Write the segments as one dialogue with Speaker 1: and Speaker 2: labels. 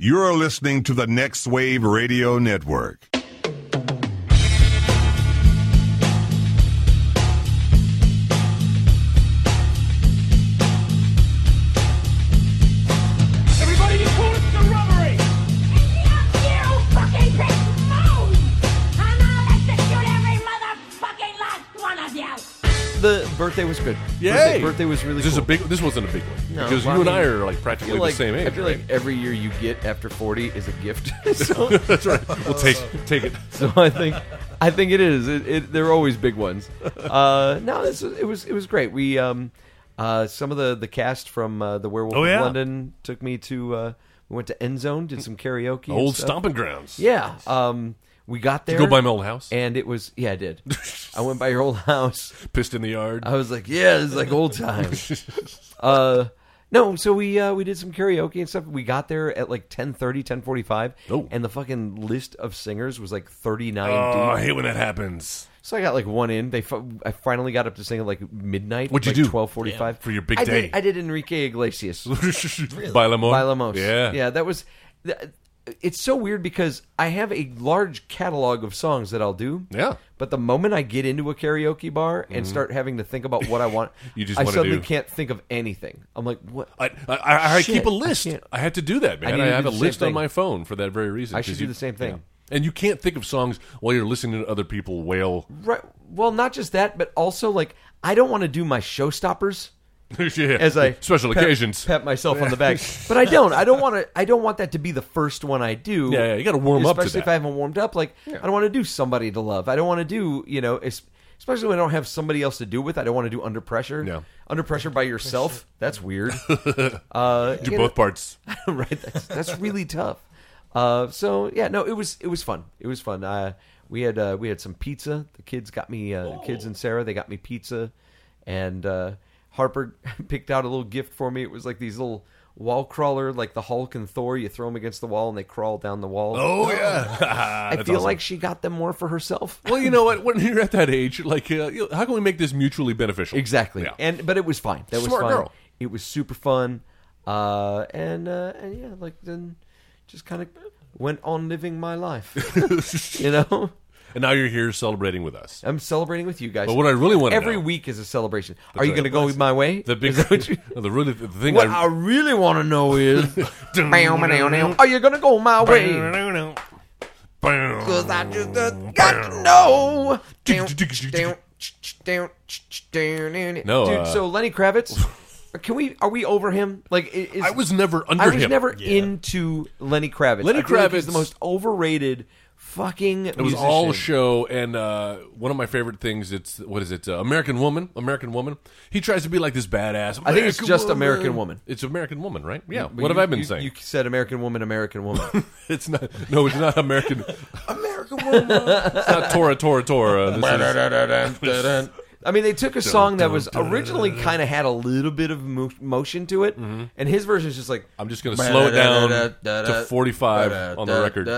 Speaker 1: You're listening to the Next Wave Radio Network.
Speaker 2: Everybody, you call it the robbery!
Speaker 3: The birthday was good.
Speaker 4: Yay!
Speaker 3: Birthday, birthday was really
Speaker 4: This is a
Speaker 3: cool.
Speaker 4: big. This wasn't a big one
Speaker 3: No,
Speaker 4: because
Speaker 3: well,
Speaker 4: you and
Speaker 3: I
Speaker 4: I
Speaker 3: mean,
Speaker 4: are like
Speaker 3: I
Speaker 4: practically
Speaker 3: feel like
Speaker 4: the same age.
Speaker 3: I feel
Speaker 4: right?
Speaker 3: like every year you get after 40 is a gift. so,
Speaker 4: that's right. We'll take take it.
Speaker 3: so I think I think it is. It, it, they're always big ones. Uh, no, this was, it was it was great. We um, uh, some of the the cast from uh, the Werewolf
Speaker 4: Oh, yeah.
Speaker 3: of London took me to. Uh, we went to End Zone, did some karaoke. and
Speaker 4: Old
Speaker 3: stuff.
Speaker 4: stomping grounds.
Speaker 3: Yeah. Um, we got there.
Speaker 4: you go by my old house?
Speaker 3: And it was yeah, I did. I went by your old house.
Speaker 4: Pissed in the yard.
Speaker 3: I was like, yeah, it's like old times. uh, no, so we uh, we did some karaoke and stuff. We got there at like 10.30, 10.45,
Speaker 4: Oh.
Speaker 3: and the fucking list of singers was like 39
Speaker 4: oh, I
Speaker 3: deep.
Speaker 4: hate when that happens.
Speaker 3: So I got like one in. They fi- I finally got up to sing at like midnight.
Speaker 4: What'd you
Speaker 3: like
Speaker 4: do?
Speaker 3: 12.45.
Speaker 4: for your big
Speaker 3: I
Speaker 4: day?
Speaker 3: Did, I did Enrique Iglesias.
Speaker 4: Bailamos.
Speaker 3: Bailamos.
Speaker 4: Yeah.
Speaker 3: Yeah, that was. th- It's so weird because I have a large catalog of songs that I'll do.
Speaker 4: Yeah. Mm-hmm.
Speaker 3: But the moment I get into a karaoke bar and start having to think about what I want,
Speaker 4: You just
Speaker 3: I
Speaker 4: wanna
Speaker 3: suddenly
Speaker 4: do-
Speaker 3: can't think of anything. I'm like, what?
Speaker 4: I, I, I, I
Speaker 3: Shit,
Speaker 4: keep a
Speaker 3: I
Speaker 4: list. I,
Speaker 3: can't-
Speaker 4: had to do that, man.
Speaker 3: need
Speaker 4: I,
Speaker 3: to do
Speaker 4: have a
Speaker 3: the same
Speaker 4: list on
Speaker 3: thing.
Speaker 4: my phone for that very reason.
Speaker 3: I should
Speaker 4: 'cause
Speaker 3: do the same thing.
Speaker 4: yeah. And you can't think of songs while you're listening to other people wail.
Speaker 3: Right. Well, not just that, but also like I don't want to do my showstoppers.
Speaker 4: Yeah.
Speaker 3: as I
Speaker 4: special
Speaker 3: pat-
Speaker 4: occasions.
Speaker 3: pat myself on the back. But I don't. I don't want to. I don't want that to be the first one I do.
Speaker 4: Yeah, yeah, you gotta warm up to
Speaker 3: especially if
Speaker 4: that.
Speaker 3: I haven't warmed up. Like I don't want to do somebody to love. I don't want to do you know, es- especially when I don't have somebody else to do with. I don't want to do under pressure.
Speaker 4: No.
Speaker 3: under pressure by yourself. That's weird. uh,
Speaker 4: do
Speaker 3: you
Speaker 4: both parts.
Speaker 3: know, right. That's that's really tough. Uh, so yeah, no, it was it was fun. It was fun. Uh, we had uh, we had some pizza. The kids got me. Uh, the kids and Sarah they got me pizza, and uh, Harper picked out a little gift for me. It was like these little wall crawler, like the Hulk and Thor. You throw them against the wall and they crawl down the wall.
Speaker 4: Oh yeah.
Speaker 3: I feel like she got them more for herself.
Speaker 4: Well, you know what? When you're at that age, like, uh, you know, how can we make this mutually beneficial?
Speaker 3: Exactly.
Speaker 4: Yeah.
Speaker 3: And but it was fine. That was
Speaker 4: Smart
Speaker 3: fine.
Speaker 4: girl.
Speaker 3: It was super fun. Uh, and uh, and yeah, like then just kind of went on living my life. you know,
Speaker 4: And now you're here celebrating with us.
Speaker 3: I'm celebrating with you guys.
Speaker 4: But what I really wanna
Speaker 3: every
Speaker 4: know-
Speaker 3: week is a celebration. Are you
Speaker 4: right.
Speaker 3: going to go my way?
Speaker 4: The big,
Speaker 3: Is that what you-
Speaker 4: the really the thing.
Speaker 3: what I
Speaker 4: I,
Speaker 3: really want to know is, are you going to go my way? Because I just uh, got to know.
Speaker 4: No,
Speaker 3: Dude,
Speaker 4: uh,
Speaker 3: so Lenny Kravitz, can we? Are we over him? Like, i- is,
Speaker 4: I was never under
Speaker 3: I was
Speaker 4: him.
Speaker 3: never into Lenny Kravitz.
Speaker 4: Lenny
Speaker 3: I feel like he's
Speaker 4: Kravitz-
Speaker 3: the most overrated fucking.
Speaker 4: It was all show, and uh, one of my favorite things. It's what is it? Uh, American Woman. American Woman. He tries to be like this badass.
Speaker 3: I think it's
Speaker 4: American
Speaker 3: just American Woman.
Speaker 4: It's American Woman, right? Yeah.
Speaker 3: But
Speaker 4: what
Speaker 3: you-
Speaker 4: have I been
Speaker 3: you-
Speaker 4: saying?
Speaker 3: You said American woman, American woman.
Speaker 4: it's not. No, it's not American. American Woman. it's not Tora Tora Tora. This is-
Speaker 3: I mean, they took a song that was originally kind of had a little bit of mo- motion to it, and his version is just like
Speaker 4: Mm-hmm. I'm just going to slow it down to 45 on the record.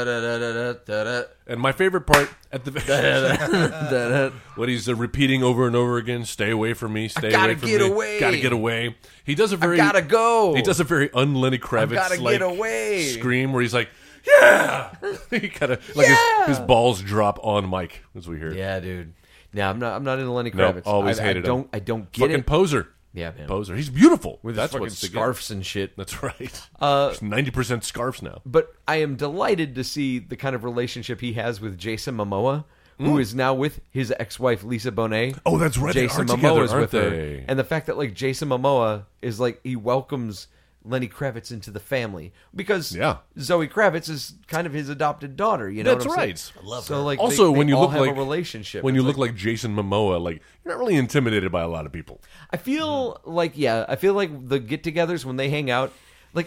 Speaker 4: And my favorite part at the what he's uh, repeating over and over again: "Stay away from me, stay
Speaker 3: gotta
Speaker 4: away from
Speaker 3: get
Speaker 4: me,
Speaker 3: away.
Speaker 4: gotta get away." He does a very
Speaker 3: gotta go.
Speaker 4: He does a very un-Lenny Kravitz
Speaker 3: gotta get
Speaker 4: like,
Speaker 3: away.
Speaker 4: scream where he's like, "Yeah," he kind of like his-
Speaker 3: Yeah.
Speaker 4: his, balls drop on mic as we hear. it.
Speaker 3: Yeah, dude. No, I'm not. I'm not into Lenny
Speaker 4: No,
Speaker 3: Kravitz.
Speaker 4: always
Speaker 3: I,
Speaker 4: hated
Speaker 3: I
Speaker 4: him.
Speaker 3: don't. I don't get
Speaker 4: fucking
Speaker 3: it.
Speaker 4: poser.
Speaker 3: Yeah, man.
Speaker 4: poser. He's beautiful.
Speaker 3: With his
Speaker 4: That's
Speaker 3: fucking
Speaker 4: what's the-
Speaker 3: scarfs Uh, and shit.
Speaker 4: That's right. Ninety percent scarfs now.
Speaker 3: but I am delighted to see the kind of relationship he has with Jason Momoa, who is now with his ex-wife Lisa Bonet.
Speaker 4: Mm. Oh, that's right. They
Speaker 3: Jason
Speaker 4: are together,
Speaker 3: is
Speaker 4: aren't
Speaker 3: with
Speaker 4: they?
Speaker 3: her, and the fact that like Jason Momoa is like he welcomes Lenny Kravitz into the family because
Speaker 4: Yeah.
Speaker 3: Zoe Kravitz is kind of his adopted daughter. You know,
Speaker 4: That's
Speaker 3: what I'm
Speaker 4: right.
Speaker 3: Saying?
Speaker 4: I
Speaker 3: love so like
Speaker 4: also,
Speaker 3: they- they
Speaker 4: when you
Speaker 3: all
Speaker 4: look
Speaker 3: have
Speaker 4: like
Speaker 3: a relationship,
Speaker 4: when you
Speaker 3: It's
Speaker 4: look like Jason Momoa, like you're not really intimidated by a lot of people.
Speaker 3: I feel like yeah, I feel like the get-togethers when they hang out, like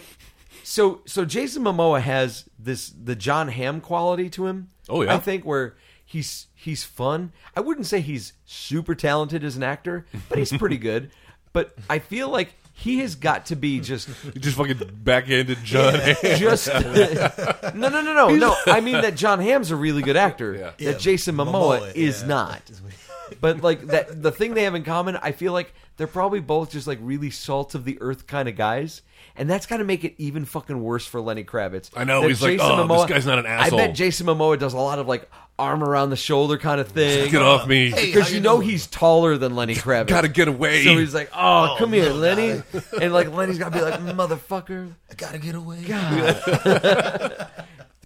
Speaker 3: so so Jason Momoa has this the John Hamm quality to him.
Speaker 4: Oh, yeah.
Speaker 3: I think where he's he's fun. I wouldn't say he's super talented as an actor, but he's pretty good. But I feel like he has got to be just
Speaker 4: You just fucking backhanded John.
Speaker 3: just no no no no no. I mean that John Hamm's a really good actor.
Speaker 4: Yeah.
Speaker 3: That Jason Momoa,
Speaker 5: Momoa,
Speaker 3: is
Speaker 5: yeah.
Speaker 3: not. But like that, the thing they have in common, I feel like they're probably both just like really salt of the earth kind of guys, and that's got to make it even fucking worse for Lenny Kravitz.
Speaker 4: I know,
Speaker 3: That
Speaker 4: he's like, "Oh, this guy's not an asshole."
Speaker 3: I bet Jason Momoa does a lot of like arm around the shoulder kind of thing.
Speaker 4: Get off me.
Speaker 3: because
Speaker 5: how
Speaker 3: you,
Speaker 5: you
Speaker 3: know
Speaker 5: doing?
Speaker 3: he's taller than Lenny Kravitz.
Speaker 4: Gotta get away.
Speaker 3: So he's like, "Oh, come here, Lenny," and like Lenny's gotta be like, "Motherfucker."
Speaker 5: I gotta get away.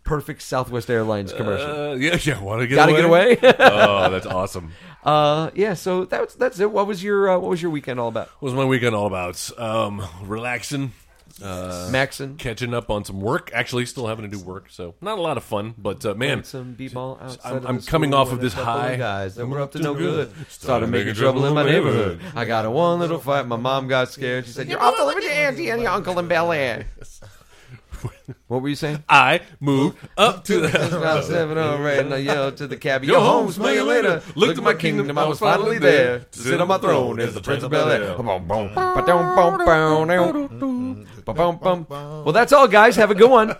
Speaker 3: Perfect Southwest Airlines commercial.
Speaker 4: uh, yeah, yeah. Want to get
Speaker 3: Gotta get away.
Speaker 4: oh, that's awesome.
Speaker 3: Uh, yeah, so that's that's it. What was your uh, what was your weekend all about?
Speaker 4: What was my weekend all about? Um, relaxing,
Speaker 3: Maxon,
Speaker 4: catching up on some work. Actually, still having to do work, so not a lot of fun. But uh, man,
Speaker 3: some b-ball outside.
Speaker 4: I'm-
Speaker 3: of
Speaker 4: I'm
Speaker 3: the
Speaker 4: coming
Speaker 3: school
Speaker 4: off of
Speaker 3: with a
Speaker 4: this
Speaker 3: couple
Speaker 4: high.
Speaker 3: guys that were up to
Speaker 4: Doing
Speaker 3: no good.
Speaker 4: good.
Speaker 3: Started making trouble in my neighborhood. I got a one little fight. My mom got scared. She said, "You're off to live with your auntie and your uncle in Bel Air." What were you saying?
Speaker 4: I move up to the.
Speaker 3: About seven oh red, and I yelled to the cabbie,
Speaker 4: Go
Speaker 3: "Yo,
Speaker 4: home,
Speaker 3: home, smell you later." Look to my kingdom, I was finally there. To sit on my throne as the prince of Bel Air. Boom, boom, ba-dum, boom, boom, boom, ba-bum, bum. Well, that's all, guys. Have a good one.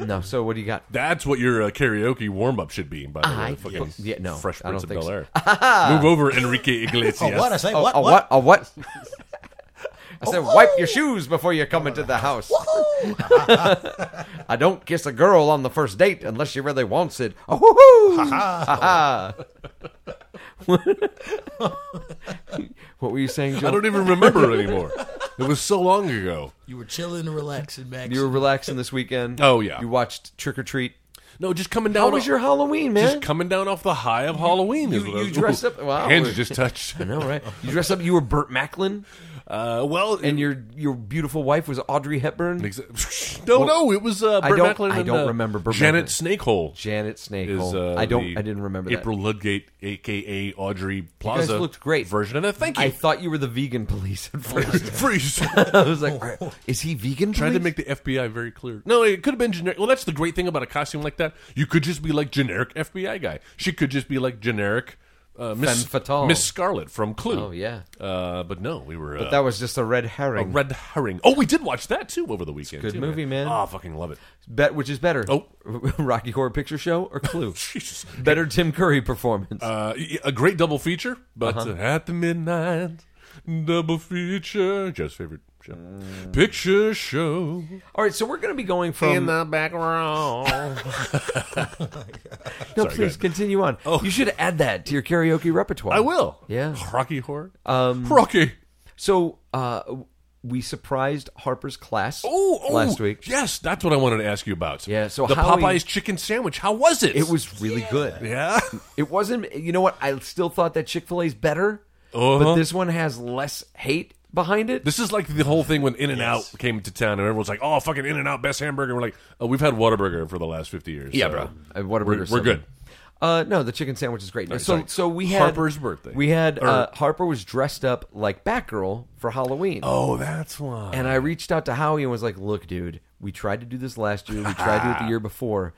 Speaker 3: No, so what do you got?
Speaker 4: That's what your uh, karaoke warm up should be. By the way, fucking
Speaker 3: yeah, no,
Speaker 4: Fresh
Speaker 3: I don't
Speaker 4: Prince of
Speaker 3: think
Speaker 4: Bel
Speaker 3: so.
Speaker 4: Air. move over, Enrique Iglesias.
Speaker 5: Oh, what I say?
Speaker 3: Oh,
Speaker 5: what?
Speaker 3: a
Speaker 5: what?
Speaker 3: what? A what? I said, wipe your shoes before you come into the house. I don't kiss a girl on the first date unless she really wants it. Oh, hoo, hoo. Ha ha. What were you saying,
Speaker 4: I
Speaker 3: Joe?
Speaker 4: don't even remember anymore. It was so long ago.
Speaker 5: You were chilling and relaxing, Max.
Speaker 3: You were relaxing this weekend.
Speaker 4: Oh, yeah.
Speaker 3: You watched Trick or Treat.
Speaker 4: No, just coming down.
Speaker 3: How was
Speaker 4: off-
Speaker 3: your Halloween, man?
Speaker 4: Just coming down off the high of Halloween. is
Speaker 3: you-
Speaker 4: what I
Speaker 3: you
Speaker 4: was-
Speaker 3: dressed
Speaker 4: Ooh,
Speaker 3: up- wow.
Speaker 4: Hands just touched.
Speaker 3: I know, right? You dressed up. You were Burt Macklin,
Speaker 4: Uh, well,
Speaker 3: and your your beautiful wife was Audrey Hepburn.
Speaker 4: exa- no, no, it was uh,
Speaker 3: I
Speaker 4: Burt
Speaker 3: don't-
Speaker 4: Macklin
Speaker 3: I
Speaker 4: and,
Speaker 3: don't
Speaker 4: uh,
Speaker 3: remember Burt
Speaker 4: Janet
Speaker 3: Macklin.
Speaker 4: Snakehole.
Speaker 3: Janet Snake.
Speaker 4: is uh,
Speaker 3: I don't.
Speaker 4: the
Speaker 3: I didn't remember that.
Speaker 4: April Ludgate, aka Audrey
Speaker 3: You
Speaker 4: Plaza,
Speaker 3: guys looked great.
Speaker 4: version of that. Thank you.
Speaker 3: I thought you were the vegan police at first.
Speaker 4: Freeze.
Speaker 3: I was like, is he vegan?
Speaker 4: Trying to
Speaker 3: police?
Speaker 4: make the FBI very clear. No, it could have been generic. Well, that's the great thing about a costume like that. You could just be like generic FBI guy. She could just be like generic uh, Miss
Speaker 3: Femme fatale.
Speaker 4: Miss Scarlet from Clue.
Speaker 3: Oh, yeah.
Speaker 4: Uh, but no, we were. uh,
Speaker 3: that was just a red herring.
Speaker 4: Red Herring. Oh, we did watch that too over the weekend.
Speaker 3: good
Speaker 4: too,
Speaker 3: movie, man.
Speaker 4: Oh, fucking love it.
Speaker 3: Bet which is better?
Speaker 4: Oh.
Speaker 3: Rocky Horror Picture Show or Clue?
Speaker 4: Jesus.
Speaker 3: better Tim Curry performance.
Speaker 4: Uh, y- a great double feature, but
Speaker 3: Uh-huh.
Speaker 4: uh at the midnight double feature, Joe's favorite show, picture show
Speaker 3: All right, so we're going to be going from.
Speaker 4: the background.
Speaker 3: no,
Speaker 4: Sorry, go
Speaker 3: please
Speaker 4: ahead.
Speaker 3: continue on.
Speaker 4: Oh.
Speaker 3: You should add that to your karaoke repertoire.
Speaker 4: I will.
Speaker 3: Yeah.
Speaker 4: Rocky Horror. Um, Rocky.
Speaker 3: So uh, we surprised Harper's class
Speaker 4: Oh, oh,
Speaker 3: last week.
Speaker 4: Yes, that's what I wanted to ask you about.
Speaker 3: Yeah, so
Speaker 4: the
Speaker 3: Howie-
Speaker 4: Popeyes chicken sandwich. How was it?
Speaker 3: It was really good.
Speaker 4: Yeah.
Speaker 3: It wasn't. You know what? I still thought that Chick Fil A's better,
Speaker 4: Uh-huh.
Speaker 3: but this one has less hate behind it.
Speaker 4: This is like the whole thing when In and Out came to town, and everyone's like, "Oh, fucking In and Out, best hamburger." We're like, "Oh, we've had Whataburger for the last fifty years."
Speaker 3: Yeah,
Speaker 4: so
Speaker 3: bro. Uh, Whataburger's
Speaker 4: We're, we're
Speaker 3: something.
Speaker 4: good.
Speaker 3: Uh, no, the chicken sandwich is great. so,
Speaker 4: sorry.
Speaker 3: so we had
Speaker 4: Harper's birthday.
Speaker 3: We had
Speaker 4: Or-
Speaker 3: uh, Harper was dressed up like Batgirl for Halloween,
Speaker 4: Oh, that's why.
Speaker 3: and I reached out to Howie and was like, "Look, dude, we tried to do this last year. We tried to do it the year before.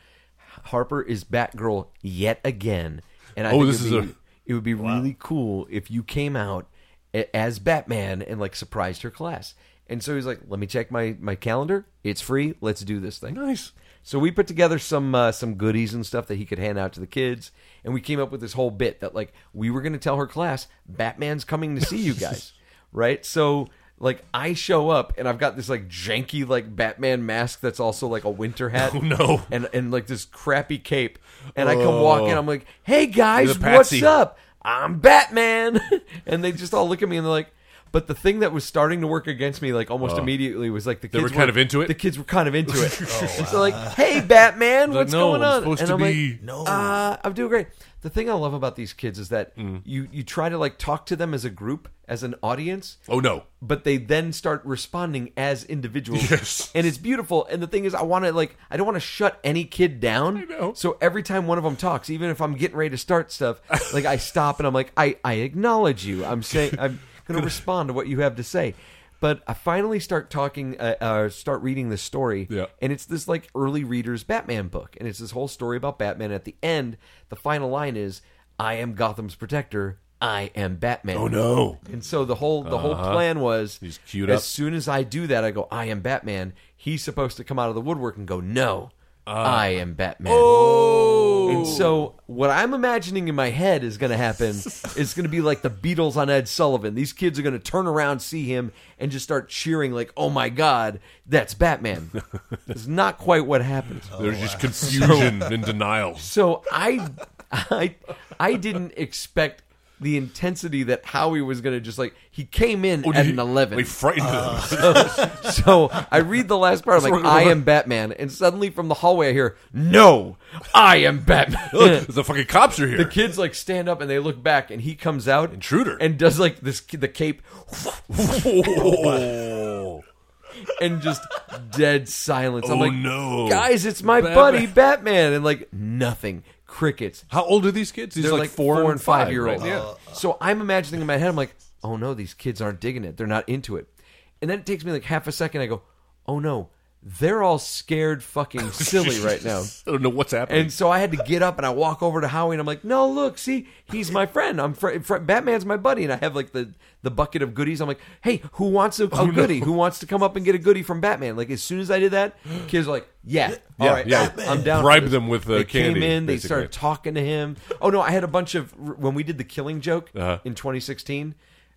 Speaker 3: Harper is Batgirl yet again, and I
Speaker 4: Oh,
Speaker 3: think
Speaker 4: this
Speaker 3: it'd
Speaker 4: is
Speaker 3: be-
Speaker 4: a-
Speaker 3: it would be really cool if you came out a- as Batman and like surprised her class." And so he's like, "Let me check my my calendar. It's free. Let's do this thing."
Speaker 4: nice.
Speaker 3: So we put together some uh, some goodies and stuff that he could hand out to the kids, and we came up with this whole bit that like we were going to tell her class Batman's coming to see you guys, right? So like I show up and I've got this like janky like Batman mask that's also like a winter hat, oh,
Speaker 4: no. Oh.
Speaker 3: and and like this crappy cape, and I come walking, I'm like, hey guys,
Speaker 4: You're the
Speaker 3: what's
Speaker 4: patsy.
Speaker 3: up? I'm Batman, and they just all look at me and they're like. But the thing that was starting to work against me, like
Speaker 4: Oh.
Speaker 3: almost immediately, was like the kids
Speaker 4: were kind of into it? Oh,
Speaker 3: The kids were kind of into it. So like, hey Batman,
Speaker 4: Like,
Speaker 3: what's
Speaker 4: no,
Speaker 3: going
Speaker 4: I'm
Speaker 3: on?
Speaker 4: supposed
Speaker 3: and
Speaker 4: to
Speaker 3: I'm
Speaker 4: be-
Speaker 3: like,
Speaker 5: No.
Speaker 3: uh, I'm doing great. The thing I love about these kids is that
Speaker 4: Mm.
Speaker 3: you you try to like talk to them as a group, as an audience,
Speaker 4: Oh no.
Speaker 3: but they then start responding as individuals.
Speaker 4: Yes.
Speaker 3: And it's beautiful. And the thing is, I want to like, I don't want to shut any kid down. I
Speaker 4: know.
Speaker 3: So every time one of them talks, even if I'm getting ready to start stuff, like I stop and I'm like, I, I acknowledge you. I'm saying, I'm going to respond to what you have to say. But I finally start talking, uh, uh, start reading this story,
Speaker 4: Yeah.
Speaker 3: and it's this like early readers Batman book, and it's this whole story about Batman. At the end, the final line is, "I am Gotham's protector. I am Batman."
Speaker 4: Oh no.
Speaker 3: And so the whole the whole plan was
Speaker 4: Uh-huh. He's queued
Speaker 3: as
Speaker 4: up.
Speaker 3: soon as I do that, I go, I am Batman. He's supposed to come out of the woodwork and go, No, I am Batman.
Speaker 4: Uh. Oh,
Speaker 3: And so what I'm imagining in my head is going to happen is going to be like the Beatles on Ed Sullivan. These kids are going to turn around, see him, and just start cheering like, "Oh my God, that's Batman!" it's not quite what happens.
Speaker 4: there's just confusion and denial.
Speaker 3: So I, I, I didn't expect the intensity that Howie was going to just like he came
Speaker 4: Oh,
Speaker 3: in at an eleven. Uh,
Speaker 4: Like frightened them.
Speaker 3: So I read the last part. I'm like, I am Batman, and suddenly from the hallway I hear, "No, I am Batman."
Speaker 4: Look, the fucking cops are here.
Speaker 3: the kids like stand up and they look back, and he comes out,
Speaker 4: Intruder.
Speaker 3: and does like this the cape,
Speaker 4: oh,
Speaker 3: and just dead silence. I'm
Speaker 4: Oh,
Speaker 3: like,
Speaker 4: no.
Speaker 3: guys, it's my
Speaker 4: Batman."
Speaker 3: buddy Batman, and like nothing, crickets.
Speaker 4: How old are these kids? These
Speaker 3: They're
Speaker 4: are
Speaker 3: like, four, and five, year
Speaker 4: right?
Speaker 3: olds.
Speaker 4: Yeah.
Speaker 3: So I'm imagining in my head, I'm like, oh no, these kids aren't digging it. They're not into it. And then it takes me like half a second. I go, oh no, they're all scared, fucking silly right now.
Speaker 4: I don't know what's happening.
Speaker 3: And so I had to get up and I walk over to Howie and I'm like, no, look, see, he's my friend. I'm fr- fr- Batman's my buddy, and I have like the the bucket of goodies. I'm like, hey, who wants a, a goodie? Who wants to come up and get a goodie from Batman? Like as soon as I did that, kids are like, yeah, all right,
Speaker 4: yeah.
Speaker 3: I'm down. for
Speaker 4: Bribe
Speaker 3: this.
Speaker 4: them with, uh,
Speaker 3: they Came
Speaker 4: candy,
Speaker 3: in, they
Speaker 4: basically.
Speaker 3: started talking to him. Oh no, I had a bunch of when we did the Killing Joke
Speaker 4: Uh-huh.
Speaker 3: in 2016.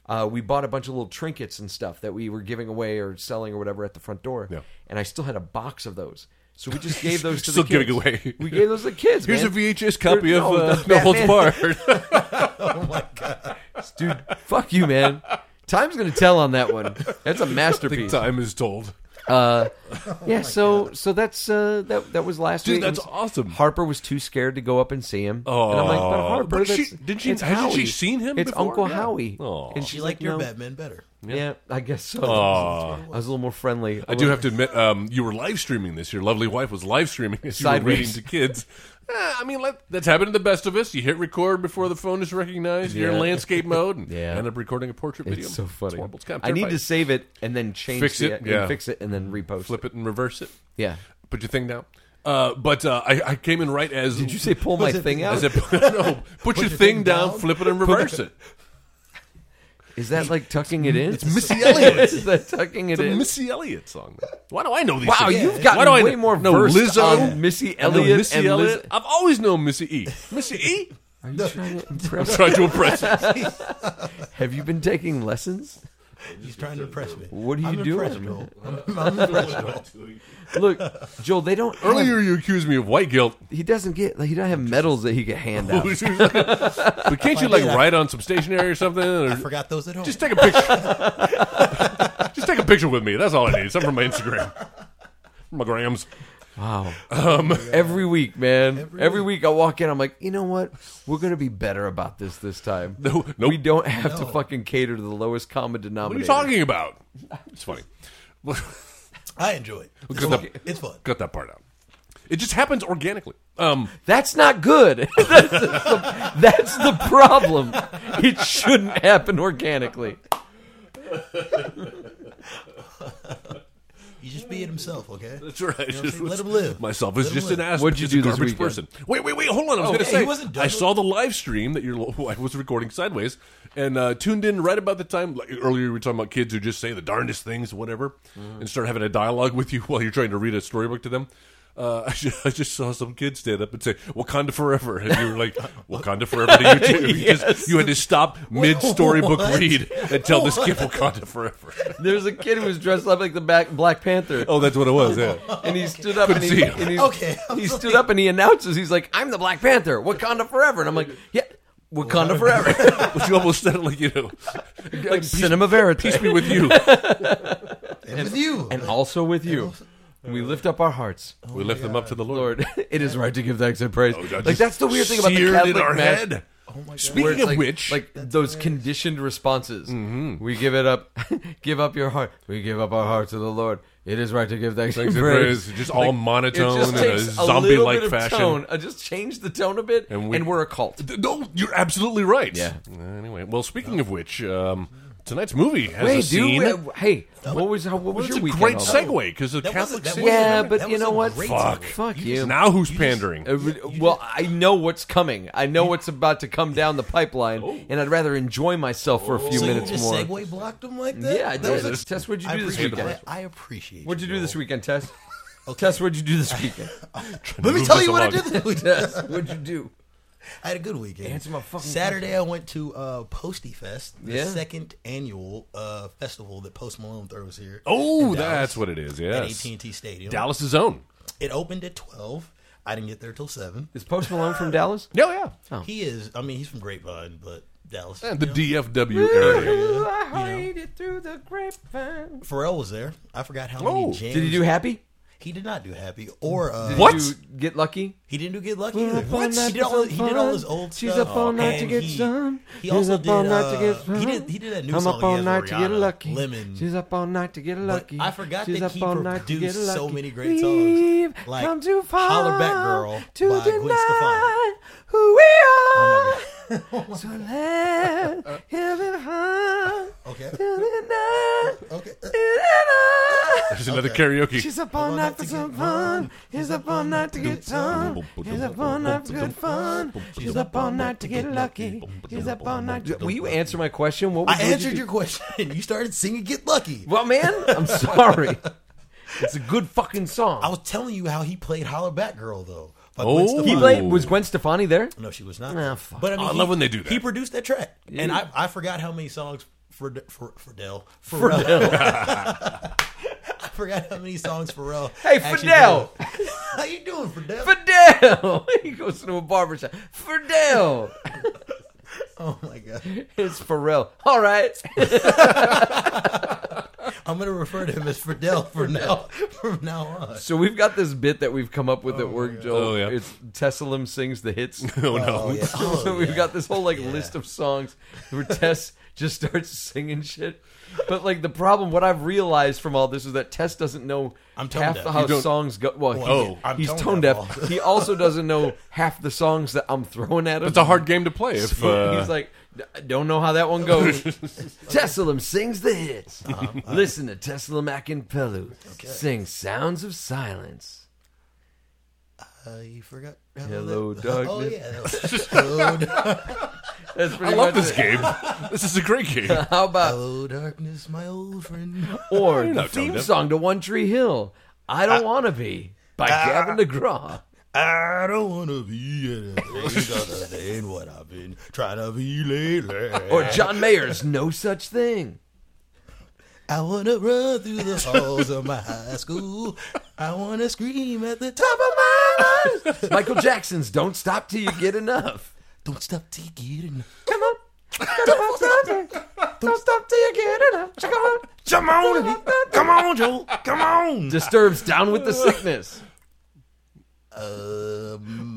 Speaker 3: Uh, we bought a bunch of little trinkets and stuff that we were giving away or selling or whatever at the front door,
Speaker 4: Yeah.
Speaker 3: and I still had a box of those. So we just gave those to
Speaker 4: Still
Speaker 3: the kids.
Speaker 4: giving away.
Speaker 3: We gave those to the kids.
Speaker 4: Here's
Speaker 3: man.
Speaker 4: a VHS copy
Speaker 3: They're-
Speaker 4: of
Speaker 3: no,
Speaker 4: uh,
Speaker 3: the
Speaker 4: No Holds
Speaker 3: Batman-
Speaker 4: Barred.
Speaker 3: dude. Fuck you, man. Time's gonna tell on that one. That's a
Speaker 4: I think
Speaker 3: masterpiece. Oh
Speaker 4: time is told.
Speaker 3: yeah. So so that's uh, that that was last
Speaker 4: Dude,
Speaker 3: week. It
Speaker 4: that's
Speaker 3: was-
Speaker 4: awesome.
Speaker 3: Harper was too scared to go up and see him.
Speaker 4: Oh.
Speaker 3: and I'm like, but Harper,
Speaker 4: But
Speaker 3: that's,
Speaker 4: she- didn't she-
Speaker 3: it's
Speaker 4: hasn't she
Speaker 3: Howie.
Speaker 4: seen him
Speaker 3: It's
Speaker 4: before?
Speaker 3: Uncle
Speaker 4: Yeah.
Speaker 3: Howie.
Speaker 4: Oh.
Speaker 3: And
Speaker 5: She
Speaker 3: she's
Speaker 5: liked
Speaker 3: like,
Speaker 5: your
Speaker 3: no.
Speaker 5: Batman better.
Speaker 3: Yeah. I guess so.
Speaker 4: Aw.
Speaker 3: I was a little more friendly.
Speaker 4: Oh. I do have to admit, um, you were live streaming this. Your lovely wife was live streaming this. You were
Speaker 3: Sideways.
Speaker 4: reading to kids. Eh, I mean, let, that's happened to the best of us. You hit record before the phone is recognized. You're in
Speaker 3: Yeah.
Speaker 4: landscape mode and
Speaker 3: Yeah.
Speaker 4: end up recording a portrait video.
Speaker 3: It's so funny.
Speaker 4: horrible. It's kind of
Speaker 3: I need
Speaker 4: terrifying.
Speaker 3: to save it and then change
Speaker 4: Fix
Speaker 3: the- e-
Speaker 4: it,
Speaker 3: and
Speaker 4: yeah.
Speaker 3: fix it and then repost.
Speaker 4: flip it and reverse it.
Speaker 3: Yeah.
Speaker 4: Put your thing down. Uh, but uh, I, I came in right as
Speaker 3: Did you say pull my thing
Speaker 4: I
Speaker 3: out?
Speaker 4: said, no, put, your thing down, flip it, and reverse it.
Speaker 3: Is that like tucking it in? It's
Speaker 4: Missy Elliott.
Speaker 3: Is that tucking it
Speaker 4: It's a
Speaker 3: in?
Speaker 4: Missy Elliott song. Why do I know these?
Speaker 3: Wow,
Speaker 4: things?
Speaker 3: you've gotten
Speaker 4: Why do I
Speaker 3: way
Speaker 4: know-
Speaker 3: more
Speaker 4: no,
Speaker 3: versed
Speaker 4: Lizzo,
Speaker 3: on Missy
Speaker 4: I know
Speaker 3: Elliott
Speaker 4: Missy
Speaker 3: and Liz-
Speaker 4: Elliott. I've always known Missy E. Missy E.
Speaker 5: No,
Speaker 4: I'm trying to impress. you.
Speaker 3: Have you been taking lessons?
Speaker 5: he's trying to impress me.
Speaker 3: What are you
Speaker 5: I'm
Speaker 3: doing?
Speaker 5: impressionable. I'm, I'm impressionable.
Speaker 3: Look, Joel, they don't. have-
Speaker 4: Earlier, you accused me of white guilt.
Speaker 3: he doesn't get. Like, he doesn't have medals that he could hand out.
Speaker 4: but can't you like
Speaker 5: did, I-
Speaker 4: write on some stationery or something? Or
Speaker 5: I forgot those at home.
Speaker 4: just take a picture. just take a picture with me. That's all I need. Something from my Instagram. My grams.
Speaker 3: Wow.
Speaker 4: Um,
Speaker 3: every week, man. Every, week. I walk in. I'm like, you know what? We're gonna be better about this this time.
Speaker 4: No, nope.
Speaker 3: we don't have to fucking cater to the lowest common denominator.
Speaker 4: What are you talking about? It's funny.
Speaker 5: I enjoy it. It's
Speaker 4: Cut
Speaker 5: fun.
Speaker 4: that-
Speaker 5: It's fun.
Speaker 4: Cut that part out. It just happens organically. Um,
Speaker 3: That's not good. that's, the, that's the problem. It shouldn't happen organically.
Speaker 5: He's just being himself, okay?
Speaker 4: that's right.
Speaker 5: what I'm saying? Let him live.
Speaker 4: Myself is
Speaker 5: Let him
Speaker 4: just an
Speaker 5: live.
Speaker 4: ass.
Speaker 3: What'd you
Speaker 4: just
Speaker 3: do
Speaker 4: a
Speaker 3: this
Speaker 4: garbage
Speaker 3: weekend?
Speaker 4: person. Wait, wait, wait. Hold on. I was going to
Speaker 5: yeah,
Speaker 4: say.
Speaker 5: he wasn't done
Speaker 4: I
Speaker 5: with-
Speaker 4: saw the live stream that your lo- wife was recording sideways, and uh, tuned in right about the time. Like, earlier, we were talking about kids who just say the darndest things, whatever,
Speaker 5: Mm-hmm.
Speaker 4: and start having a dialogue with you while you're trying to read a storybook to them. Uh, I, just, I just saw some kid stand up and say "Wakanda forever," and you were like, "Wakanda forever" to you too. You, just, you had to stop mid storybook
Speaker 5: What?
Speaker 4: read and tell this kid "Wakanda forever."
Speaker 3: There's a kid who was dressed up like the back Black Panther.
Speaker 4: Oh, that's what it was. Yeah.
Speaker 3: and he stood up and
Speaker 4: Couldn't
Speaker 3: he,
Speaker 4: see him.
Speaker 3: and he,
Speaker 5: Okay, I'm
Speaker 3: he stood
Speaker 5: like-
Speaker 3: up and he announces he's like i'm the black panther wakanda forever and i'm like yeah wakanda forever
Speaker 4: But you almost said it like you know,
Speaker 3: like cinema verite
Speaker 4: teach me with you.
Speaker 5: And with you.
Speaker 3: and also with you we lift up our hearts
Speaker 4: we lift them up to the Lord. Oh,
Speaker 3: lord it is right to give thanks and praise
Speaker 4: God,
Speaker 3: like
Speaker 4: just
Speaker 3: that's the weird thing about the
Speaker 4: seared
Speaker 3: catholic
Speaker 4: in our
Speaker 3: mass, Oh
Speaker 4: head.
Speaker 3: where
Speaker 4: Speaking
Speaker 3: it's
Speaker 4: of
Speaker 3: like,
Speaker 4: which, Mm-hmm.
Speaker 3: like those conditioned responses we give it up give up your heart we give up our heart to the lord it is right to give thanks,
Speaker 4: Thanks
Speaker 3: and
Speaker 4: and
Speaker 3: praise,
Speaker 4: praise. Just all monotone in a
Speaker 3: takes little
Speaker 4: zombie-like
Speaker 3: bit of
Speaker 4: fashion.
Speaker 3: tone. Uh, just change the tone a bit
Speaker 4: And
Speaker 3: and,
Speaker 4: we-
Speaker 3: we're a cult
Speaker 4: Th- no, you're absolutely right.
Speaker 3: Yeah.
Speaker 4: Anyway, well, speaking of which, um, tonight's movie has a
Speaker 3: Wait,
Speaker 4: scene.
Speaker 3: dude. uh, Hey, what was how, what was
Speaker 4: it's
Speaker 3: your
Speaker 4: a
Speaker 3: weekend?
Speaker 4: great
Speaker 3: all about?
Speaker 4: segue because the
Speaker 5: That
Speaker 4: Catholic
Speaker 5: wasn't- that
Speaker 4: scene.
Speaker 5: wasn't-
Speaker 3: Yeah,
Speaker 5: That
Speaker 3: but you
Speaker 5: was
Speaker 3: know
Speaker 5: a
Speaker 3: what?
Speaker 5: great
Speaker 4: Fuck.
Speaker 5: segue.
Speaker 3: Fuck you.
Speaker 4: Now who's pandering?
Speaker 3: Uh, well, I know what's coming. I know what's about to come down the pipeline,
Speaker 4: Oh.
Speaker 3: and I'd rather enjoy myself for a few
Speaker 5: So you
Speaker 3: minutes
Speaker 5: just
Speaker 3: more.
Speaker 5: segue blocked him like that?
Speaker 3: Yeah, I
Speaker 5: That
Speaker 3: did.
Speaker 5: was a-
Speaker 3: Tess, what'd you
Speaker 5: I
Speaker 3: do this
Speaker 5: appreciate
Speaker 3: weekend?
Speaker 5: that. I appreciate
Speaker 3: What'd you do
Speaker 5: Joel.
Speaker 3: this weekend, Tess?
Speaker 6: Tess, what'd you do this weekend?
Speaker 5: Let me
Speaker 4: move
Speaker 5: tell
Speaker 4: this
Speaker 5: you what I
Speaker 4: along.
Speaker 5: did this weekend.
Speaker 6: Tess, what'd you do?
Speaker 5: I had a good weekend.
Speaker 6: Answer my fucking
Speaker 5: Saturday, I went to uh, Posty Fest, the
Speaker 6: Yeah.
Speaker 5: second annual uh, festival that Post Malone throws here.
Speaker 4: Oh,
Speaker 5: in Dallas,
Speaker 4: that's what it is. Yes,
Speaker 5: At AT&T Stadium.
Speaker 4: Dallas's own.
Speaker 5: It opened at 12. I didn't get there till 7.
Speaker 3: Is Post Malone from Dallas?
Speaker 4: Yeah, yeah.
Speaker 5: He is, I mean, he's from Grapevine, but Dallas.
Speaker 4: And the
Speaker 5: you know.
Speaker 4: DFW area.
Speaker 3: I heard it through the grapevine.
Speaker 5: Pharrell was there. I forgot how
Speaker 4: Oh,
Speaker 5: many jams.
Speaker 3: Did he do happy?
Speaker 5: He did not do Happy or uh,
Speaker 4: What?
Speaker 3: Did you get lucky?
Speaker 5: He didn't do Get Lucky either.
Speaker 3: up all night
Speaker 5: He did,
Speaker 3: to
Speaker 5: all,
Speaker 3: have
Speaker 5: he did all
Speaker 3: fun.
Speaker 5: his old
Speaker 3: She's
Speaker 5: stuff.
Speaker 3: up all night
Speaker 5: and
Speaker 3: to get
Speaker 5: he,
Speaker 3: some.
Speaker 5: He
Speaker 3: She's
Speaker 5: also
Speaker 3: up
Speaker 5: did,
Speaker 3: all night
Speaker 5: uh,
Speaker 3: to get
Speaker 5: He
Speaker 3: drunk.
Speaker 5: did. He did that new
Speaker 3: I'm
Speaker 5: song.
Speaker 3: up all
Speaker 5: he has
Speaker 3: night
Speaker 5: with
Speaker 3: to get
Speaker 5: Rihanna,
Speaker 3: lucky.
Speaker 5: Lemon.
Speaker 3: She's up all night to get lucky.
Speaker 5: I forgot
Speaker 3: She's
Speaker 5: that
Speaker 3: up
Speaker 5: he
Speaker 3: all night to get
Speaker 5: produced so
Speaker 3: lucky.
Speaker 5: many great songs,
Speaker 3: Leave,
Speaker 5: like
Speaker 3: come too far
Speaker 5: Holler Back Girl
Speaker 3: to
Speaker 5: by Gwen
Speaker 3: deny
Speaker 5: Stefani. Oh
Speaker 3: who we are. so let heaven high
Speaker 5: Uh, Okay.
Speaker 3: to deny
Speaker 5: Okay.
Speaker 3: it and I.
Speaker 4: There's another
Speaker 5: Okay.
Speaker 4: karaoke.
Speaker 3: She's up all
Speaker 5: all
Speaker 3: night
Speaker 5: night
Speaker 3: for
Speaker 5: to
Speaker 3: some
Speaker 5: get
Speaker 3: fun.
Speaker 5: drunk.
Speaker 3: She's up all night to get drunk. She's up all night for good fun. She's up all night to get lucky. She's up all night. To... Will you answer my question? What
Speaker 5: I
Speaker 3: would you
Speaker 5: answered
Speaker 3: do?
Speaker 5: your question. You started singing Get Lucky.
Speaker 3: Well, man, I'm sorry. it's a good fucking song.
Speaker 5: I was telling you how he played Holler Back Girl, though. by
Speaker 4: Oh.
Speaker 5: Gwen Stefani.
Speaker 3: he played. Was Gwen Stefani there?
Speaker 5: No, she was not.
Speaker 3: Ah, fuck.
Speaker 5: But I, mean,
Speaker 4: Oh, I
Speaker 5: he-
Speaker 4: love when they do that.
Speaker 5: He produced that track, and I, I forgot how many songs for for Fidel Pharrell. I forgot how many songs Pharrell.
Speaker 3: Hey,
Speaker 5: actually
Speaker 3: Fidel!
Speaker 5: did. how you doing, Fidel?
Speaker 3: Fidel. he goes to a barbershop. Fidel.
Speaker 5: oh my god,
Speaker 3: it's Pharrell. All right.
Speaker 5: I'm gonna refer to him as Fidel for now. From now on,
Speaker 3: so we've got this bit that we've come up with at work, Joel.
Speaker 4: Oh, yeah.
Speaker 3: It's Tessalum sings the hits.
Speaker 4: Oh, no.
Speaker 5: oh, yeah. Oh,
Speaker 3: so we've
Speaker 5: yeah.
Speaker 3: got this whole like list of songs where Tess just starts singing shit. But like the problem, what I've realized from all this is that Tess doesn't know
Speaker 5: I'm tone
Speaker 3: half
Speaker 5: deaf.
Speaker 3: the
Speaker 5: You
Speaker 3: how
Speaker 4: don't-
Speaker 3: songs go. Well,
Speaker 5: Well,
Speaker 3: he-
Speaker 4: oh.
Speaker 5: I'm
Speaker 3: he's
Speaker 5: tone
Speaker 3: tone
Speaker 5: deaf
Speaker 3: deaf.
Speaker 5: also.
Speaker 3: he also doesn't know half the songs that I'm throwing at him.
Speaker 4: It's a hard game to play. If uh,
Speaker 3: He's like, "I don't know how that one goes. Tessalum sings the hits. Listen to Tessalum Akinpelu sing "Sounds of Silence."
Speaker 5: Uh, you forgot.
Speaker 3: Hello,
Speaker 5: Oh
Speaker 3: darkness.
Speaker 5: yeah. that was- Hello, dar-
Speaker 3: That's pretty
Speaker 4: I
Speaker 3: much
Speaker 4: love this
Speaker 3: it.
Speaker 4: game. This is a great game.
Speaker 3: How about
Speaker 5: hello, darkness, my old friend.
Speaker 3: or the
Speaker 4: not tone
Speaker 3: theme
Speaker 4: deaf.
Speaker 3: song to One Tree Hill? I don't want to be by Gavin DeGraw.
Speaker 5: I don't wanna be anything other than what I've been trying to be lately.
Speaker 3: Or John Mayer's No Such Thing.
Speaker 5: I wanna run through the halls of my high school. I wanna scream at the top of my lungs.
Speaker 3: Michael Jackson's Don't Stop Till You Get Enough.
Speaker 5: Don't stop till you get enough.
Speaker 3: Come on. Come on, stop it. Don't stop till you get enough. Come on. Come on. Come on, Joel.
Speaker 5: Come on.
Speaker 3: Disturbs Down with the Sickness.
Speaker 5: Um,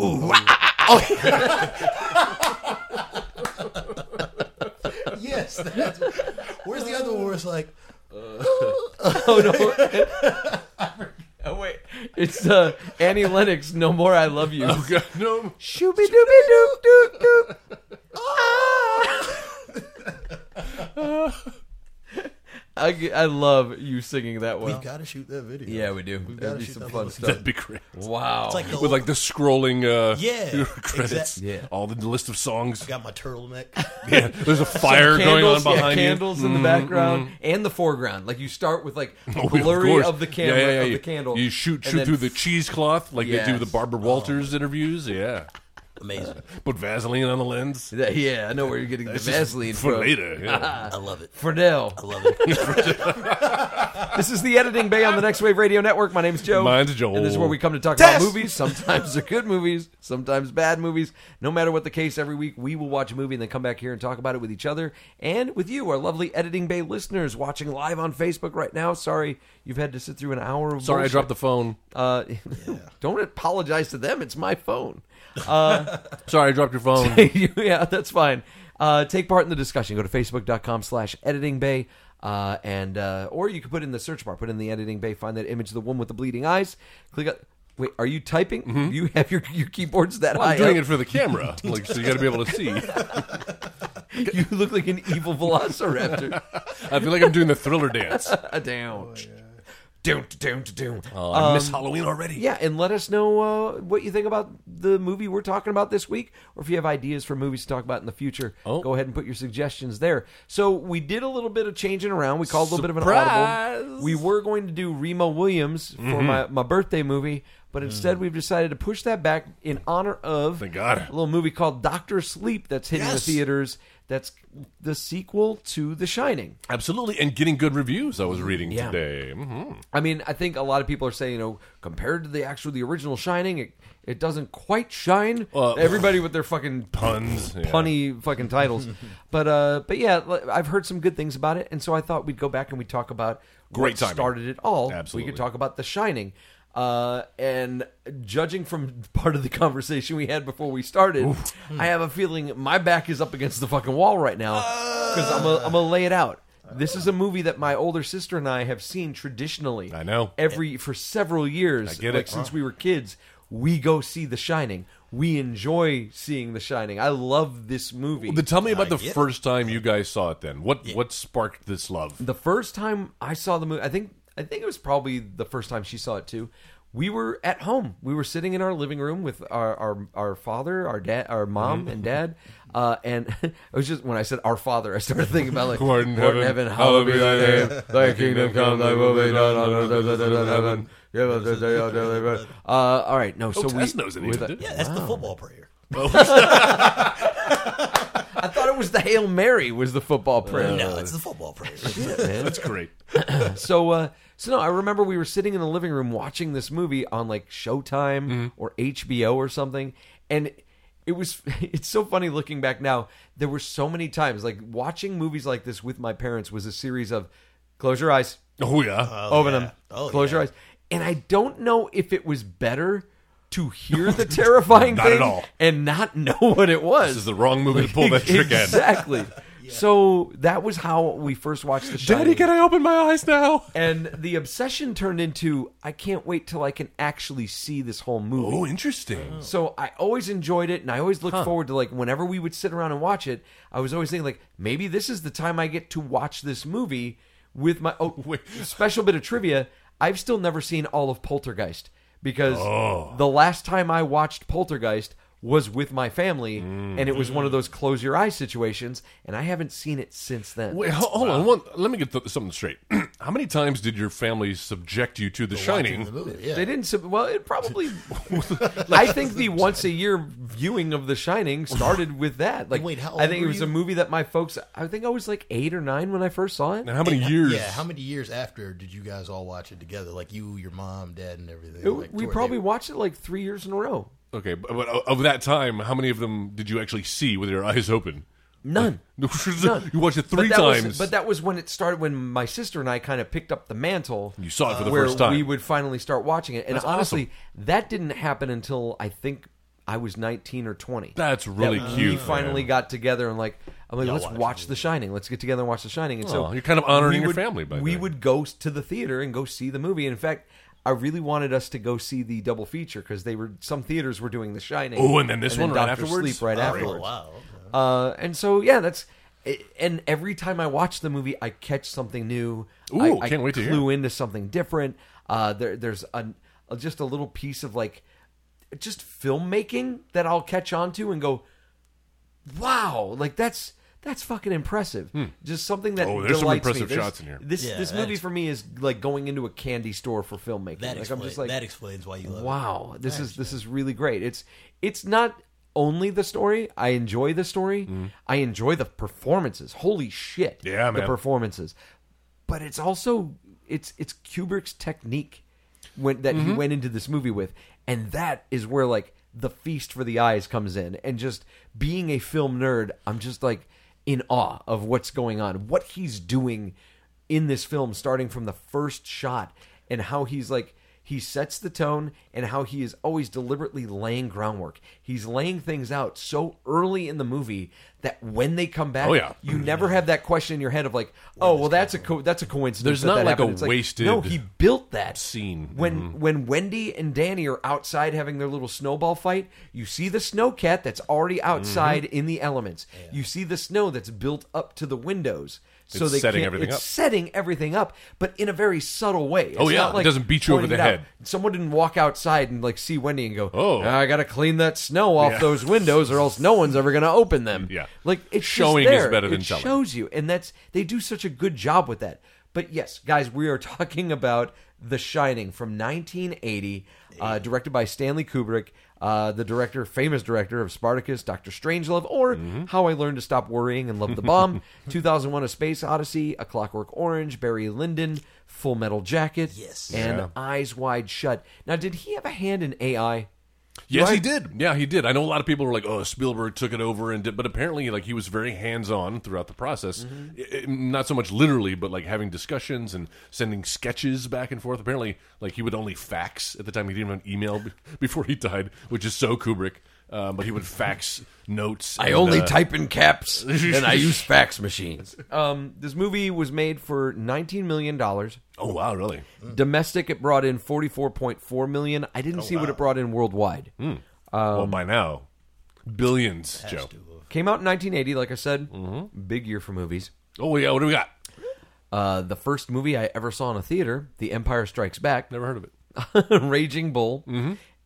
Speaker 5: yes. That's, where's the other one where it's like,
Speaker 3: Oh no! oh wait, it's uh, Annie Lennox. No more, I love you.
Speaker 4: God, no.
Speaker 3: Shooby dooby doop doop doop. Ah. I, g- I love you singing that
Speaker 5: we
Speaker 3: one.
Speaker 5: gotta shoot that video.
Speaker 3: Yeah, we do. That'd
Speaker 5: gotta
Speaker 3: be
Speaker 5: shoot
Speaker 3: some
Speaker 5: that
Speaker 3: fun
Speaker 5: one.
Speaker 3: stuff.
Speaker 4: That'd be great.
Speaker 3: Wow.
Speaker 5: It's like the
Speaker 4: With like the scrolling uh,
Speaker 5: Yeah,
Speaker 4: credits,
Speaker 5: exact-
Speaker 3: Yeah.
Speaker 4: all the list of songs.
Speaker 5: got my turtleneck.
Speaker 4: Yeah, there's a fire going on
Speaker 3: Candles, yeah,
Speaker 4: behind you. Mm-hmm.
Speaker 3: candles in the background and the foreground. Like you start with like a
Speaker 4: Oh, yeah,
Speaker 3: blurry
Speaker 4: course.
Speaker 3: of, the camera
Speaker 4: Yeah, yeah, yeah,
Speaker 3: of
Speaker 4: yeah.
Speaker 3: the candle.
Speaker 4: You shoot
Speaker 3: and
Speaker 4: shoot
Speaker 3: then
Speaker 4: through the cheesecloth like they
Speaker 3: Yes.
Speaker 4: do
Speaker 3: Oh.
Speaker 4: the Barbara Walters interviews. Yeah,
Speaker 5: Amazing.
Speaker 4: put Vaseline on the lens.
Speaker 3: Yeah, Yeah, I know where you're getting the
Speaker 4: just
Speaker 3: Vaseline
Speaker 4: for
Speaker 3: from.
Speaker 4: later. Yeah.
Speaker 5: I love it.
Speaker 3: Fernell.
Speaker 5: I love it.
Speaker 3: This is the editing bay on the Next Wave Radio Network. My name's Joe.
Speaker 4: Mine's Joel.
Speaker 3: And this is where we come to talk
Speaker 5: Tess!
Speaker 3: about movies. Sometimes they're good movies, sometimes bad movies. No matter what the case, every week we will watch a movie and then come back here and talk about it with each other and with you, our lovely editing bay listeners watching live on Facebook right now. Sorry you've had to sit through an hour of
Speaker 4: Sorry, I
Speaker 3: bullshit.
Speaker 4: dropped the phone.
Speaker 3: Uh, Don't apologize to them. It's my phone. Uh,
Speaker 4: Sorry, I dropped your phone.
Speaker 3: yeah, that's fine. Uh, take part in the discussion. Go to facebook.com slash editing bay. Uh, and uh, or you can put in the search bar, put in the editing bay, find that image of the woman with the bleeding eyes. Click. On, wait, are you typing? You have your your keyboards that
Speaker 4: Mm-hmm. I'm
Speaker 3: high
Speaker 4: doing it
Speaker 3: up?
Speaker 4: for the camera, like so you got to be able to see.
Speaker 3: You look like an evil velociraptor.
Speaker 4: I feel like I'm doing the thriller dance.
Speaker 3: down. Doom, doom, doom.
Speaker 4: Oh, I miss Halloween already.
Speaker 3: Um, Yeah, and let us know uh, what you think about the movie we're talking about this week, or if you have ideas for movies to talk about in the future.
Speaker 4: Oh.
Speaker 3: Go ahead and put your suggestions there. So we did a little bit of changing around. We called a little bit of an audible.
Speaker 4: Surprise! Mm-hmm.
Speaker 3: We were going to do Remo Williams for my, my birthday movie, but instead we've decided to push that back in honor of
Speaker 4: Thank God.
Speaker 3: a little movie called Doctor Sleep that's hitting
Speaker 4: Yes.
Speaker 3: the theaters. That's the sequel to The Shining.
Speaker 4: Absolutely, and getting good reviews. I was reading
Speaker 3: Yeah.
Speaker 4: today. hmm
Speaker 3: I mean, I think a lot of people are saying, you know, compared to the actual the original Shining, it, it doesn't quite shine.
Speaker 4: Uh,
Speaker 3: Everybody with their fucking
Speaker 4: Puns, yeah.
Speaker 3: punny fucking titles. but uh, but yeah, li- I've heard some good things about it, and so I thought we'd go back and we'd talk about
Speaker 4: Great
Speaker 3: what
Speaker 4: timing.
Speaker 3: started it all. we
Speaker 4: Absolutely.
Speaker 3: could talk about The Shining. Uh, and judging from part of the conversation we had before we started, I have a feeling my back is up against the fucking wall right now because I'm gonna I'm gonna lay it out. This is a movie that my older sister and I have seen traditionally.
Speaker 4: I know.
Speaker 3: Every for several years,
Speaker 4: I get
Speaker 3: like
Speaker 4: it.
Speaker 3: since we were kids, we go see The Shining. We enjoy seeing The Shining. I love this movie.
Speaker 4: Then tell me about the
Speaker 5: get it.
Speaker 4: first time you guys saw it. Then what what sparked this love?
Speaker 3: the first time I saw the movie, I think I think it was probably the first time she saw it too. We were at home. We were sitting in our living room with our our, our father, our dad, our mom, and dad. Uh, and it was just when I said our father, I started thinking about like
Speaker 4: Who art in heaven,
Speaker 3: hallowed be thy
Speaker 4: hallowed be thy
Speaker 3: name,
Speaker 4: name.
Speaker 3: thy kingdom come, thy will be done on earth as it is in heaven. Give us this day our daily bread. Uh, all right, no. So we
Speaker 4: Tess knows it,
Speaker 3: with
Speaker 4: even,
Speaker 3: a-
Speaker 4: dude.
Speaker 5: Yeah, that's the football prayer.
Speaker 3: I thought it was the Hail Mary was the football prayer.
Speaker 5: No, it's the football prayer.
Speaker 4: Uh, That's great.
Speaker 3: so uh so no i remember we were sitting in the living room watching this movie on like showtime
Speaker 4: Mm-hmm.
Speaker 3: or hbo or something and it was it's so funny looking back now there were so many times like watching movies like this with my parents was a series of close your eyes
Speaker 4: Oh yeah.
Speaker 3: open them
Speaker 5: Oh,
Speaker 3: close
Speaker 5: yeah.
Speaker 3: your eyes and i don't know if it was better to hear the terrifying
Speaker 4: Not at
Speaker 3: thing
Speaker 4: all.
Speaker 3: and not know what it was
Speaker 4: this is the wrong movie to pull that trick at.
Speaker 3: exactly so that was how we first watched the show
Speaker 4: Daddy, can I open my eyes now?
Speaker 3: and the obsession turned into I can't wait till I can actually see this whole movie.
Speaker 4: Oh, interesting.
Speaker 3: So I always enjoyed it, and I always looked forward to like whenever we would sit around and watch it. I was always thinking like maybe this is the time I get to watch this movie with my oh
Speaker 4: Wait.
Speaker 3: special bit of trivia. I've still never seen all of Poltergeist because
Speaker 4: Oh.
Speaker 3: the last time I watched Poltergeist was with my family, and it was one
Speaker 4: Mm.
Speaker 3: of those close your eyes situations, and I haven't seen it since then.
Speaker 4: Wait, ho- hold on. One, let me get th- something straight. How many times did your family subject you to The Shining?
Speaker 5: The movie, yeah.
Speaker 3: They didn't. Sub- well, it probably. I think the once a year viewing of The Shining started with that. Like,
Speaker 5: Wait, how
Speaker 3: I think
Speaker 5: old
Speaker 3: it
Speaker 5: were
Speaker 3: was a
Speaker 5: you?
Speaker 3: movie that my folks. I think I was like eight or nine when I first saw it.
Speaker 4: And how many years?
Speaker 5: Yeah, how many years after did you guys all watch it together? Like you, your mom, dad, and everything.
Speaker 3: It-
Speaker 5: like,
Speaker 3: we
Speaker 5: to where
Speaker 3: probably
Speaker 5: they-
Speaker 3: watched it like three years in a row.
Speaker 4: Okay, but, but of that time, how many of them did you actually see with your eyes open?
Speaker 3: None. None.
Speaker 4: you watched it three
Speaker 3: but that was-
Speaker 4: times.
Speaker 3: but that was when it started. When my sister and I kind of picked up the mantle. uh,
Speaker 4: You saw it for the
Speaker 3: where
Speaker 4: first time.
Speaker 3: We would finally start watching it, and
Speaker 4: That's
Speaker 3: honestly, that didn't happen until I think I was nineteen or twenty.
Speaker 4: That's really
Speaker 3: that
Speaker 4: cute.
Speaker 3: We finally
Speaker 4: man.
Speaker 3: got together and like, I'm like, let's
Speaker 5: watch
Speaker 3: watch The Shining. Let's get together and watch The Shining. And
Speaker 4: Aw,
Speaker 3: so
Speaker 4: Oh, you're kind of honoring
Speaker 3: we
Speaker 4: your
Speaker 3: would-
Speaker 4: family by
Speaker 3: we
Speaker 4: then.
Speaker 3: would go s- to the theater and go see the movie. And in fact, I really wanted us to go see the double feature because they were some theaters were doing The Shining.
Speaker 4: Oh, and then this one right
Speaker 3: Dr.
Speaker 4: afterwards?
Speaker 3: Sleep right
Speaker 5: Oh,
Speaker 3: afterwards.
Speaker 5: wow.
Speaker 3: Uh, and so yeah, that's. i- And every time I watch the movie, I catch something new.
Speaker 4: Ooh,
Speaker 3: I, I
Speaker 4: can't wait to hear.
Speaker 3: clue into something different. Uh, there, there's a, a- just a little piece of like, just filmmaking that I'll catch on to and go, wow, like that's that's fucking impressive. Just something that
Speaker 4: Hmm. Oh, there's some
Speaker 3: delights
Speaker 4: impressive
Speaker 3: me. There's-
Speaker 4: shots in here.
Speaker 3: This
Speaker 5: Yeah,
Speaker 3: this
Speaker 5: that
Speaker 3: movie
Speaker 5: is-
Speaker 3: for me is like going into a candy store for filmmaking.
Speaker 5: That,
Speaker 3: like
Speaker 5: explains,
Speaker 3: I'm just like
Speaker 5: that explains why you love
Speaker 3: wow this is this is really great it's it's not only the story i enjoy the story i enjoy the performances holy shit
Speaker 4: Mm-hmm. Yeah,
Speaker 3: the
Speaker 4: man.
Speaker 3: performances but it's also it's it's kubrick's technique when that
Speaker 4: Mm-hmm.
Speaker 3: he went into this movie with and that is where like the feast for the eyes comes in and just being a film nerd i'm just like in awe of what's going on what he's doing in this film starting from the first shot and how he's like he sets the tone and how he is always deliberately laying groundwork. He's laying things out so early in the movie that when they come back,
Speaker 4: Oh, yeah.
Speaker 3: you never have that question in your head of like, "Oh, well, that's a co- that's a coincidence."
Speaker 4: There's
Speaker 3: that
Speaker 4: not
Speaker 3: that
Speaker 4: like a
Speaker 3: happened."
Speaker 4: wasted
Speaker 3: No, he built that
Speaker 4: scene. Mm-hmm.
Speaker 3: when when Wendy and Danny are outside having their little snowball fight. You see the snow
Speaker 4: Mm-hmm.
Speaker 3: cat that's already outside in the elements. You see the snow that's built up to the windows. So
Speaker 4: It's
Speaker 3: they
Speaker 4: setting
Speaker 3: can't-
Speaker 4: everything
Speaker 3: it's
Speaker 4: up.
Speaker 3: setting everything up, but in a very subtle way.
Speaker 4: Oh,
Speaker 3: It's
Speaker 4: yeah.
Speaker 3: not
Speaker 4: It
Speaker 3: like
Speaker 4: doesn't beat you over
Speaker 3: pointing
Speaker 4: the
Speaker 3: it out.
Speaker 4: head.
Speaker 3: Someone didn't walk outside and like see Wendy and go,
Speaker 4: Oh.
Speaker 3: I got to clean that snow off
Speaker 4: Yeah.
Speaker 3: those windows, or else no one's ever going to open them."
Speaker 4: Yeah.
Speaker 3: like it's just
Speaker 4: Showing is
Speaker 3: there.
Speaker 4: better than
Speaker 3: it
Speaker 4: telling.
Speaker 3: shows you, and that's they do such a good job with that. But yes, guys, we are talking about The Shining from 1980, uh, directed by Stanley Kubrick, uh, the director, famous director of Spartacus, Doctor Strangelove, or
Speaker 4: Mm-hmm.
Speaker 3: How I Learned to Stop Worrying and Love the Bomb, 2001: A Space Odyssey, A Clockwork Orange, Barry Lyndon, Full Metal Jacket,
Speaker 5: Yes.
Speaker 3: and Eyes Wide Shut. Now, did he have a hand in AI?
Speaker 4: Yes, he did. Yeah, he did. I know a lot of people were like, "Oh, Spielberg took it over," and did, but apparently, like, he was very hands-on throughout the process.
Speaker 3: Mm-hmm.
Speaker 4: I- I- not so much literally, but like having discussions and sending sketches back and forth. Apparently, like he would only fax at the time. He didn't even email be- before he died, which is so Kubrick. Um, but he would fax notes.
Speaker 3: I
Speaker 4: and,
Speaker 3: only
Speaker 4: uh,
Speaker 3: type in caps and I use fax machines. Um, this movie was made for $19 million.
Speaker 4: Oh wow, really?
Speaker 3: Domestic, it brought in $44.4 million. I didn't see what it brought in worldwide. Um,
Speaker 4: well, by now, billions, Joe.
Speaker 3: Came out in 1980, like I said. Big year for movies.
Speaker 4: Oh yeah, what do we got?
Speaker 3: Uh, the first movie I ever saw in a theater, The Empire Strikes Back,
Speaker 4: Never heard of it.
Speaker 3: Raging Bull,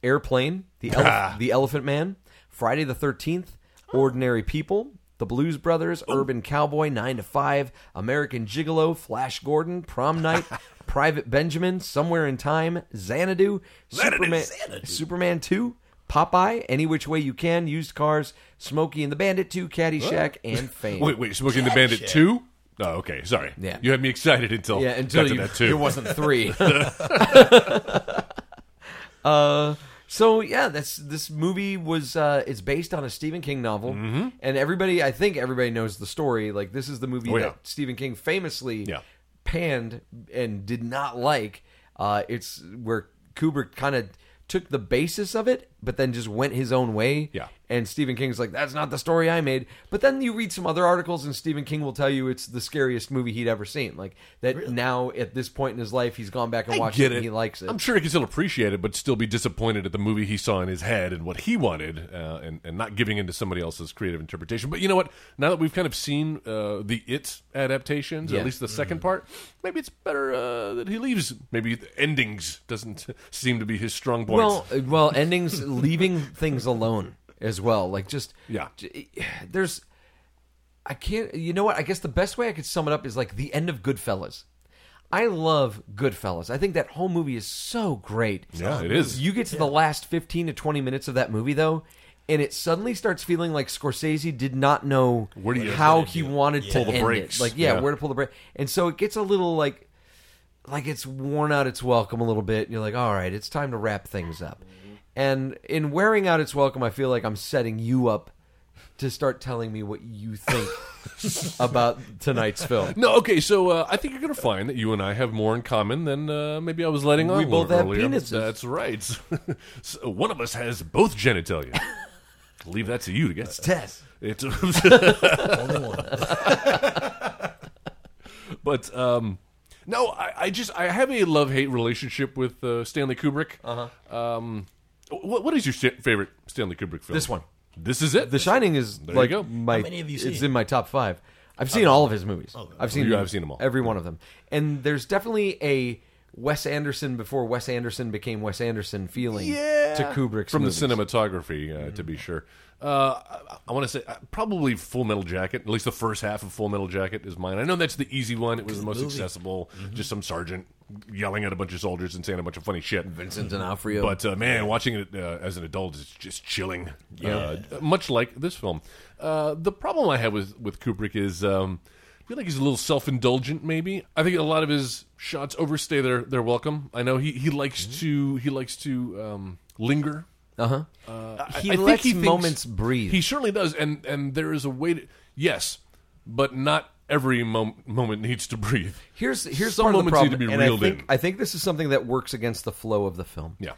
Speaker 3: Airplane, the, Elef- the Elephant Man, Friday the 13th, Ordinary People, The Blues Brothers, Urban Cowboy, 9 to 5, American Gigolo, Flash Gordon, Prom Night, Private Benjamin, Somewhere in Time, Xanadu, Superman, Superman 2, Popeye, Any Which Way You Can, Used Cars, Smokey and the Bandit 2, Caddyshack, and Fame.
Speaker 4: Wait, wait, Smoking the Bandit two. Oh, okay, sorry.
Speaker 3: Yeah.
Speaker 4: you had me excited until
Speaker 3: Yeah, until
Speaker 4: got to
Speaker 3: you,
Speaker 4: that two.
Speaker 3: it wasn't three. uh, so yeah, that's this movie was uh, it's based on a Stephen King novel,
Speaker 4: Mm-hmm.
Speaker 3: and everybody I think everybody knows the story. Like this is the movie
Speaker 4: Oh,
Speaker 3: that
Speaker 4: yeah.
Speaker 3: Stephen King famously
Speaker 4: Yeah.
Speaker 3: panned and did not like. Uh, it's where Kubrick kind of took the basis of it, but then just went his own way.
Speaker 4: Yeah.
Speaker 3: And Stephen King's like, that's not the story I made. But then you read some other articles, and Stephen King will tell you it's the scariest movie he'd ever seen. Like that now at this point in his life, he's gone back and watched it, and he likes it.
Speaker 4: I'm sure he can still appreciate it, but still be disappointed at the movie he saw in his head and what he wanted, uh, and and not giving into somebody else's creative interpretation. But you know what? Now that we've kind of seen uh, the It adaptations, or
Speaker 3: Yeah. Mm-hmm.
Speaker 4: at least the second part, maybe it's better uh, that he leaves. Maybe the endings doesn't seem to be his strong point.
Speaker 3: well, uh, well, endings leaving things alone as well. Like just
Speaker 4: Yeah.
Speaker 3: j- There's I can't. You know what? I guess the best way I could sum it up is like the end of Goodfellas. I love Goodfellas. I think that whole movie is so great.
Speaker 4: Yeah, it is.
Speaker 3: You get to the last fifteen to twenty minutes of that movie though. And it suddenly starts feeling like Scorsese did not know
Speaker 4: Where do you-
Speaker 3: how he wanted to
Speaker 4: Pull the
Speaker 3: end
Speaker 4: brakes.
Speaker 3: it. Like, yeah,
Speaker 4: Yeah.
Speaker 3: where to pull the brake. And so it gets a little like like it's worn out its welcome a little bit and you're like all right it's time to wrap things up and in wearing out its welcome i feel like i'm setting you up to start telling me what you think about tonight's film
Speaker 4: no, okay, so uh, I think you're going to find that you and I have more in common than uh, maybe I was letting on.
Speaker 3: We
Speaker 4: a little
Speaker 3: both have
Speaker 4: earlier.
Speaker 3: penises.
Speaker 4: That's right. so one of us has both genitalia. Leave that to you to guess.
Speaker 3: tess
Speaker 4: It's
Speaker 5: Only one.
Speaker 4: but um, no, I, I just I have a love hate relationship with uh, Stanley Kubrick. Uh-huh. Um, what, what is your sta- favorite Stanley Kubrick film?
Speaker 3: This one.
Speaker 4: This is it.
Speaker 3: the shining is
Speaker 4: you
Speaker 3: like
Speaker 4: go.
Speaker 3: my
Speaker 5: How many have you
Speaker 3: it's
Speaker 5: seen?
Speaker 3: in my top five i've seen all of his movies i've seen
Speaker 4: You have seen 'em all.
Speaker 3: every one of them and there's definitely a wes anderson before wes anderson became wes anderson feeling to kubrick's
Speaker 4: from
Speaker 3: movies.
Speaker 4: the cinematography, uh, to be sure. Uh, I, I want to say uh, probably Full Metal Jacket. At least the first half of Full Metal Jacket is mine. I know that's the easy one. It was the most accessible. Just some sergeant yelling at a bunch of soldiers and saying a bunch of funny shit.
Speaker 3: vincent d'onofrio
Speaker 4: But uh, man, watching it uh, as an adult is just chilling. Yeah, uh, much like this film. Uh, the problem I have with with Kubrick is um, I feel like he's a little self indulgent. Maybe I think a lot of his shots overstay their their welcome. I know he he likes to he likes to um, linger.
Speaker 3: uh-huh
Speaker 4: I-
Speaker 3: He
Speaker 4: I think
Speaker 3: lets
Speaker 4: thinks-
Speaker 3: moments breathe.
Speaker 4: He certainly does, and and there is a way to yes, but not every mom- moment needs to breathe.
Speaker 3: Here's here's
Speaker 4: Some
Speaker 3: part of the
Speaker 4: moments need
Speaker 3: problem,
Speaker 4: to be
Speaker 3: and I
Speaker 4: reeled
Speaker 3: think
Speaker 4: in.
Speaker 3: I think this is something that works against the flow of the film.
Speaker 4: Yeah.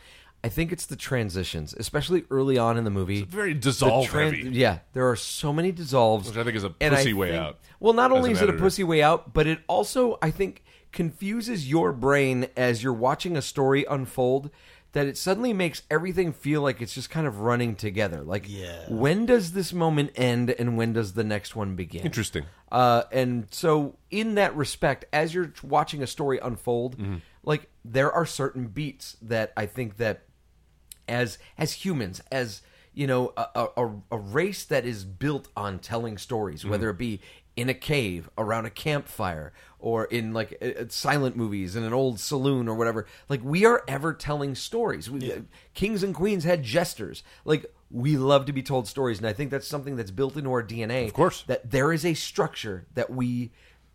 Speaker 3: I think it's the transitions, especially early on in the movie.
Speaker 4: Very dissolve
Speaker 3: tran-
Speaker 4: heavy.
Speaker 3: Yeah, there are so many dissolves,
Speaker 4: Which I think is a
Speaker 3: and I
Speaker 4: pussy way
Speaker 3: think-
Speaker 4: out
Speaker 3: Well, not
Speaker 4: as
Speaker 3: only
Speaker 4: an
Speaker 3: is it a
Speaker 4: editor.
Speaker 3: pussy way out, but it also I think confuses your brain as you're watching a story unfold. that it suddenly makes everything feel like it's just kind of running together. Like,
Speaker 5: Yeah.
Speaker 3: when does this moment end and when does the next one begin?
Speaker 4: Interesting.
Speaker 3: Uh, and so, in that respect, as you're watching a story unfold, like there are certain beats that I think that as as humans as you know a, a- a, a race that is built on telling stories whether it be in a cave around a campfire or in like uh, uh, silent movies in an old saloon or whatever like we are ever telling stories we, kings and queens had jesters like we love to be told stories and i think that's something that's built into our dna of
Speaker 4: course.
Speaker 3: that there is a structure that we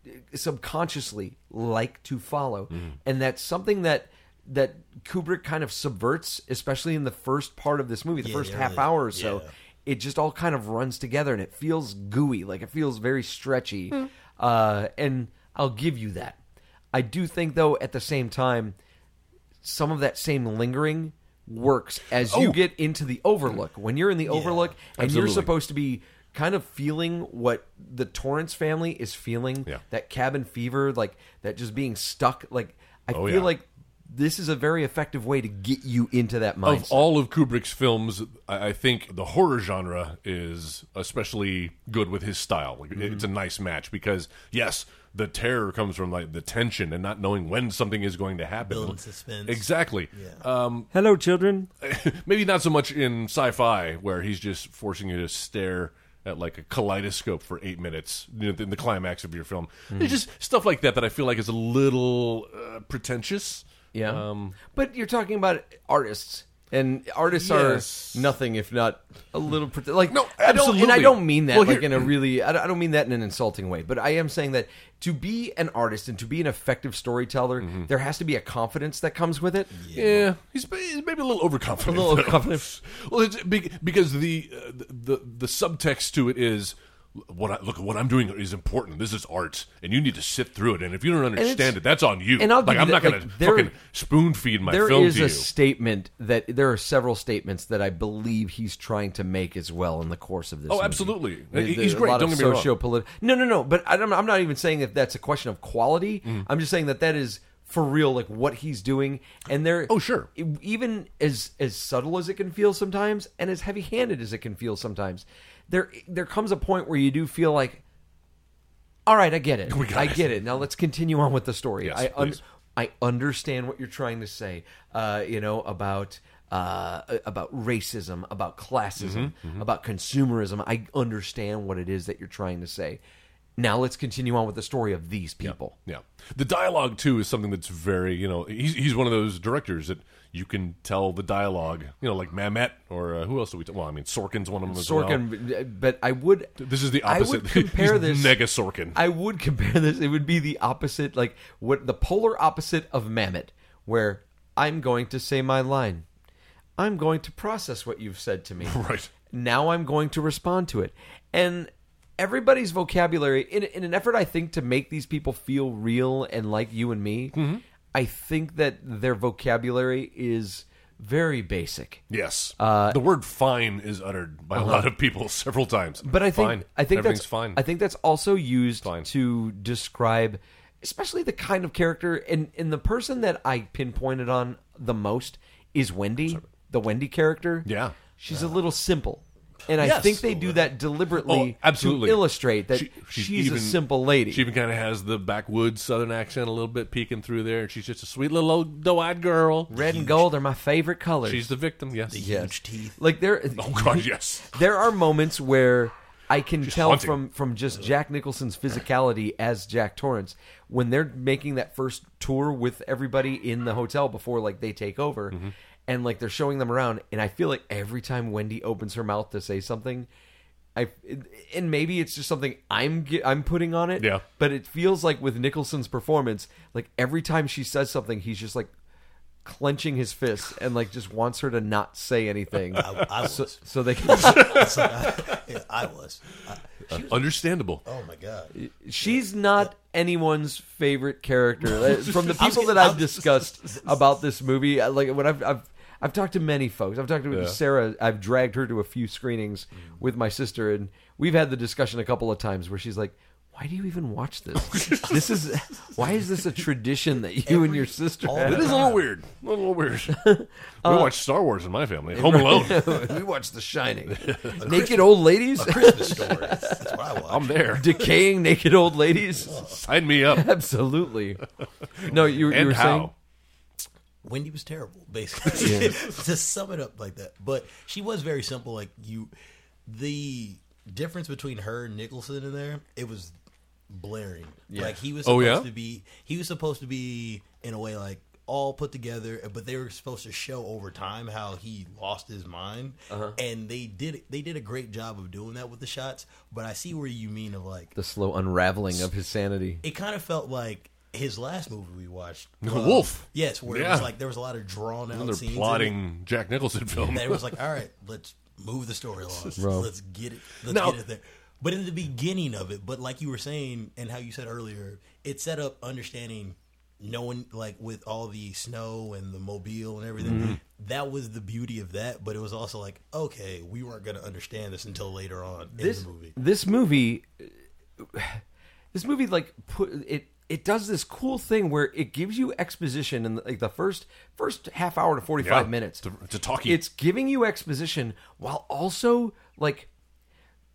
Speaker 3: uh, subconsciously like to follow
Speaker 5: Mm-hmm.
Speaker 3: and that's something that that kubrick kind of subverts especially in the first part of this movie the first
Speaker 5: the
Speaker 3: half
Speaker 5: early-
Speaker 3: hour or so
Speaker 5: yeah.
Speaker 3: it just all kind of runs together and it feels gooey like it feels very stretchy uh, and i'll give you that i do think though at the same time some of that same lingering works as you get into the overlook when you're in the overlook and
Speaker 4: Oh. Absolutely.
Speaker 3: you're supposed to be kind of feeling what the torrance family is feeling
Speaker 4: Yeah.
Speaker 3: that cabin fever like that just being stuck like i
Speaker 4: Oh,
Speaker 3: feel
Speaker 4: yeah.
Speaker 3: like this is a very effective way to get you into that mindset
Speaker 4: Of all of Kubrick's films, I I think the horror genre is especially good with his style. Like, It's a
Speaker 3: Mm-hmm.
Speaker 4: nice match because yes, the terror comes from like the tension and not knowing when something is going to happen.
Speaker 5: Building suspense.
Speaker 4: Exactly.
Speaker 6: Hello, children.
Speaker 4: maybe not so much in sci-fi where he's just forcing you to stare at like a kaleidoscope for eight minutes you know, in the climax of your film.
Speaker 3: Hmm.
Speaker 4: It's just stuff like that that I feel like is a little uh, pretentious.
Speaker 3: Yeah.
Speaker 4: Um,
Speaker 3: but you're talking about artists, and artists
Speaker 4: Yes.
Speaker 3: are nothing if not a little pret- like
Speaker 4: No,
Speaker 3: I don't, and I
Speaker 4: absolutely.
Speaker 3: don't mean that
Speaker 4: Well,
Speaker 3: like
Speaker 4: here-
Speaker 3: in a really I don't, I don't mean that in an insulting way, but I am saying that to be an artist and to be an effective storyteller, there has to be a confidence that comes with it.
Speaker 4: Mm-hmm. Yeah, he's, he's maybe a little overconfident.
Speaker 3: A little
Speaker 4: though.
Speaker 3: overconfident.
Speaker 4: well, it's big, because the, uh, the the subtext to it is what I look. What I'm doing is important. This is art, and you need to sit through it. And if you don't
Speaker 3: it's-
Speaker 4: understand it, that's on you.
Speaker 3: and I'll
Speaker 4: like
Speaker 3: give
Speaker 4: I'm
Speaker 3: you
Speaker 4: not
Speaker 3: that,
Speaker 4: going
Speaker 3: like,
Speaker 4: to
Speaker 3: there-
Speaker 4: fucking spoon feed my
Speaker 3: There
Speaker 4: film
Speaker 3: is
Speaker 4: to you.
Speaker 3: a statement that there are several statements that I believe he's trying to make as well in the course of this.
Speaker 4: Oh,
Speaker 3: movie.
Speaker 4: absolutely. He-
Speaker 3: There's
Speaker 4: he's
Speaker 3: a
Speaker 4: great,
Speaker 3: lot
Speaker 4: don't
Speaker 3: of
Speaker 4: get me wrong.
Speaker 3: sociopolit- No, no, no. But I don't, I'm not even saying that that's a question of quality.
Speaker 4: Mm-hmm.
Speaker 3: I'm just saying that that is for real, like what he's doing. And there.
Speaker 4: Oh, sure.
Speaker 3: e- Even as as subtle as it can feel sometimes, and as heavy handed as it can feel sometimes, there there comes a point where you do feel like, all right, I get it.
Speaker 4: We got
Speaker 3: I
Speaker 4: it."
Speaker 3: get it. Now let's continue on with the story.
Speaker 4: Yes,
Speaker 3: I un-
Speaker 4: please.
Speaker 3: I understand what you're trying to say. Uh, you know about uh, about racism, about classism,
Speaker 4: Mm-hmm,
Speaker 3: about consumerism. I understand what it is that you're trying to say. Now let's continue on with the story of these people.
Speaker 4: Yeah, the dialogue too is something that's very you know he's he's one of those directors that you can tell the dialogue you know like Mamet or uh, who else do we t- well I mean Sorkin's one of them as well.
Speaker 3: Sorkin, but I would.
Speaker 4: This is the
Speaker 3: I would
Speaker 4: opposite.
Speaker 3: compare
Speaker 4: He's
Speaker 3: this
Speaker 4: mega Sorkin.
Speaker 3: I would compare this. It would be the opposite, like what the polar opposite of Mammoth, where I'm going to say my line. I'm going to process what you've said to me.
Speaker 4: Right.
Speaker 3: Now I'm going to respond to it. And everybody's vocabulary, in, in an effort, I think, to make these people feel real and like you and me, I think that their vocabulary is very basic.
Speaker 4: Yes,
Speaker 3: Uh,
Speaker 4: the word "fine" is uttered by a lot of people several times.
Speaker 3: Uh-huh. But I think
Speaker 4: fine.
Speaker 3: I think
Speaker 4: everything's
Speaker 3: that's
Speaker 4: fine.
Speaker 3: I think that's also used
Speaker 4: Fine.
Speaker 3: to describe, especially the kind of character and and the person that I pinpointed on the most is Wendy, the Wendy character.
Speaker 4: Yeah.
Speaker 3: she's a little simple, and I
Speaker 4: Yes.
Speaker 3: think they do that deliberately.
Speaker 4: Oh, absolutely.
Speaker 3: to illustrate that
Speaker 4: She-
Speaker 3: she's,
Speaker 4: even-
Speaker 3: a simple lady.
Speaker 4: She even kind of has the backwoods Southern accent a little bit peeking through there, and she's just a sweet little old doe-eyed girl.
Speaker 3: Red and gold are my favorite colors.
Speaker 4: She's the victim. Yes.
Speaker 3: Yes.
Speaker 5: Huge teeth.
Speaker 3: Like there,
Speaker 4: Oh God, yes.
Speaker 3: there are moments where I can tell
Speaker 4: haunting.
Speaker 3: from from just Jack Nicholson's physicality as Jack Torrance when they're making that first tour with everybody in the hotel before like they take over
Speaker 4: Mm-hmm.
Speaker 3: and like they're showing them around and I feel like every time Wendy opens her mouth to say something I and maybe it's just something I'm ge- I'm putting on it
Speaker 4: Yeah.
Speaker 3: but it feels like with Nicholson's performance like every time she says something he's just like clenching his fists and like just wants her to not say anything
Speaker 5: I, I was.
Speaker 3: so, so they can
Speaker 5: yeah, I was. I,
Speaker 4: Understandable.
Speaker 5: oh my god.
Speaker 3: She's not anyone's favorite character Uh, from the people that
Speaker 5: I'm-
Speaker 3: I've discussed about this movie. I- Like when I've I've I've talked to many folks. I've talked to
Speaker 4: Yeah.
Speaker 3: Sarah. I've dragged her to a few screenings with my sister, and we've had the discussion a couple of times where she's like, why do you even watch this? this is why is this a tradition that you and your sister
Speaker 5: all
Speaker 3: have?
Speaker 4: It is a little weird. A little weird. we watch Star Wars in my family. Home Alone.
Speaker 3: Uh, we watch The Shining. naked old ladies,
Speaker 5: Christmas story. That's what I watch.
Speaker 4: I'm there.
Speaker 3: decaying naked old ladies.
Speaker 4: Sign me up.
Speaker 3: Absolutely. No, you, you
Speaker 4: And
Speaker 3: were
Speaker 4: how?
Speaker 5: Wendy was terrible, basically. to sum it up like that. But she was very simple. Like you, the difference between her and Nicholson in there, it was blaring. Like he was
Speaker 4: Oh,
Speaker 5: supposed
Speaker 4: yeah?
Speaker 5: to be, he was supposed to be in a way like all put together, but they were supposed to show over time how he lost his mind,
Speaker 4: Uh-huh.
Speaker 5: and they did they did a great job of doing that with the shots. But I see where you mean of like
Speaker 3: the slow unraveling of his sanity.
Speaker 5: it kind of felt like his last movie we watched,
Speaker 4: The Wolf.
Speaker 5: Yes, where it
Speaker 4: Yeah.
Speaker 5: was like there was a lot of drawn out
Speaker 4: Another
Speaker 5: scenes. in it
Speaker 4: plotting Jack Nicholson film.
Speaker 5: That it was like, all right, let's move the story along. Let's get it. Let's
Speaker 4: Now-
Speaker 5: get it there. But in the beginning of it, but like you were saying and how you said earlier, it set up understanding knowing like with all the snow and the mobile and everything.
Speaker 4: Mm-hmm.
Speaker 5: That was the beauty of that, but it was also like, okay, we weren't going to understand this until later on
Speaker 3: this
Speaker 5: in the movie.
Speaker 3: this movie this movie like put it it does this cool thing where it gives you exposition in like the first first half hour to 45
Speaker 4: Yeah,
Speaker 3: minutes
Speaker 4: it's a- it's a talkie.
Speaker 3: it's giving you exposition while also like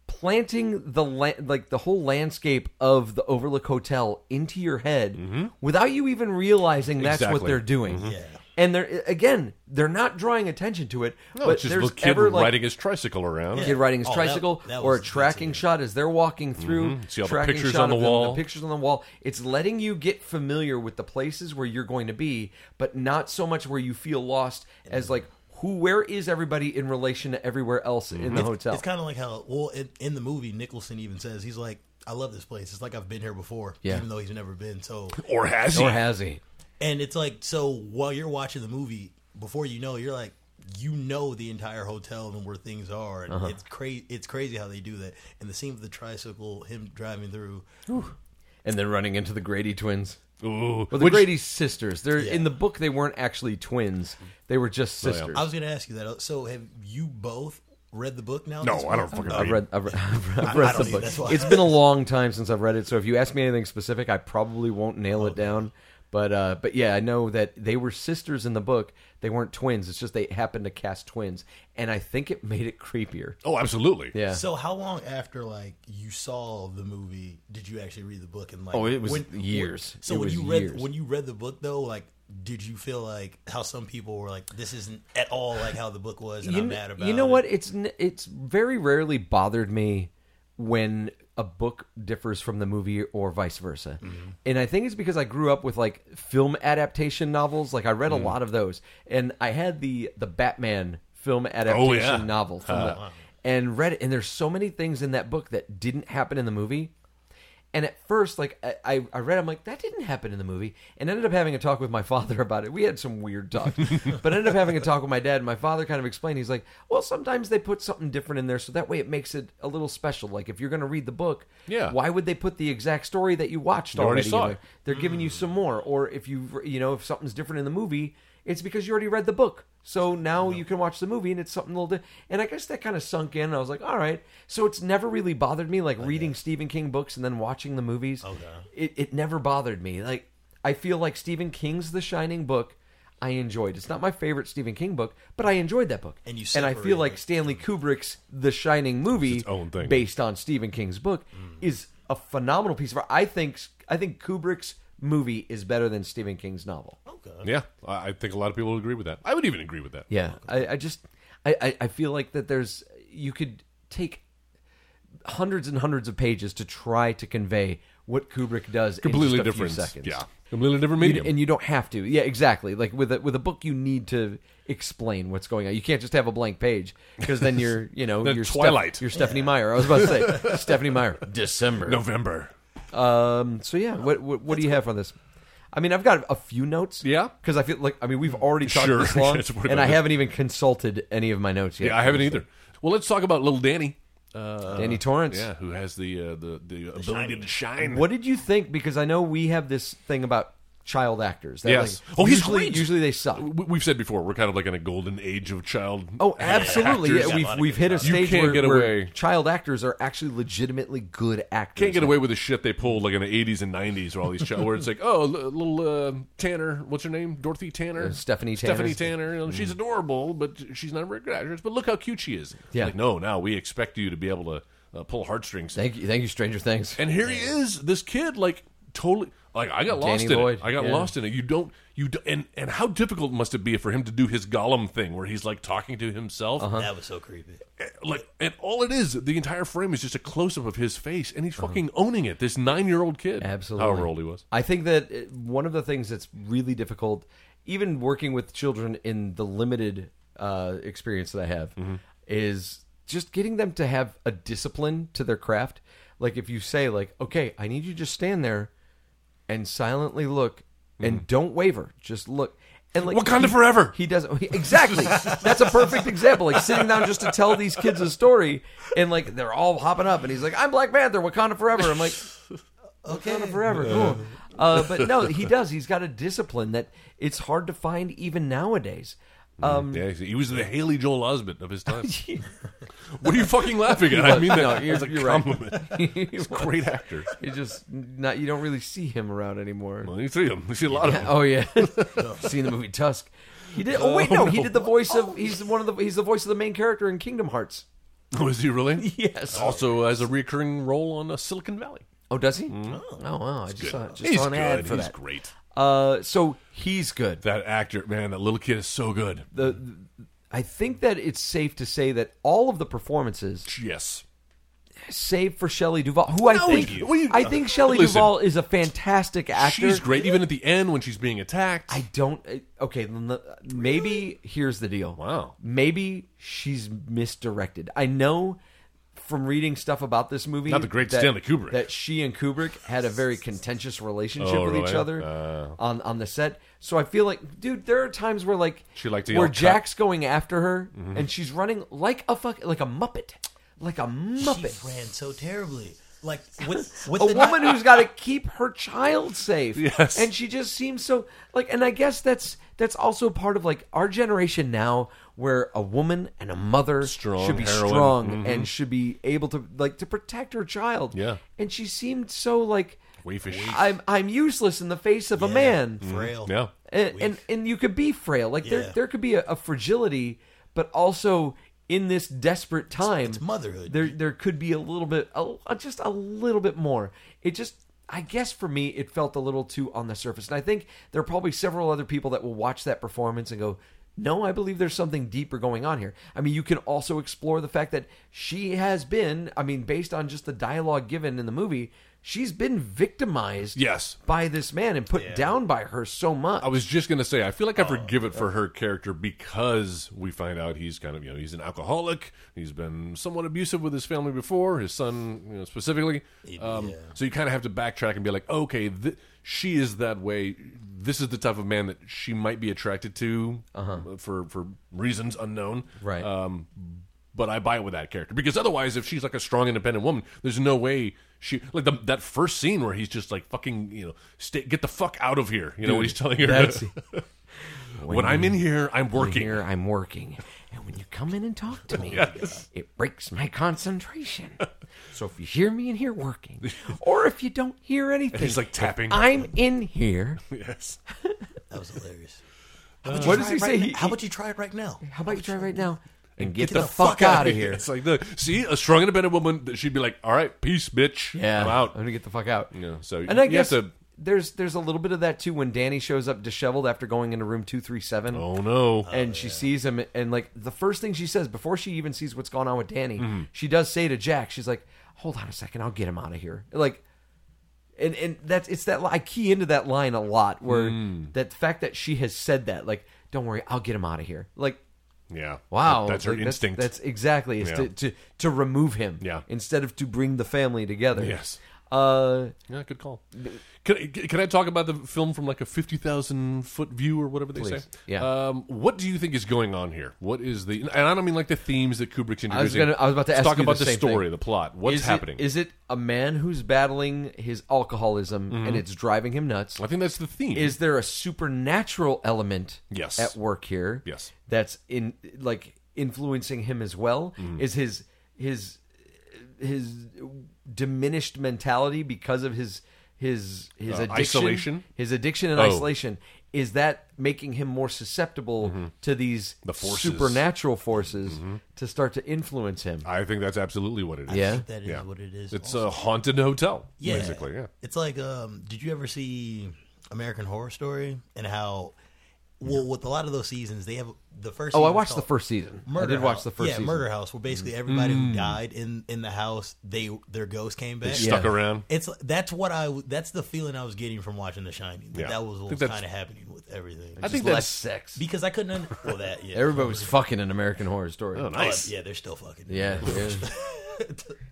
Speaker 3: planting the la- like the whole landscape of the Overlook Hotel into your head without you even realizing that's what
Speaker 4: Exactly.
Speaker 3: they're doing.
Speaker 5: Yeah.
Speaker 3: And they're again, they're not drawing attention to it.
Speaker 4: No,
Speaker 3: but
Speaker 4: it's just
Speaker 3: there's
Speaker 4: the kid
Speaker 3: ever, like,
Speaker 4: riding his tricycle around.
Speaker 3: kid riding his
Speaker 5: Oh, that-
Speaker 3: tricycle
Speaker 5: that
Speaker 3: or a
Speaker 5: was good
Speaker 3: tracking
Speaker 5: too.
Speaker 3: shot as they're walking through
Speaker 4: Mm-hmm. See all the
Speaker 3: tracking
Speaker 4: pictures
Speaker 3: shot
Speaker 4: on the
Speaker 3: of them,
Speaker 4: wall.
Speaker 3: the pictures on the wall it's letting you get familiar with the places where you're going to be but not so much where you feel lost as like who where is everybody in relation to everywhere else in
Speaker 4: Mm-hmm.
Speaker 3: the hotel
Speaker 5: It's kind of like how well in, in the movie Nicholson even says he's like, "I love this place. It's like I've been here before,
Speaker 3: Yeah.
Speaker 5: even though he's never been." So,
Speaker 4: Or has he?
Speaker 3: or Oh, has he
Speaker 5: and it's like so while you're watching the movie, before you know, you're like, you know the entire hotel and where things are, and it's crazy. It's crazy how they do that. And the scene with the tricycle, him driving through,
Speaker 3: and then running into the Grady twins
Speaker 4: Ooh.
Speaker 3: well the
Speaker 4: Which-
Speaker 3: Grady sisters they're
Speaker 5: Yeah.
Speaker 3: in the book they weren't actually twins they were just
Speaker 4: Oh, yeah.
Speaker 3: sisters
Speaker 5: I was going to ask you that. So, have you both read the book now? at
Speaker 4: No,
Speaker 5: this
Speaker 4: I don't
Speaker 5: point?
Speaker 4: fucking
Speaker 3: I've
Speaker 4: read.
Speaker 3: read, I've read, I've read, I've read
Speaker 5: I don't
Speaker 3: the
Speaker 5: either,
Speaker 3: book.
Speaker 5: that's why.
Speaker 3: It's been a long time since I've read it, so if you ask me anything specific, I probably won't nail it down. But uh, but yeah, I know that they were sisters in the book. They weren't twins. It's just they happened to cast twins, and I think it made it creepier.
Speaker 4: Oh, absolutely.
Speaker 3: Yeah.
Speaker 5: So how long after like you saw the movie did you actually read the book and like
Speaker 3: Oh, it was years.
Speaker 5: so
Speaker 3: It
Speaker 5: when
Speaker 3: was
Speaker 5: you read
Speaker 3: years.
Speaker 5: when you read the book though like did you feel like how some people were like this isn't at all like how the book was and
Speaker 3: you,
Speaker 5: I'm
Speaker 3: kn-
Speaker 5: mad about
Speaker 3: you know
Speaker 5: it.
Speaker 3: what? It's n- it's very rarely bothered me when a book differs from the movie or vice versa,
Speaker 5: Mm-hmm.
Speaker 3: and I think it's because I grew up with like film adaptation novels. Like I read
Speaker 5: Mm-hmm.
Speaker 3: a lot of those, and I had the the Batman film
Speaker 5: Oh,
Speaker 3: adaptation
Speaker 4: yeah.
Speaker 3: novel from the- and read it. And there's so many things in that book that didn't happen in the movie. And at first, like I- I, I read, I'm like, that didn't happen in the movie, and ended up having a talk with my father about it. We had some weird talk, but ended up having a talk with my dad. And my father kind of explained, he's like, well, sometimes they put something different in there, so that way it makes it a little special. Like if you're going to read the book,
Speaker 4: Yeah.
Speaker 3: why would they put the exact story that you watched
Speaker 4: already
Speaker 3: already? in
Speaker 4: saw
Speaker 3: there?
Speaker 4: it.
Speaker 3: They're giving you some more, or if you you know if something's different in the movie, it's because you already read the book. So now you can watch the movie and it's something a little different. And I guess that kind of sunk in. I was like, all right. So it's never really bothered me,
Speaker 5: Oh,
Speaker 3: like reading Stephen King books and then watching the movies. It, it never bothered me. Like, I feel like Stephen King's The Shining book, I enjoyed. It's not my favorite Stephen King book, but I enjoyed that book.
Speaker 5: And you
Speaker 3: and I feel
Speaker 5: separated
Speaker 3: like
Speaker 5: it.
Speaker 3: Stanley Kubrick's The Shining movie,
Speaker 4: its own thing.
Speaker 3: based on Stephen King's book, is a phenomenal piece of art. I think I think Kubrick's movie is better than Stephen King's novel.
Speaker 4: Yeah. I I think a lot of people would agree with that. I would even agree with that.
Speaker 3: Yeah, I, I just I, I, I feel like that there's you could take hundreds and hundreds of pages to try to convey what Kubrick does
Speaker 4: Completely
Speaker 3: in just a
Speaker 4: different.
Speaker 3: few seconds.
Speaker 4: Yeah. Completely different
Speaker 3: You-
Speaker 4: medium.
Speaker 3: and you don't have to. Yeah, exactly. Like with a, with a book, you need to explain what's going on. You can't just have a blank page because then you're you know
Speaker 4: Then
Speaker 3: you're
Speaker 4: Twilight.
Speaker 3: Steph, you're Stephanie Meyer. I was about to say Stephanie Meyer. December.
Speaker 4: November.
Speaker 3: Um. So yeah, what what, what do you have on this? I mean, I've got a few notes.
Speaker 4: Yeah.
Speaker 3: Because I feel like I mean we've already talked
Speaker 4: Sure.
Speaker 3: this long,
Speaker 4: It's worth
Speaker 3: and I
Speaker 4: it.
Speaker 3: haven't even consulted any of my notes yet.
Speaker 4: Yeah, I haven't either. Well, let's talk about little Danny. Uh,
Speaker 3: Danny Torrance.
Speaker 4: yeah, who has the uh, the the ability to shine?
Speaker 3: What did you think? Because I know we have this thing about child actors. That,
Speaker 4: Yes.
Speaker 3: like,
Speaker 4: Oh, he's
Speaker 3: usually,
Speaker 4: great.
Speaker 3: Usually they suck.
Speaker 4: We- We've said before we're kind of like in a golden age of child.
Speaker 3: Oh, absolutely.
Speaker 4: actors.
Speaker 3: Yeah, we've we've hit a
Speaker 4: You
Speaker 3: stage
Speaker 4: can't
Speaker 3: where,
Speaker 4: get
Speaker 3: where
Speaker 4: away.
Speaker 3: child actors are actually legitimately good actors.
Speaker 4: can't get away with the shit they pulled like in the '80s and '90s, where all these child, where it's like, oh, li- little uh, Tanner, what's her name? Dorothy Tanner,
Speaker 3: Uh, Stephanie
Speaker 4: Stephanie
Speaker 3: Tanner. Mm-hmm.
Speaker 4: Tanner. you know, She's adorable, but she's not a very good actress. But look how cute she is.
Speaker 3: Yeah.
Speaker 4: Like, no, now we expect you to be able to uh, pull heartstrings.
Speaker 3: Thank you, thank you, Stranger Things.
Speaker 4: and here he is, this kid, like totally. Like I got lost
Speaker 3: Danny
Speaker 4: in
Speaker 3: Lloyd,
Speaker 4: it. I got
Speaker 3: yeah.
Speaker 4: lost in it. You don't. You do, and and how difficult must it be for him to do his Gollum thing, where he's like talking to himself,
Speaker 5: That was so creepy.
Speaker 4: like, and all it is, the entire frame is just a close up of his face, and he's fucking owning it. This nine year old kid,
Speaker 3: Absolutely.
Speaker 4: however old he was.
Speaker 3: I think that uh, one of the things that's really difficult, even working with children in the limited uh, experience that I have,
Speaker 4: Mm-hmm.
Speaker 3: is just getting them to have a discipline to their craft. Like if you say, like, okay, I need you to just stand there and silently look and don't waver, just look. And like
Speaker 4: Mm-hmm. Wakanda
Speaker 3: he-
Speaker 4: forever.
Speaker 3: He doesn't he- exactly. That's a perfect example. Like sitting down just to tell these kids a story, and like they're all hopping up, and he's like, "I'm Black Panther, Wakanda forever." I'm like, Wakanda forever. Cool. Uh, but no, he does. He's got a discipline that it's hard to find even nowadays. Um,
Speaker 4: Yeah, he was the Haley Joel Osment of his time. what are you fucking laughing at? I mean that
Speaker 3: No,
Speaker 4: as a
Speaker 3: you're- you're right.
Speaker 4: compliment. He's a great actor.
Speaker 3: you just not you don't really see him around anymore.
Speaker 4: Well, you see him. You see a lot of him.
Speaker 3: Oh yeah, seen the movie Tusk. He did. Oh wait, no, he did the voice of. He's one of the. He's the voice of the main character in Kingdom Hearts.
Speaker 4: Oh, is he really?
Speaker 3: Yes.
Speaker 4: Also has a recurring role on uh, Silicon Valley.
Speaker 3: Oh, does he? Oh wow, I just saw, just
Speaker 4: Mm-hmm. He's
Speaker 3: saw an ad
Speaker 4: good.
Speaker 3: for
Speaker 4: He's
Speaker 3: that.
Speaker 4: great.
Speaker 3: Uh, so he's good.
Speaker 4: That actor, man, that little kid is so good.
Speaker 3: The, I think that it's safe to say that all of the performances,
Speaker 4: yes.
Speaker 3: save for Shelley Duvall, who I think
Speaker 4: you- what you-
Speaker 3: I think Shelley
Speaker 4: Listen.
Speaker 3: Duvall is a fantastic actor.
Speaker 4: She's great, even at the end when she's being attacked.
Speaker 3: I don't. uh, Okay, then the- maybe here's the deal.
Speaker 4: Wow.
Speaker 3: Maybe she's misdirected. I know from reading stuff about this movie.
Speaker 4: Not the great Stanley Kubrick.
Speaker 3: That she and Kubrick had a very contentious relationship
Speaker 4: Oh,
Speaker 3: with each
Speaker 4: really? Uh.
Speaker 3: other on on the set. So I feel like, dude, there are times where like
Speaker 4: She liked to
Speaker 3: where
Speaker 4: yell, "Cut." Mm-hmm.
Speaker 3: Jack's going after her and she's running like a fuck like a muppet, like a muppet.
Speaker 5: She ran so terribly. Like with with
Speaker 3: a
Speaker 5: the
Speaker 3: woman who's got to keep her child safe.
Speaker 4: Yes.
Speaker 3: And she just seems so like and I guess that's that's also part of like our generation now where a woman and a mother
Speaker 4: Strong
Speaker 3: should be
Speaker 4: heroine.
Speaker 3: strong and should be able to like to protect her child.
Speaker 4: Yeah.
Speaker 3: And she seemed so like
Speaker 4: Waifish.
Speaker 3: I'm I'm useless in the face of a
Speaker 5: Yeah,
Speaker 3: man.
Speaker 5: frail.
Speaker 4: yeah.
Speaker 3: And, and and you could be frail. Like there
Speaker 5: Yeah.
Speaker 3: there could be a, a fragility, but also in this desperate time,
Speaker 5: it's motherhood.
Speaker 3: There there could be a little bit, a, a- just a little bit more. It just, I guess, for me, it felt a little too on the surface. And I think there are probably several other people that will watch that performance and go. No, I believe there's something deeper going on here. I mean, you can also explore the fact that she has been, I mean, based on just the dialogue given in the movie, she's been victimized
Speaker 4: Yes.
Speaker 3: by this man and put down by her so much.
Speaker 4: I was just gonna say, I feel like I forgive it for her character because we find out he's kind of you know he's an alcoholic. He's been somewhat abusive with his family before, his son you know, specifically. Um, So you kind of have to backtrack and be like, okay, th- she is that way. This is the type of man that she might be attracted to uh for for reasons unknown.
Speaker 3: Uh-huh. Right.
Speaker 4: Um, but I buy it with that character because otherwise, if she's like a strong, independent woman, there's no way she like the, that first scene where he's just like fucking you know stay, get the fuck out of here. You know what he's telling her.
Speaker 3: That's-
Speaker 4: when I'm in here, I'm working.
Speaker 3: here I'm working, and when you come in and talk to me, it breaks my concentration. So if you hear me in here working, or if you don't hear anything,
Speaker 4: He's like tapping.
Speaker 3: I'm in here.
Speaker 4: yes.
Speaker 5: that was hilarious.
Speaker 3: What does he say?
Speaker 5: Right
Speaker 3: He,
Speaker 5: now- how about you try it right now?
Speaker 3: how about you try right now and get, the, fuck, out of here?
Speaker 4: It's like the see a strong, independent woman. that She'd be like, "All right, peace, bitch.
Speaker 3: Yeah,
Speaker 4: I'm out."
Speaker 3: gonna get the fuck out.
Speaker 4: Yeah, so
Speaker 3: and I
Speaker 4: you have
Speaker 3: guess
Speaker 4: to-
Speaker 3: there's there's a little bit of that too when Danny shows up disheveled after going into room two three seven.
Speaker 4: Oh no.
Speaker 3: and she sees him and like the first thing she says before she even sees what's going on with danny
Speaker 4: Mm-hmm.
Speaker 3: she does say to jack she's like hold on a second i'll get him out of here like and and that's it's that li- i key into that line a lot where
Speaker 4: Mm.
Speaker 3: that fact that she has said that like don't worry i'll get him out of here like
Speaker 4: yeah.
Speaker 3: wow
Speaker 4: That- that's her
Speaker 3: like,
Speaker 4: instinct.
Speaker 3: that's, exactly is
Speaker 4: Yeah.
Speaker 3: to, to to remove him
Speaker 4: Yeah.
Speaker 3: instead of to bring the family together
Speaker 4: Yes.
Speaker 3: uh
Speaker 4: yeah, good call. Can, can I talk about the film from like a fifty thousand foot view or whatever they
Speaker 3: Please.
Speaker 4: say?
Speaker 3: Yeah.
Speaker 4: Um, what do you think is going on here? What is the? And I don't mean like the themes that Kubrick's introducing.
Speaker 3: I was gonna- I was about to
Speaker 4: Let's
Speaker 3: ask
Speaker 4: talk
Speaker 3: you
Speaker 4: about
Speaker 3: the same
Speaker 4: story,
Speaker 3: thing.
Speaker 4: the plot. What's
Speaker 3: is
Speaker 4: happening?
Speaker 3: It, is it a man who's battling his alcoholism
Speaker 4: Mm-hmm.
Speaker 3: and it's driving him nuts?
Speaker 4: I think that's the theme.
Speaker 3: Is there a supernatural element
Speaker 4: Yes.
Speaker 3: at work here?
Speaker 4: Yes.
Speaker 3: That's in like influencing him as well?
Speaker 4: Mm.
Speaker 3: Is his his his diminished mentality because of his his his
Speaker 4: Uh,
Speaker 3: addiction,
Speaker 4: isolation?
Speaker 3: his addiction and
Speaker 4: Oh.
Speaker 3: isolation is that making him more susceptible to these
Speaker 4: Mm-hmm. The forces. Mm-hmm.
Speaker 3: supernatural forces to start to influence him?
Speaker 4: I think that's absolutely what it is.
Speaker 3: Yeah.
Speaker 5: I think that is
Speaker 4: Yeah.
Speaker 5: what it is.
Speaker 4: It's uh,
Speaker 5: also.
Speaker 4: a haunted hotel,
Speaker 5: Yeah.
Speaker 4: basically. Yeah.
Speaker 5: It's like, um, did you ever see American Horror Story and how? Well, with a lot of those seasons, they have the first.
Speaker 3: Oh, I
Speaker 5: season's
Speaker 3: watched the
Speaker 5: called
Speaker 3: first season. I
Speaker 5: Murder
Speaker 3: did watch
Speaker 5: House.
Speaker 3: the first
Speaker 5: yeah,
Speaker 3: season. Mm.
Speaker 5: Murder House, where basically everybody who died in in the house, they their ghost came back.
Speaker 4: Stuck
Speaker 3: Yeah.
Speaker 4: around.
Speaker 5: It's that's what I that's the feeling I was getting from watching The Shining. That,
Speaker 4: Yeah.
Speaker 5: that was
Speaker 4: I
Speaker 5: what
Speaker 4: think
Speaker 5: was
Speaker 4: that's-
Speaker 5: kind of happening with everything.
Speaker 4: I think
Speaker 3: Less
Speaker 4: that's
Speaker 3: sex.
Speaker 5: because I couldn't. Un- well, that yeah,
Speaker 3: Everybody was fucking in American Horror Story.
Speaker 5: Oh,
Speaker 4: nice.
Speaker 5: yeah, they're still fucking.
Speaker 3: Yeah. yeah.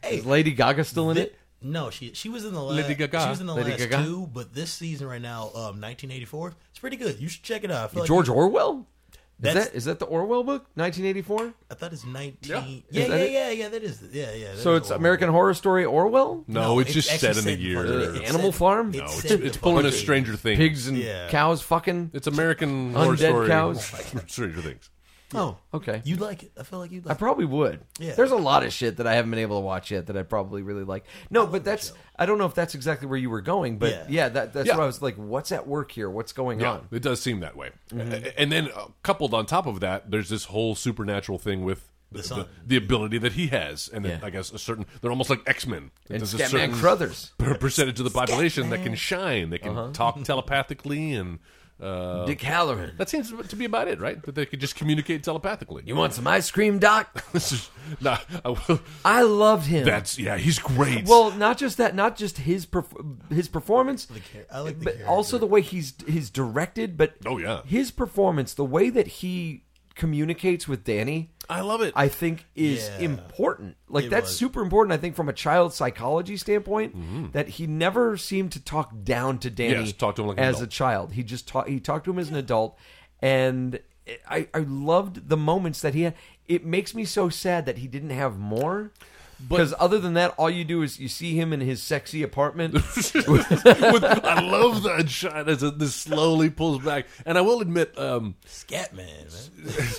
Speaker 5: Hey,
Speaker 3: Is Lady Gaga still in
Speaker 5: thi-
Speaker 3: it?
Speaker 5: no, she she was in the last.
Speaker 4: Lady Gaga.
Speaker 5: She was in the
Speaker 3: Lady
Speaker 5: last
Speaker 3: Gaga.
Speaker 5: two, but this season right now, um, 1984, it's pretty good. You should check it out. I feel like-
Speaker 3: George Orwell? Is
Speaker 5: That's-
Speaker 3: that is that the Orwell book? 1984?
Speaker 5: I thought it's 19.
Speaker 4: Yeah.
Speaker 5: Yeah,
Speaker 3: Is
Speaker 5: yeah,
Speaker 3: that
Speaker 5: yeah,
Speaker 3: it?
Speaker 5: yeah, That is yeah, yeah. that
Speaker 3: So
Speaker 5: is
Speaker 3: it's
Speaker 5: Orwell.
Speaker 3: American Horror Story Orwell?
Speaker 4: No, it's just
Speaker 5: actually
Speaker 4: set in the
Speaker 5: the
Speaker 4: year.
Speaker 5: fucking- it
Speaker 3: Uh, Animal Farm?
Speaker 5: it
Speaker 3: No,
Speaker 4: It's,
Speaker 5: said the
Speaker 4: it's pulling a
Speaker 5: fucking-
Speaker 4: Stranger Things.
Speaker 3: Pigs and
Speaker 5: Yeah.
Speaker 3: cows fucking?
Speaker 4: It's American Horror
Speaker 3: Undead
Speaker 4: Story.
Speaker 3: cows.
Speaker 4: Stranger Things.
Speaker 5: Oh,
Speaker 3: Okay.
Speaker 5: You like it? I feel like you.
Speaker 3: I
Speaker 5: Like it.
Speaker 3: probably would.
Speaker 5: Yeah.
Speaker 3: There's a lot of shit that I haven't been able to watch yet that I probably really like. No, but that's I don't know if that's exactly where you were going, but yeah,
Speaker 5: Yeah.
Speaker 3: that, that's
Speaker 4: Yeah.
Speaker 3: what I was like. What's at work here? What's going
Speaker 4: Yeah,
Speaker 3: on?
Speaker 4: it does seem that way.
Speaker 3: Mm-hmm.
Speaker 4: A- And then uh, coupled on top of that, there's this whole supernatural thing with the, the,
Speaker 5: sun.
Speaker 4: the ability that he has, and then
Speaker 3: Yeah.
Speaker 4: I guess a certain they're almost like X Men.
Speaker 3: And Scatman Crothers, Uh-huh.
Speaker 4: per- percentage of the population that can shine, they can talk telepathically, and uh,
Speaker 3: Dick Halloran.
Speaker 4: that seems to be about it, right? That they could just communicate telepathically.
Speaker 3: You want some ice cream, Doc?
Speaker 4: This is- nah, I will-
Speaker 3: I loved him.
Speaker 4: that's yeah, he's great.
Speaker 3: well, not just that, not just his perf- his performance,
Speaker 5: char- I like the
Speaker 3: but also the way he's he's directed. But
Speaker 4: Oh, yeah.
Speaker 3: his performance, the way that he communicates with Danny,
Speaker 4: I love it.
Speaker 3: I think is
Speaker 5: Yeah.
Speaker 3: important. Like
Speaker 5: It
Speaker 3: that's
Speaker 5: was.
Speaker 3: super important. I think from a child psychology standpoint, that he never seemed to talk down to Danny
Speaker 4: Mm-hmm. Yes, talk to him like an
Speaker 3: as a
Speaker 4: adult.
Speaker 3: child. He just talked. He talked to him as an adult, and I, I loved the moments that he had. It makes me so sad that he didn't have more. Because other than that, all you do is you see him in his sexy apartment.
Speaker 4: With- I love that shot as it this slowly pulls back. And I will admit, um,
Speaker 5: Scatman.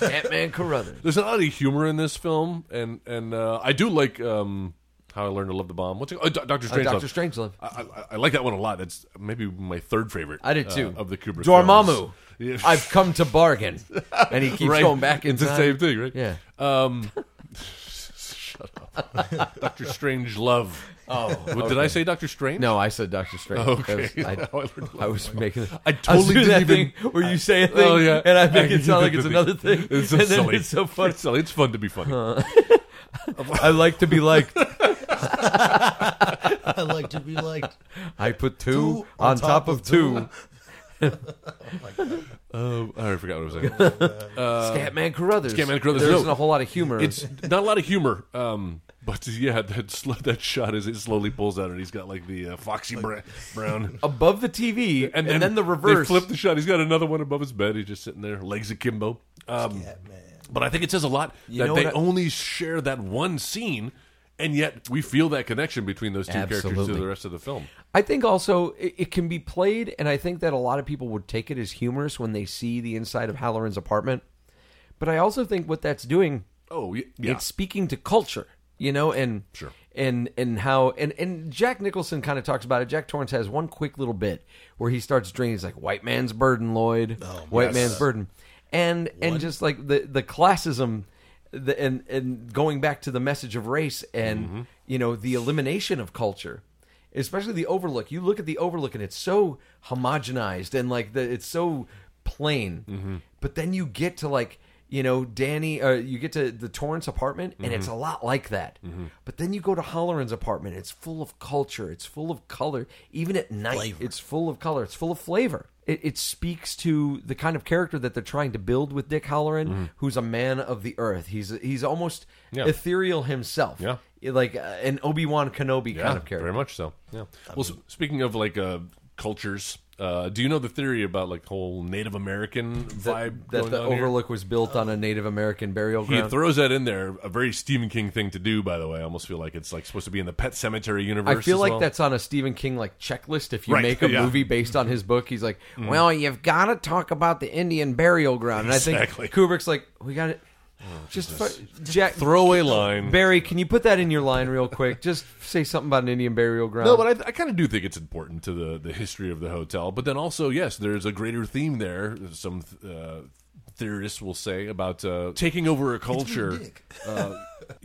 Speaker 5: Man.
Speaker 3: Batman Carruthers.
Speaker 4: there's a lot of humor in this film, and and uh, I do like um, how I learned to love the bomb. What's it? Oh, Doctor
Speaker 3: Uh,
Speaker 4: Strange.
Speaker 3: Doctor Strangelove.
Speaker 4: I, I, I like that one a lot. That's maybe my third favorite.
Speaker 3: I did
Speaker 4: uh,
Speaker 3: too.
Speaker 4: of the Kubrick.
Speaker 3: Dormammu.
Speaker 4: films. Yeah.
Speaker 3: I've come to bargain, and he keeps
Speaker 4: Right.
Speaker 3: going back in
Speaker 4: It's the
Speaker 3: time.
Speaker 4: same thing, right?
Speaker 3: Yeah.
Speaker 4: Um, shut up. Doctor Strange love. Oh, did I say Doctor Strange?
Speaker 3: No, I said Doctor Strange.
Speaker 4: Okay.
Speaker 3: That was-
Speaker 4: Now I learned
Speaker 3: I, I was making. it-
Speaker 4: I totally
Speaker 3: doing
Speaker 4: didn't
Speaker 3: that
Speaker 4: even-
Speaker 3: thing where you say a thing,
Speaker 4: Oh yeah,
Speaker 3: and I make it sound like
Speaker 4: did
Speaker 3: it's
Speaker 4: the
Speaker 3: another thing.
Speaker 4: It's so Uh,
Speaker 3: and then
Speaker 4: silly.
Speaker 3: It's so funny.
Speaker 4: It's silly. It's fun to be funny.
Speaker 3: I like to be liked.
Speaker 5: I like to be liked.
Speaker 3: I put two,
Speaker 5: Two
Speaker 3: on, top, of two.
Speaker 4: Um, I already forgot what I was saying.
Speaker 3: Scatman Carruthers.
Speaker 4: Uh, Scatman Carruthers,
Speaker 3: There
Speaker 4: no.
Speaker 3: isn't a whole lot of humor.
Speaker 4: it's not a lot of humor, um, but yeah, that sl- that shot as it slowly pulls out, and he's got like the uh, Foxy Bra- Brown.
Speaker 3: above the TV, and then, the
Speaker 4: They
Speaker 3: reverse.
Speaker 4: flip the shot. He's got another one above his bed. He's just sitting there, legs akimbo. Um, but I think it says a lot
Speaker 3: You
Speaker 4: that
Speaker 3: know
Speaker 4: they
Speaker 3: what I-
Speaker 4: only share that one scene, and yet we feel that connection between those two characters through
Speaker 3: Absolutely.
Speaker 4: the rest of the film.
Speaker 3: I think also it, it can be played, and I think that a lot of people would take it as humorous when they see the inside of Halloran's apartment. But I also think what that's doing
Speaker 4: Oh, y- yeah.
Speaker 3: it's speaking to culture you know and
Speaker 4: Sure.
Speaker 3: and and how and and jack nicholson kind of talks about it jack torrance has one quick little bit where he starts drinking he's like white man's burden lloyd white
Speaker 4: yes.
Speaker 3: man's burden and and just like the the classism the, and and going back to the message of race and you know the elimination of culture especially the overlook you look at the overlook and it's so homogenized and like the it's so plain but then you get to like you know danny or you get to the torrance apartment and it's a lot like that but then you go to holloran's apartment it's full of culture it's full of color even at night
Speaker 5: Flavor.
Speaker 3: it's full of color it's full of flavor it, it speaks to the kind of character that they're trying to build with dick halloran who's a man of the earth he's he's almost
Speaker 4: Mm-hmm. Yeah.
Speaker 3: ethereal himself
Speaker 4: Yeah.
Speaker 3: like uh, an obi-wan kenobi
Speaker 4: Yeah,
Speaker 3: kind of character
Speaker 4: Very much so. Yeah. well, s- speaking of like uh, cultures. Uh, do you know the theory about like whole Native American vibe
Speaker 3: that
Speaker 4: going
Speaker 3: the
Speaker 4: on here?
Speaker 3: Overlook was built on a Native American burial
Speaker 4: He
Speaker 3: ground.
Speaker 4: throws that in there. A very Stephen King thing to do, by the way. I almost feel like it's like supposed to be in the Pet Cemetery universe.
Speaker 3: I feel
Speaker 4: as
Speaker 3: like
Speaker 4: well.
Speaker 3: that's on a Stephen King like checklist. If you
Speaker 4: Right,
Speaker 3: make a
Speaker 4: yeah. Mm.
Speaker 3: movie based on his book, he's like, "Well, you've got to talk about the Indian burial ground." And
Speaker 4: Exactly. Oh,
Speaker 3: I think Kubrick's like, "We got it." just fu- Jack,
Speaker 4: throwaway line.
Speaker 3: Barry, can you put that in your line real quick? Just say something about an Indian burial ground.
Speaker 4: No, but I, I kind of do think it's important to the the history of the hotel. But then also, yes, there's a greater theme there. Some uh, theorists will say about uh, taking over a culture, uh,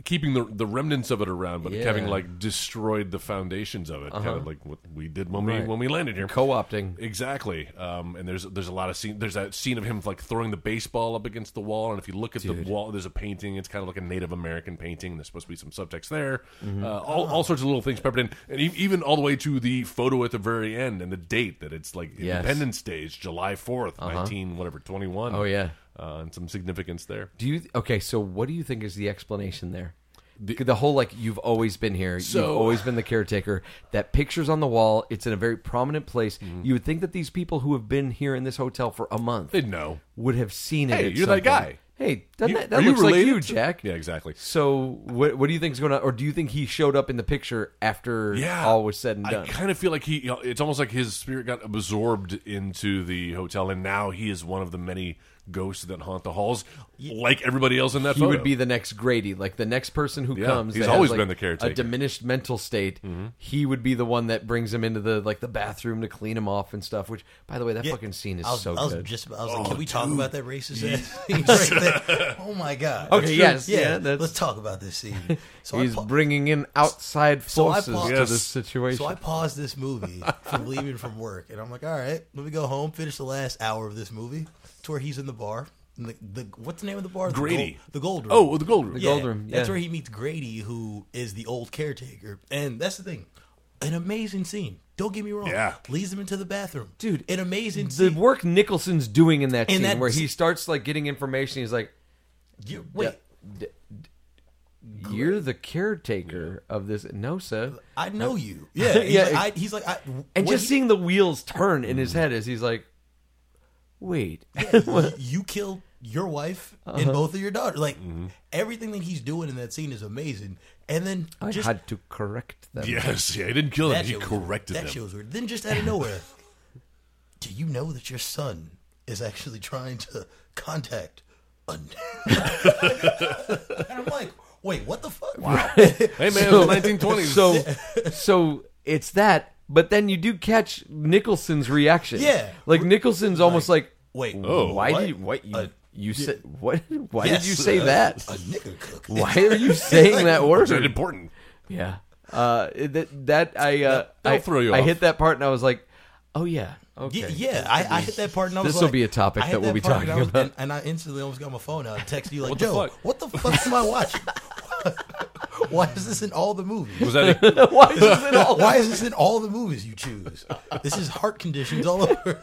Speaker 4: keeping the the remnants of it around, but
Speaker 3: Yeah. Uh-huh.
Speaker 4: having like destroyed the foundations of it, kind of like what we did when we
Speaker 3: Right.
Speaker 4: when we landed here.
Speaker 3: co-opting.
Speaker 4: Exactly, um, and there's there's a lot of scene. There's that scene of him like throwing the baseball up against the wall, and if you look at the wall, there's a painting. It's kind of like a Native American painting. There's supposed to be some subtext there.
Speaker 3: Mm-hmm.
Speaker 4: Uh, all, all sorts of little things peppered in, and e- even all the way to the photo at the very end and the date that it's like
Speaker 3: Yes. Uh-huh.
Speaker 4: Independence Day, it's July 4th nineteen whatever twenty one.
Speaker 3: Oh, yeah.
Speaker 4: uh, and some significance there.
Speaker 3: Do you okay? So what do you think is the explanation there? The, whole like you've always been here, you've
Speaker 4: So-
Speaker 3: always been the caretaker. That picture's on the wall. It's in a very prominent place.
Speaker 4: Mm-hmm.
Speaker 3: You would think that these people who have been here in this hotel for a month
Speaker 4: They'd know.
Speaker 3: would have seen it.
Speaker 4: Hey,
Speaker 3: at
Speaker 4: you're that
Speaker 3: some
Speaker 4: guy.
Speaker 3: point. Hey, doesn't
Speaker 4: You-
Speaker 3: that, that
Speaker 4: are you
Speaker 3: looks like
Speaker 4: related
Speaker 3: you,
Speaker 4: to-
Speaker 3: Jack?
Speaker 4: Yeah, exactly.
Speaker 3: So what what do you think's going on, or do you think he showed up in the picture after
Speaker 4: yeah,
Speaker 3: all was said and
Speaker 4: I
Speaker 3: done?
Speaker 4: kind of feel like he. You know, it's almost like his spirit got absorbed into the hotel, and now he is one of the many ghosts that haunt the halls, like everybody else in that.
Speaker 3: He
Speaker 4: photo.
Speaker 3: would be the next Grady, like the next person who
Speaker 4: Yeah,
Speaker 3: comes.
Speaker 4: he's
Speaker 3: that has,
Speaker 4: always
Speaker 3: like,
Speaker 4: been the caretaker. Mm-hmm.
Speaker 3: A diminished mental state. He would be the one that brings him into the like the bathroom to clean him off and stuff. Which, by the way, that
Speaker 5: Yeah,
Speaker 3: fucking scene is
Speaker 5: I was,
Speaker 3: so
Speaker 5: I was
Speaker 3: good.
Speaker 5: just, I was
Speaker 4: Oh,
Speaker 5: like, can we talk about that racist ass scene right there? Oh my god.
Speaker 3: Okay, yes, yeah, that's-
Speaker 5: let's talk about this scene. So I
Speaker 3: he's
Speaker 5: pa-
Speaker 3: bringing in outside forces
Speaker 5: so I paused,
Speaker 3: to this situation.
Speaker 5: So I paused this movie from leaving from work, and I'm like, all right, let me go home, finish the last hour of this movie, to where he's in the bar. And the, the what's the name of the bar?
Speaker 4: Grady.
Speaker 5: The gold, the gold room.
Speaker 4: Oh, well, the gold room.
Speaker 3: Yeah. Gold Room,
Speaker 5: That's
Speaker 3: yeah.
Speaker 5: where he meets Grady, who is the old caretaker, and that's the thing. An amazing scene. Don't get me wrong.
Speaker 4: Yeah.
Speaker 5: Leads him into the bathroom,
Speaker 3: Dude,
Speaker 5: An amazing
Speaker 3: the
Speaker 5: scene.
Speaker 3: work Nicholson's doing in that
Speaker 5: In
Speaker 3: scene,
Speaker 5: that
Speaker 3: where he
Speaker 5: s-
Speaker 3: starts like getting information, he's like,
Speaker 5: You- wait,
Speaker 3: "D- d- "You're the caretaker of this." No, sir.
Speaker 5: I know you. Yeah, he's
Speaker 3: Yeah,
Speaker 5: Like,
Speaker 3: it-
Speaker 5: I, he's like, I,
Speaker 3: And
Speaker 5: what
Speaker 3: just seeing the wheels turn in
Speaker 4: Mm-hmm.
Speaker 3: his head as he's like, "Wait."
Speaker 5: you- you kill your wife
Speaker 3: Uh-huh.
Speaker 5: and both of your daughters. Like everything that he's doing in that scene is amazing. And then
Speaker 3: I
Speaker 5: just
Speaker 3: had to correct them.
Speaker 4: Yes, yeah, he didn't kill him.
Speaker 5: that
Speaker 4: He
Speaker 5: shit was-
Speaker 4: corrected
Speaker 5: that
Speaker 4: them.
Speaker 5: shit was weird. Then just out of nowhere, do you know that your son is actually trying to contact a? and I'm like, wait, what the fuck?
Speaker 4: hey man,
Speaker 3: So-
Speaker 4: it's the 1920s.
Speaker 3: So, so it's that. But then you do catch Nicholson's reaction.
Speaker 5: Yeah.
Speaker 3: like Nicholson's almost like,
Speaker 5: Wait,
Speaker 4: Oh,
Speaker 3: why
Speaker 5: what?
Speaker 3: did you, what you
Speaker 5: Uh,
Speaker 3: you said what? Why
Speaker 5: Yes.
Speaker 3: did you say that?
Speaker 5: A nigger cook.
Speaker 3: Why are you saying that
Speaker 4: Is that
Speaker 3: word?
Speaker 4: important?
Speaker 3: Yeah, uh, it- that that I uh,
Speaker 4: that'll
Speaker 3: I,
Speaker 4: throw you
Speaker 3: I
Speaker 4: off.
Speaker 3: hit that part and I was like, oh yeah, okay,
Speaker 5: Yeah, yeah. I, I hit that part and I was
Speaker 3: This'll
Speaker 5: like-
Speaker 3: be a topic
Speaker 5: I hit
Speaker 3: that we'll be
Speaker 5: part and I
Speaker 3: talking
Speaker 5: was-
Speaker 3: about.
Speaker 5: And, and I instantly almost got my phone out and texted you like,
Speaker 4: What the
Speaker 5: Joe,
Speaker 4: fuck?"
Speaker 5: what the fuck am I watching? Why is this in all the movies?
Speaker 4: Was that a,
Speaker 3: Why is this at all?
Speaker 5: Why is this in all the movies you choose? This is heart conditions all over.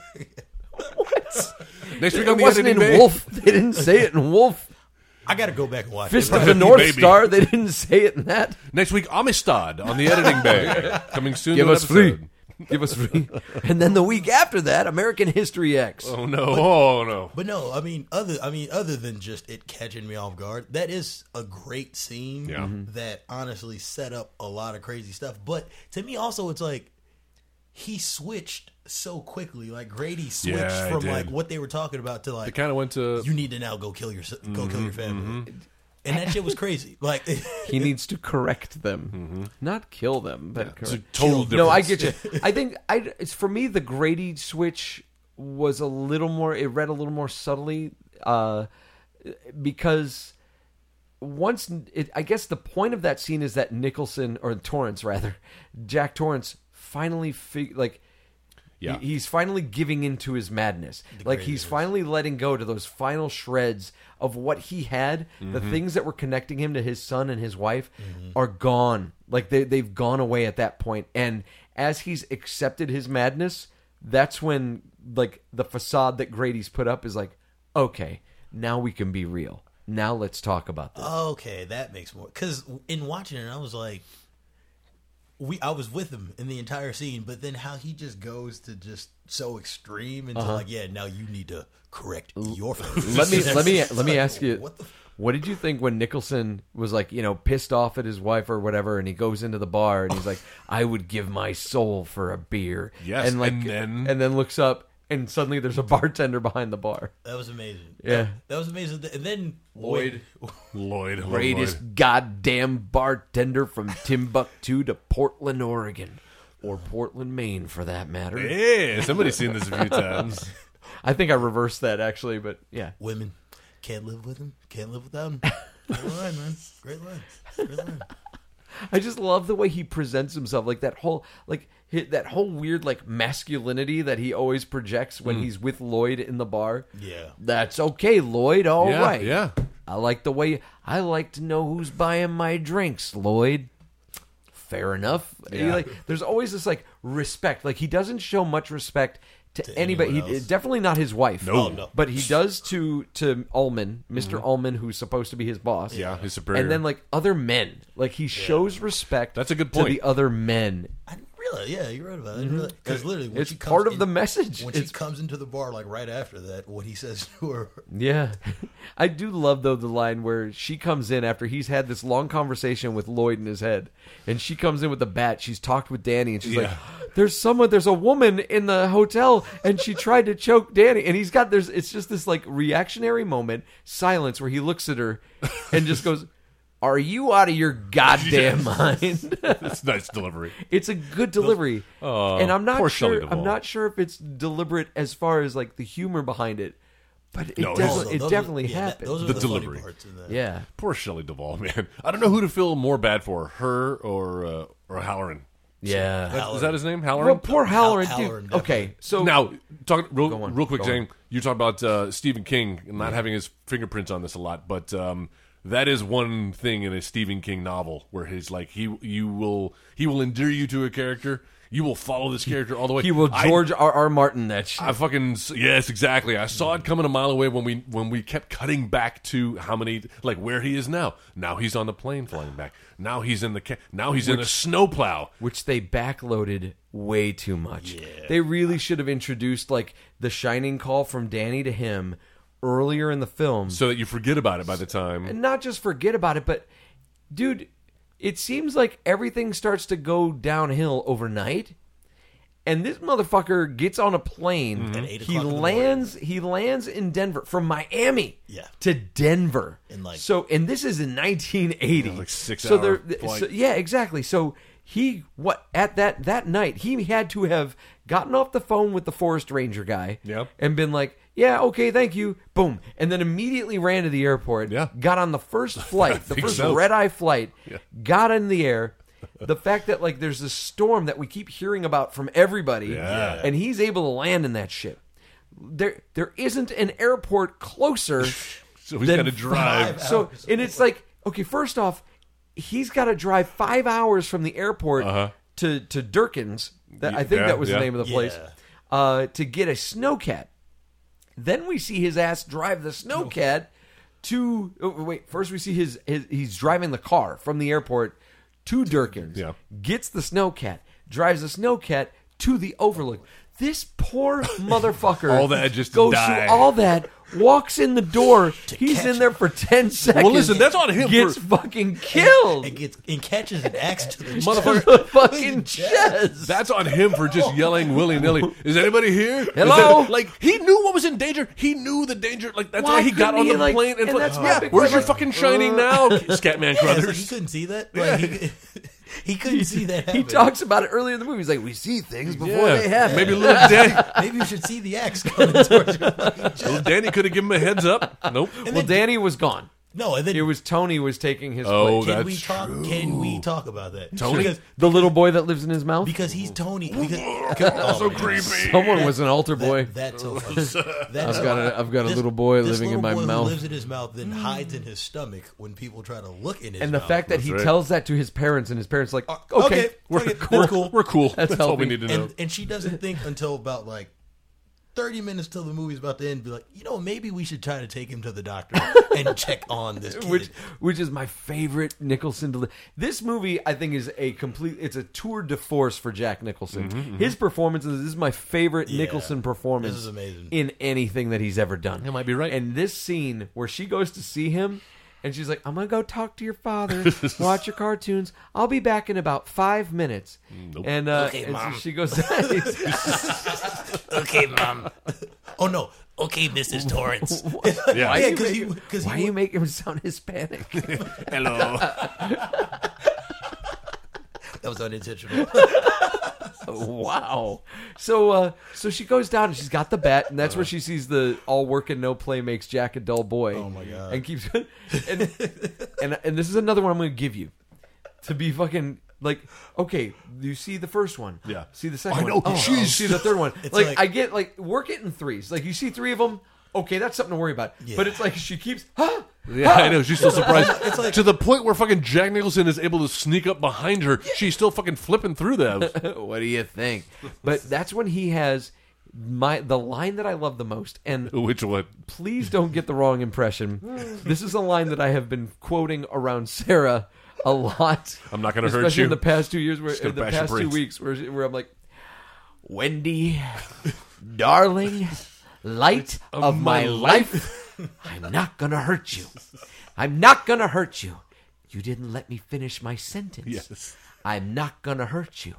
Speaker 4: next week on
Speaker 3: It
Speaker 4: the
Speaker 3: wasn't in
Speaker 4: editing bay?
Speaker 3: Wolf. They didn't say it in Wolf.
Speaker 5: I got to go back and watch.
Speaker 3: Fist
Speaker 5: it.
Speaker 3: of the North
Speaker 4: Maybe.
Speaker 3: Star. They didn't say it in that.
Speaker 4: Next week, Amistad on the editing bay. Coming soon.
Speaker 3: Give
Speaker 4: to an
Speaker 3: us free.
Speaker 4: episode.
Speaker 3: Give us free. And then the week after that, American History X.
Speaker 4: Oh no! oh no!
Speaker 5: But no, I mean other I mean other than just it catching me off guard, that is a great scene
Speaker 4: Yeah. Mhm.
Speaker 5: that honestly set up a lot of crazy stuff. But to me also it's like he switched so quickly. Like Grady switched
Speaker 4: Yeah, he
Speaker 5: from
Speaker 4: did.
Speaker 5: like what they were talking about to
Speaker 4: It
Speaker 5: like
Speaker 4: kind of went to Mm-hmm,
Speaker 5: you need to now go kill your go kill your family. And that shit was crazy. Like
Speaker 3: He needs to correct them, not kill them, but
Speaker 4: Mm-hmm. it's a
Speaker 3: correct.
Speaker 4: total difference.
Speaker 3: No, I get you. I think I. It's for me the Grady switch was a little more. It read a little more subtly, uh, because once it, I guess the point of that scene is that Nicholson or Torrance rather, Jack Torrance finally fig, like.
Speaker 4: Yeah.
Speaker 3: he- he's finally giving into his madness. like he's finally letting go to those final shreds of what he had. The things that were connecting him to his son and his wife are gone. Like they they've gone away at that point. And as he's accepted his madness, that's when like the facade that Grady's put up is like, okay, now we can be real. Now let's talk about this.
Speaker 5: okay, that makes more cuz in watching it I was like we I was with him in the entire scene, but then how he just goes to just so extreme and to like, yeah, now you need to correct your phone.
Speaker 3: Uh-huh. let me let me let me ask you
Speaker 5: What the f-
Speaker 3: what did you think when Nicholson was like you know pissed off at his wife or whatever and he goes into the bar and he's like I would give my soul for a beer
Speaker 4: Yes,
Speaker 3: and like
Speaker 4: and then-
Speaker 3: and then looks up and suddenly there's a bartender behind the bar
Speaker 5: that was amazing.
Speaker 3: Yeah.
Speaker 4: Oh,
Speaker 5: that was amazing. And then
Speaker 4: Lloyd. Lloyd. oh, hello,
Speaker 3: greatest
Speaker 4: Lloyd.
Speaker 3: goddamn bartender from Timbuktu to Portland Oregon or Portland Maine for that matter
Speaker 4: Yeah, somebody's seen this a few times.
Speaker 3: I think I reversed that actually but yeah
Speaker 5: women can't live with him, can't live without him. Great line, man. Great line. Great line.
Speaker 3: I just love the way he presents himself, like that whole like hi- that whole weird like masculinity that he always projects
Speaker 4: Mm.
Speaker 3: when he's with Lloyd in the bar.
Speaker 5: Yeah.
Speaker 3: that's okay, Lloyd. All Oh, right,
Speaker 4: Yeah, yeah.
Speaker 3: I like the way I like to know who's buying my drinks, Lloyd. Fair enough. He,
Speaker 4: Yeah.
Speaker 3: like, there's always this like respect. Like he doesn't show much respect to,
Speaker 5: anyone
Speaker 3: anybody. He,
Speaker 5: else.
Speaker 3: definitely not his wife.
Speaker 4: No. Oh, no.
Speaker 3: but he does to to Ullman, mister Ullman, who's supposed to be his boss.
Speaker 4: Yeah, his superior.
Speaker 3: And then like other men, like he shows respect.
Speaker 4: That's a good
Speaker 3: to
Speaker 4: point.
Speaker 3: the other men.
Speaker 5: I didn't realize. Yeah, you're right about it. Because literally, when
Speaker 3: Mm-hmm. It's
Speaker 5: she comes
Speaker 3: part of
Speaker 5: in-
Speaker 3: the message.
Speaker 5: When
Speaker 3: It's-
Speaker 5: she comes into the bar, like right after that, what he says to her,
Speaker 3: Yeah, I do love though the line where she comes in after he's had this long conversation with Lloyd in his head, and she comes in with the bat. She's talked with Danny, and she's
Speaker 4: Yeah.
Speaker 3: like, "There's someone. There's a woman in the hotel, and she tried to choke Danny." And he's got there's it's just this like reactionary moment, silence where he looks at her, and just goes. Are you out of your goddamn mind?
Speaker 4: It's nice delivery.
Speaker 3: It's a good delivery,
Speaker 4: Oh,
Speaker 3: and I'm not
Speaker 4: poor Shelley
Speaker 3: sure. I'm
Speaker 4: Duvall.
Speaker 3: not sure if it's deliberate as far as like the humor behind it, but it
Speaker 4: No, it's-
Speaker 3: definitely,
Speaker 5: Also,
Speaker 3: it
Speaker 5: those are-
Speaker 3: definitely
Speaker 5: yeah, that-
Speaker 3: happened.
Speaker 5: those are
Speaker 4: The
Speaker 5: the,
Speaker 4: delivery.
Speaker 5: funny parts in that.
Speaker 3: yeah,
Speaker 4: Poor Shelley Duvall, man. I don't know who to feel more bad for, her or uh, or Halloran.
Speaker 3: yeah.
Speaker 4: Is that his name? Halloran.
Speaker 3: Well, poor Halloran.
Speaker 5: Hal- Halloran,
Speaker 3: dude. Okay, so
Speaker 4: Now, talk real,
Speaker 3: on,
Speaker 4: real quick,
Speaker 3: go on.
Speaker 4: Jane. You talk about uh, Stephen King and not having his fingerprints on this a lot, but um, that is one thing in a Stephen King novel where his like he you will he will endear you to a character, you will follow this character all the way.
Speaker 3: he will
Speaker 4: I-
Speaker 3: George R. R. Martin that shit.
Speaker 4: I fucking yes, exactly. I saw it coming a mile away when we when we kept cutting back to how many like where he is now. Now he's on the plane flying back. Now he's in the ca- now he's in a snowplow.
Speaker 3: which they backloaded way too much. They really should have introduced like the shining call from Danny to him earlier in the film,
Speaker 4: So that you forget about it by the time.
Speaker 3: and not just forget about it, but dude, it seems like everything starts to go downhill overnight. And this motherfucker gets on a plane.
Speaker 4: Mm-hmm.
Speaker 5: eight
Speaker 3: He
Speaker 5: o'clock in the
Speaker 3: lands. He lands in Denver from Miami
Speaker 5: Yeah.
Speaker 3: to Denver.
Speaker 5: In like-
Speaker 3: so, and this is in 1980.
Speaker 4: Yeah, like six
Speaker 3: So
Speaker 4: hour
Speaker 3: they're-
Speaker 4: flight.
Speaker 3: so- yeah, exactly. So he what at that that night he had to have gotten off the phone with the forest ranger guy.
Speaker 4: Yep.
Speaker 3: And been like, yeah, okay, thank you. Boom. And then immediately ran to the airport.
Speaker 4: Yeah.
Speaker 3: Got on the first flight, the
Speaker 4: think
Speaker 3: first
Speaker 4: so.
Speaker 3: red eye flight,
Speaker 4: Yeah.
Speaker 3: got in the air. The fact that like there's this storm that we keep hearing about from everybody,
Speaker 4: Yeah.
Speaker 3: and he's able to land in that shit. There, there isn't an airport closer.
Speaker 4: So he's
Speaker 3: than
Speaker 4: got to drive.
Speaker 3: So, and it's like, okay, first off, he's got to drive five hours from the airport to to Durkin's. That I think
Speaker 4: Uh-huh. Yeah,
Speaker 3: that was
Speaker 4: yeah.
Speaker 3: the name of the place.
Speaker 5: Yeah.
Speaker 3: Uh, to get a snowcat. Then we see his ass drive the snowcat to. oh, wait, first we see his, his he's driving the car from the airport to Durkin's.
Speaker 4: Yeah.
Speaker 3: Gets the snowcat, drives the snowcat to the Overlook. This poor motherfucker
Speaker 4: All that just to
Speaker 3: goes
Speaker 4: die.
Speaker 3: through all that, walks in the door. He's in there for ten seconds.
Speaker 4: listen, that's on him
Speaker 3: Gets
Speaker 4: for-
Speaker 3: fucking killed.
Speaker 5: and gets and catches an axe to the
Speaker 4: Motherfucker.
Speaker 3: The fucking chest.
Speaker 4: That's on him for just yelling willy nilly. Is anybody here? Is
Speaker 3: Hello?
Speaker 4: that- like he knew what was in danger. He knew the danger. Like that's why,
Speaker 3: Why
Speaker 4: he got
Speaker 3: couldn't
Speaker 4: on
Speaker 3: he,
Speaker 4: the
Speaker 3: like-
Speaker 4: plane and,
Speaker 3: and
Speaker 4: fl-
Speaker 3: that's my
Speaker 4: yeah,
Speaker 3: big Uh.
Speaker 4: Where's
Speaker 3: question.
Speaker 4: your fucking shining now, Scatman
Speaker 5: Yeah, it's like he
Speaker 4: Crothers?
Speaker 5: couldn't see that. Like, he, he couldn't see that.
Speaker 3: He
Speaker 5: Happen.
Speaker 3: talks about it earlier in the movie. He's like, "We see things before
Speaker 4: Yeah,
Speaker 3: they happen."
Speaker 4: maybe little Danny.
Speaker 5: Maybe you should see the axe coming towards you.
Speaker 4: little Danny could have given him a heads up. Nope.
Speaker 3: well, Danny was gone.
Speaker 5: No, and then
Speaker 3: It was Tony was taking his
Speaker 4: Oh,
Speaker 3: place.
Speaker 5: can we
Speaker 4: that's
Speaker 5: talk? Can we talk about that?
Speaker 4: Tony?
Speaker 5: because,
Speaker 3: The little boy that lives in his mouth.
Speaker 5: because he's Tony. Because, oh,
Speaker 4: so
Speaker 5: my God.
Speaker 4: creepy.
Speaker 3: Someone was an altar boy.
Speaker 5: That, that's so funny. That's
Speaker 3: I've got a- I've got a little boy
Speaker 5: this
Speaker 3: living in my
Speaker 5: little boy who
Speaker 3: mouth. Mm.
Speaker 5: lives in his mouth, then hides in his stomach when people try to look in his.
Speaker 3: and the
Speaker 5: mouth.
Speaker 3: fact that he
Speaker 4: right.
Speaker 3: tells that to his parents, and his parents are like,
Speaker 5: Uh,
Speaker 3: "Okay,
Speaker 5: okay,
Speaker 3: we're
Speaker 5: fuck it,
Speaker 3: cool.
Speaker 5: that's cool."
Speaker 4: We're cool.
Speaker 3: That's
Speaker 4: all
Speaker 3: healthy.
Speaker 4: we need to know.
Speaker 5: and and she doesn't think until about like 30 minutes till the movie's about to end, be like, you know, maybe we should try to take him to the doctor and check on this kid.
Speaker 3: which which is my favorite Nicholson. deli- This movie, I think, is a complete. It's a tour de force for Jack Nicholson. His performances. This is my favorite Nicholson performance.
Speaker 5: This is amazing.
Speaker 3: in anything that he's ever done. You
Speaker 4: might be right.
Speaker 3: And this scene where she goes to see him. And she's like, "I'm gonna go talk to your father, watch your cartoons. I'll be back in about five minutes." And, uh,
Speaker 7: Okay,
Speaker 3: and so
Speaker 7: Mom.
Speaker 3: she goes,
Speaker 7: Okay, mom.
Speaker 5: oh, no. Okay, Mrs. Torrance. yeah,
Speaker 3: Why, do you
Speaker 5: because
Speaker 3: make-
Speaker 5: he, cause
Speaker 3: why
Speaker 5: he,
Speaker 3: do you make him sound Hispanic?"
Speaker 7: Hello.
Speaker 5: that was unintentional.
Speaker 3: wow. So uh so she goes down and she's got the bat, and that's where she sees the all work and no play makes Jack a dull boy. Oh my god. And keeps and and, and this is another one I'm gonna give you. To be fucking like okay, you see the first one,
Speaker 4: Yeah.
Speaker 3: See the second
Speaker 4: I know,
Speaker 3: one, oh,
Speaker 4: jeez.
Speaker 3: see the third one.
Speaker 5: It's
Speaker 3: like,
Speaker 5: like-
Speaker 3: I get like work it in threes. Like you see three of them, okay, that's something to worry about. But it's like she keeps, huh?
Speaker 4: Yeah, I know. She's still surprised. to the point where fucking Jack Nicholson is able to sneak up behind her. She's still fucking flipping through them.
Speaker 3: what do you think? But that's when he has my the line that I love the most, and
Speaker 4: Which one?
Speaker 3: please don't get the wrong impression. This is a line that I have been quoting around Sarah a lot.
Speaker 4: I'm not gonna hurt
Speaker 3: especially
Speaker 4: you.
Speaker 3: in the past two years, where
Speaker 4: Just gonna
Speaker 3: in the
Speaker 4: bash your
Speaker 3: past two
Speaker 4: brains.
Speaker 3: weeks, where, where I'm like, Wendy, darling, light of, my,
Speaker 4: my
Speaker 3: life, I'm not gonna hurt you. I'm not gonna hurt you. You didn't let me finish my sentence.
Speaker 4: Yes.
Speaker 3: I'm not gonna hurt you.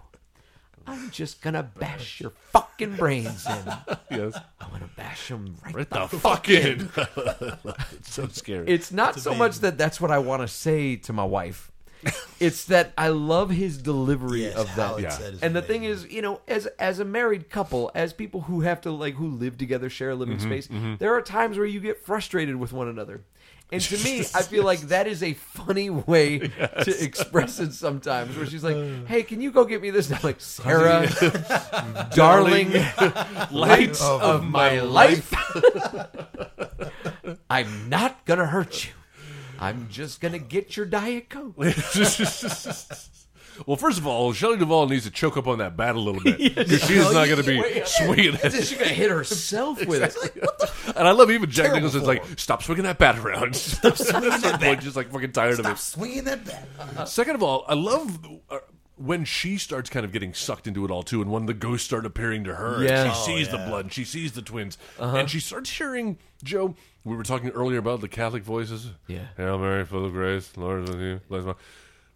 Speaker 3: I'm just gonna bash your fucking brains in.
Speaker 4: Yes.
Speaker 3: I'm gonna bash them right,
Speaker 4: Right
Speaker 3: the
Speaker 4: the fucking. it's so scary.
Speaker 3: it's not so much that that's what I want to say to my wife. it's that I love his delivery
Speaker 5: Yes,
Speaker 3: of
Speaker 5: how
Speaker 3: that.
Speaker 5: it's said is
Speaker 3: and the
Speaker 5: amazing.
Speaker 3: thing is, you know, as as a married couple, as people who have to like who live together, share a living space, there are times where you get frustrated with one another. And to me, I feel like that is a funny way to express it sometimes. Where she's like, "Hey, can you go get me this?" And I'm like, "Sarah, darling, light
Speaker 4: oh.
Speaker 3: of, my life. I'm not gonna hurt you. I'm just gonna get your diet coke.
Speaker 4: well, first of all, Shelley Duvall needs to choke up on that bat a little bit because she's not going to be swinging at
Speaker 3: She's gonna hit herself with it.
Speaker 4: And I love even Jack Nicholson's like, stop swinging that bat around. Stop swinging that bat. Just like fucking tired
Speaker 5: Stop
Speaker 4: of
Speaker 5: swinging that bat.
Speaker 4: it. Second of all, I love uh, when she starts kind of getting sucked into it all too, and when the ghosts start appearing to her,
Speaker 3: Yeah. Uh-huh.
Speaker 4: and she sees the blood, and she sees the twins, and she starts hearing Joe. We were talking earlier about the Catholic voices.
Speaker 3: Yeah.
Speaker 4: Hail Mary, full of grace, Lord is with you. Blessed are-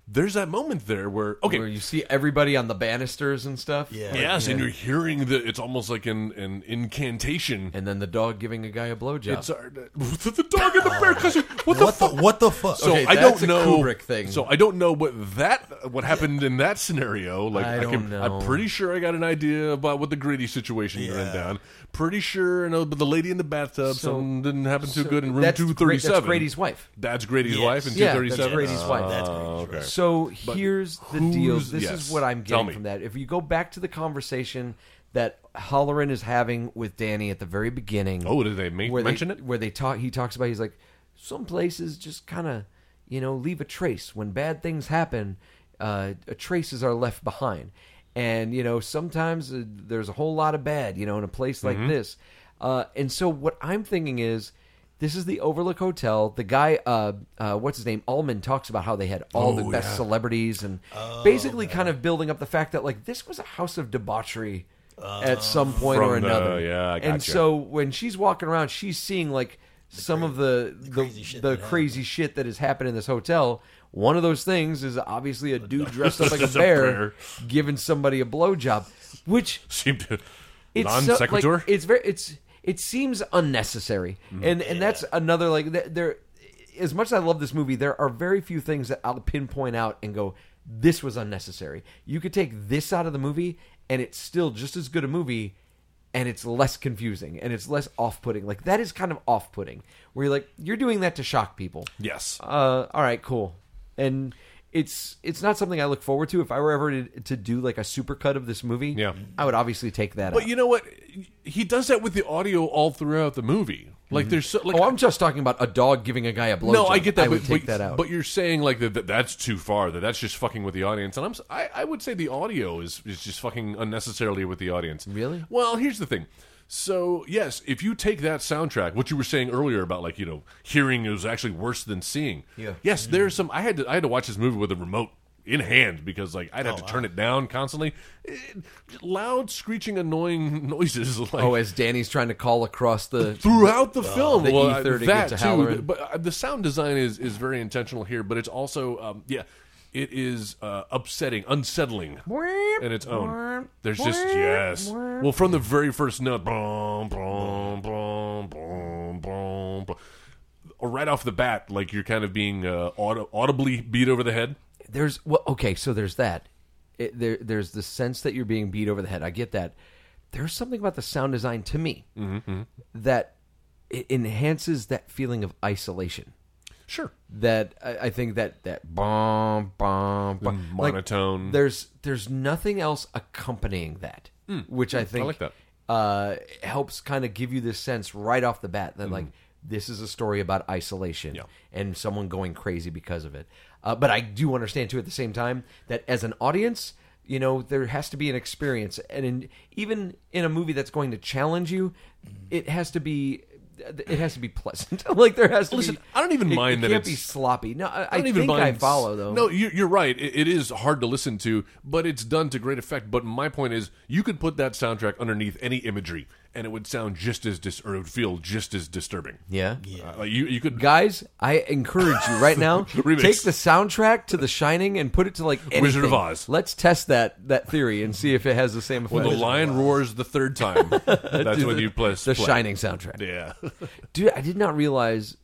Speaker 4: There's that moment there where okay,
Speaker 3: Where you see everybody on the banisters and stuff.
Speaker 5: Yeah.
Speaker 4: yes, and you're hearing the. It's almost like an an incantation.
Speaker 3: And then the dog giving a guy a blowjob.
Speaker 4: it's our, the dog and the bear cousin. What the
Speaker 5: What the,
Speaker 4: fuck?
Speaker 5: what the fuck?
Speaker 4: So
Speaker 3: Okay,
Speaker 4: I
Speaker 3: that's
Speaker 4: don't
Speaker 3: a
Speaker 4: know
Speaker 3: Kubrick thing.
Speaker 4: So I don't know what that what happened in that scenario. Like
Speaker 3: I
Speaker 4: I,
Speaker 3: don't
Speaker 4: can,
Speaker 3: know.
Speaker 4: I'm pretty sure I got an idea about what the gritty situation went down. Pretty sure, you know, but the lady in the bathtub,
Speaker 3: So-
Speaker 4: something didn't happen too
Speaker 3: so
Speaker 4: good in room
Speaker 3: that's
Speaker 4: two
Speaker 3: Gra-
Speaker 4: thirty seven.
Speaker 3: that's Grady's wife.
Speaker 4: That's Grady's
Speaker 5: Yes.
Speaker 4: wife in
Speaker 3: Yeah,
Speaker 4: two Uh, Oh. thirty
Speaker 3: that's
Speaker 4: seven.
Speaker 3: Grady's wife.
Speaker 5: That's
Speaker 4: okay.
Speaker 3: So here's the deal.
Speaker 4: who's-
Speaker 3: This
Speaker 4: yes.
Speaker 3: is what I'm
Speaker 4: Tell
Speaker 3: getting
Speaker 4: me.
Speaker 3: from that. If you go back to the conversation that Holleran is having with Danny at the very beginning.
Speaker 4: Oh, did they ma-
Speaker 3: where
Speaker 4: mention
Speaker 3: they,
Speaker 4: it?
Speaker 3: Where they talk, he talks about. He's like, some places just kind of, you know, leave a trace when bad things happen. Uh, traces are left behind, and you know sometimes uh, there's a whole lot of bad, you know, in a place
Speaker 4: Mm-hmm.
Speaker 3: like this. Uh, and so what I'm thinking is. This is the Overlook Hotel. The guy, uh, uh, what's his name, Allman, talks about how they had all
Speaker 4: Oh,
Speaker 3: the best celebrities and basically kind of building up the fact that like this was a house of debauchery at some point
Speaker 4: Uh, From
Speaker 3: or
Speaker 4: the-
Speaker 3: another.
Speaker 4: yeah, I
Speaker 3: and
Speaker 4: gotcha.
Speaker 3: so so when she's walking around, she's seeing like some of the the, the crazy, shit, that has happened in this hotel. One of those things is obviously a dude dressed up like a
Speaker 4: It's a
Speaker 3: bear
Speaker 4: bear.
Speaker 3: giving somebody a blowjob, which
Speaker 4: Seemed to
Speaker 3: it's
Speaker 4: non
Speaker 3: so-
Speaker 4: sequitur. Mm-hmm.
Speaker 3: like, it's very it's it seems unnecessary, and and that's another like th- there. As much as I love this movie, there are very few things that I'll pinpoint out and go, "This was unnecessary." You could take this out of the movie, and it's still just as good a movie, and it's less confusing and it's less off-putting. Like that is kind of off-putting, where you're like, "You're doing that to shock people."
Speaker 4: yes.
Speaker 3: uh, all right, cool. And it's it's not something I look forward to. If I were ever to, to do like a supercut of this movie,
Speaker 4: Yeah.
Speaker 3: I would obviously take that.
Speaker 4: but
Speaker 3: out.
Speaker 4: you know what? He does that with the audio all throughout the movie. Like there's so, like
Speaker 3: oh, I'm just talking about a dog giving a guy a blowjob.
Speaker 4: No, I get that.
Speaker 3: I would
Speaker 4: but,
Speaker 3: take
Speaker 4: but-
Speaker 3: that out.
Speaker 4: But you're saying like that, that that's too far. That that's just fucking with the audience. And I'm s- I, I would say the audio is is just fucking unnecessarily with the audience.
Speaker 3: Really?
Speaker 4: Well, here's the thing. So yes, if you take that soundtrack, what you were saying earlier about like you know hearing is actually worse than seeing.
Speaker 3: Yeah. Mm.
Speaker 4: Yes, there's some. I had to I had to watch this movie with a remote in hand because like
Speaker 3: Oh,
Speaker 4: I'd have to turn it down constantly. It- loud, screeching, annoying noises. Like,
Speaker 3: Oh, as Danny's trying to call across the
Speaker 4: throughout the film.
Speaker 3: Uh, the
Speaker 4: well, I-
Speaker 3: E30
Speaker 4: that
Speaker 3: gets a
Speaker 4: too,
Speaker 3: Halloran.
Speaker 4: but uh, the sound design is is very intentional here. But it's also um, yeah, it is uh, upsetting, unsettling in its own. There's just yes. Well, from the very first note, boom, boom, boom, boom, boom, boom. Right off the bat, like you're kind of being uh, aud- audibly beat over the head.
Speaker 3: there's well okay so there's that it, there, there's the sense that you're being beat over the head i get that there's something about the sound design to me
Speaker 4: Mm-hmm,
Speaker 3: that it enhances that feeling of isolation
Speaker 4: Sure.
Speaker 3: that I, I think that that bomb bomb, bomb
Speaker 4: Mm, monotone.
Speaker 3: there's there's nothing else accompanying that, which I think
Speaker 4: Mm. like that.
Speaker 3: Uh, helps kind of give you this sense right off the bat that like this is a story about isolation
Speaker 4: Mm-hmm. Yeah.
Speaker 3: and someone going crazy because of it. Uh, but I do understand too at the same time that as an audience. You know, there has to be an experience, and in, even in a movie that's going to challenge you,
Speaker 4: Mm.
Speaker 3: it has to be it has to be pleasant. like there has to
Speaker 4: Listen,
Speaker 3: be.
Speaker 4: I don't even
Speaker 3: it-
Speaker 4: mind
Speaker 3: it
Speaker 4: that
Speaker 3: can't
Speaker 4: it's-
Speaker 3: be sloppy. No, I, I,
Speaker 4: don't
Speaker 3: think
Speaker 4: even
Speaker 3: I
Speaker 4: mind-
Speaker 3: follow though.
Speaker 4: No, you- you're right. It, it is hard to listen to, but it's done to great effect. But my point is, you could put that soundtrack underneath any imagery, and it would sound just as dis- or it would feel just as disturbing.
Speaker 3: yeah.
Speaker 4: Uh, like you, you could.
Speaker 3: Guys, I encourage you right now
Speaker 4: Remix.
Speaker 3: take the soundtrack to The Shining and put it to like anything.
Speaker 4: Wizard of Oz.
Speaker 3: Let's test that that theory and see if it has the same
Speaker 4: when
Speaker 3: effect.
Speaker 4: the lion roars the third time, that's when you play
Speaker 3: The
Speaker 4: play.
Speaker 3: Shining soundtrack.
Speaker 4: Yeah,
Speaker 3: Dude, I did not realize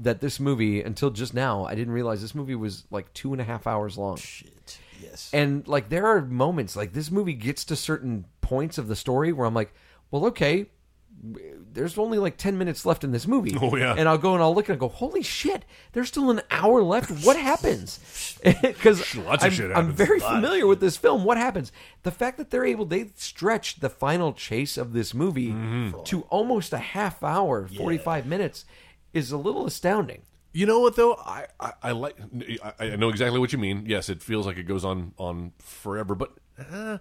Speaker 3: that this movie until just now. I didn't realize this movie was like two and a half hours long.
Speaker 5: Shit. Yes.
Speaker 3: And like there are moments like this movie gets to certain points of the story where I'm like, well, okay, w- there's only like ten minutes left in this movie.
Speaker 4: Oh, yeah.
Speaker 3: And I'll go and I'll look and I go, holy shit, there's still an hour left. What happens? Because
Speaker 4: Lots of
Speaker 3: I'm,
Speaker 4: shit
Speaker 3: I'm
Speaker 4: happens.
Speaker 3: very familiar with this film. What happens? The fact that they're able they stretch the final chase of this movie
Speaker 4: Mm-hmm.
Speaker 3: to almost a half hour, forty five minutes, is a little astounding.
Speaker 4: you know what though? I, I, I like. I, I know exactly what you mean. Yes, it feels like it goes on on forever, but uh,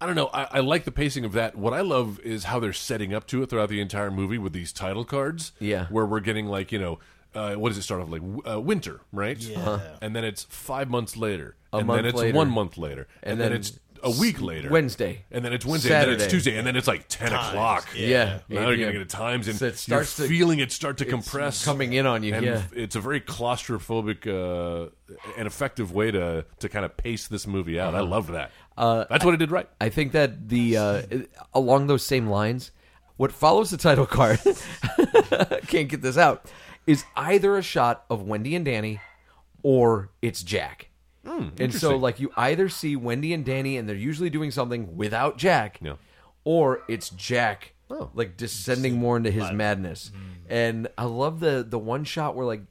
Speaker 4: I don't know. I, I like the pacing of that. What I love is how they're setting up to it throughout the entire movie with these title cards.
Speaker 3: Yeah.
Speaker 4: where we're getting like you know. Uh, what does it start off like? W- Uh, winter, right? Yeah. And then it's five months later.
Speaker 3: Uh-huh. A
Speaker 4: and
Speaker 3: month
Speaker 4: then it's
Speaker 3: later.
Speaker 4: one month later. And, then,
Speaker 3: then
Speaker 4: it's a week later.
Speaker 3: Wednesday.
Speaker 4: And then it's Wednesday. And then it's
Speaker 3: Saturday.
Speaker 4: Tuesday. And then it's like 10 o'clock.
Speaker 3: Yeah. 8
Speaker 4: Now you're going to
Speaker 3: p.m..
Speaker 4: get a times. And
Speaker 3: So it starts
Speaker 4: you're
Speaker 3: to-
Speaker 4: feeling it start to compress.
Speaker 3: coming in on you,
Speaker 4: And
Speaker 3: yeah.
Speaker 4: it's a very claustrophobic uh, and effective way to, to kind of pace this movie out. I
Speaker 3: Uh-huh.
Speaker 4: love that.
Speaker 3: Uh,
Speaker 4: That's what it did right.
Speaker 3: I think that the uh, along those same lines, what follows the title card can't get this out is either a shot of Wendy and Danny or it's Jack.
Speaker 4: Hmm,
Speaker 3: and so, like, you either see Wendy and Danny, and they're usually doing something without Jack,
Speaker 4: Yeah. Oh.
Speaker 3: or it's Jack, like descending more into his madness. And I love the the one shot where like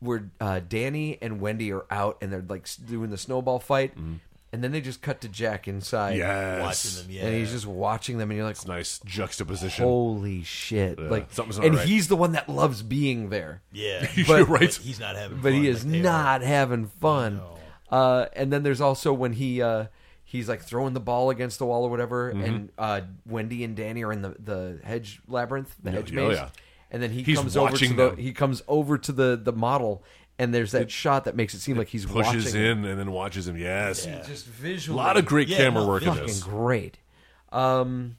Speaker 3: where uh, Danny and Wendy are out and they're like s- doing the snowball fight, and then they just cut to Jack inside.
Speaker 4: Mm-hmm. Yes.
Speaker 5: Watching them, yeah.
Speaker 3: And he's just watching them, and you're like,
Speaker 4: Nice juxtaposition.
Speaker 3: "Holy shit!" like,
Speaker 4: something's not
Speaker 3: and
Speaker 4: right.
Speaker 3: he's the one that loves being there,
Speaker 5: yeah.
Speaker 4: You're
Speaker 3: but-
Speaker 4: right.
Speaker 5: But he's not having
Speaker 3: but
Speaker 5: fun
Speaker 3: he
Speaker 5: like
Speaker 3: is
Speaker 5: they are.
Speaker 3: not having fun. Uh, and then there's also when he uh, he's like throwing the ball against the wall or whatever,
Speaker 4: Mm-hmm.
Speaker 3: and uh, Wendy and Danny are in the, the hedge labyrinth, the hedge
Speaker 4: oh,
Speaker 3: maze,
Speaker 4: yeah.
Speaker 3: and then he
Speaker 4: He's
Speaker 3: comes over to
Speaker 4: watching
Speaker 3: the
Speaker 4: them.
Speaker 3: he comes over to the the model, and there's that shot that makes it seem like he's
Speaker 4: Pushes
Speaker 3: watching
Speaker 4: in and then watches him. Yes.
Speaker 3: just
Speaker 4: A
Speaker 3: visually.
Speaker 4: lot of great
Speaker 5: Yeah,
Speaker 4: camera
Speaker 5: no,
Speaker 4: work in
Speaker 3: fucking
Speaker 4: this.
Speaker 3: great. Um,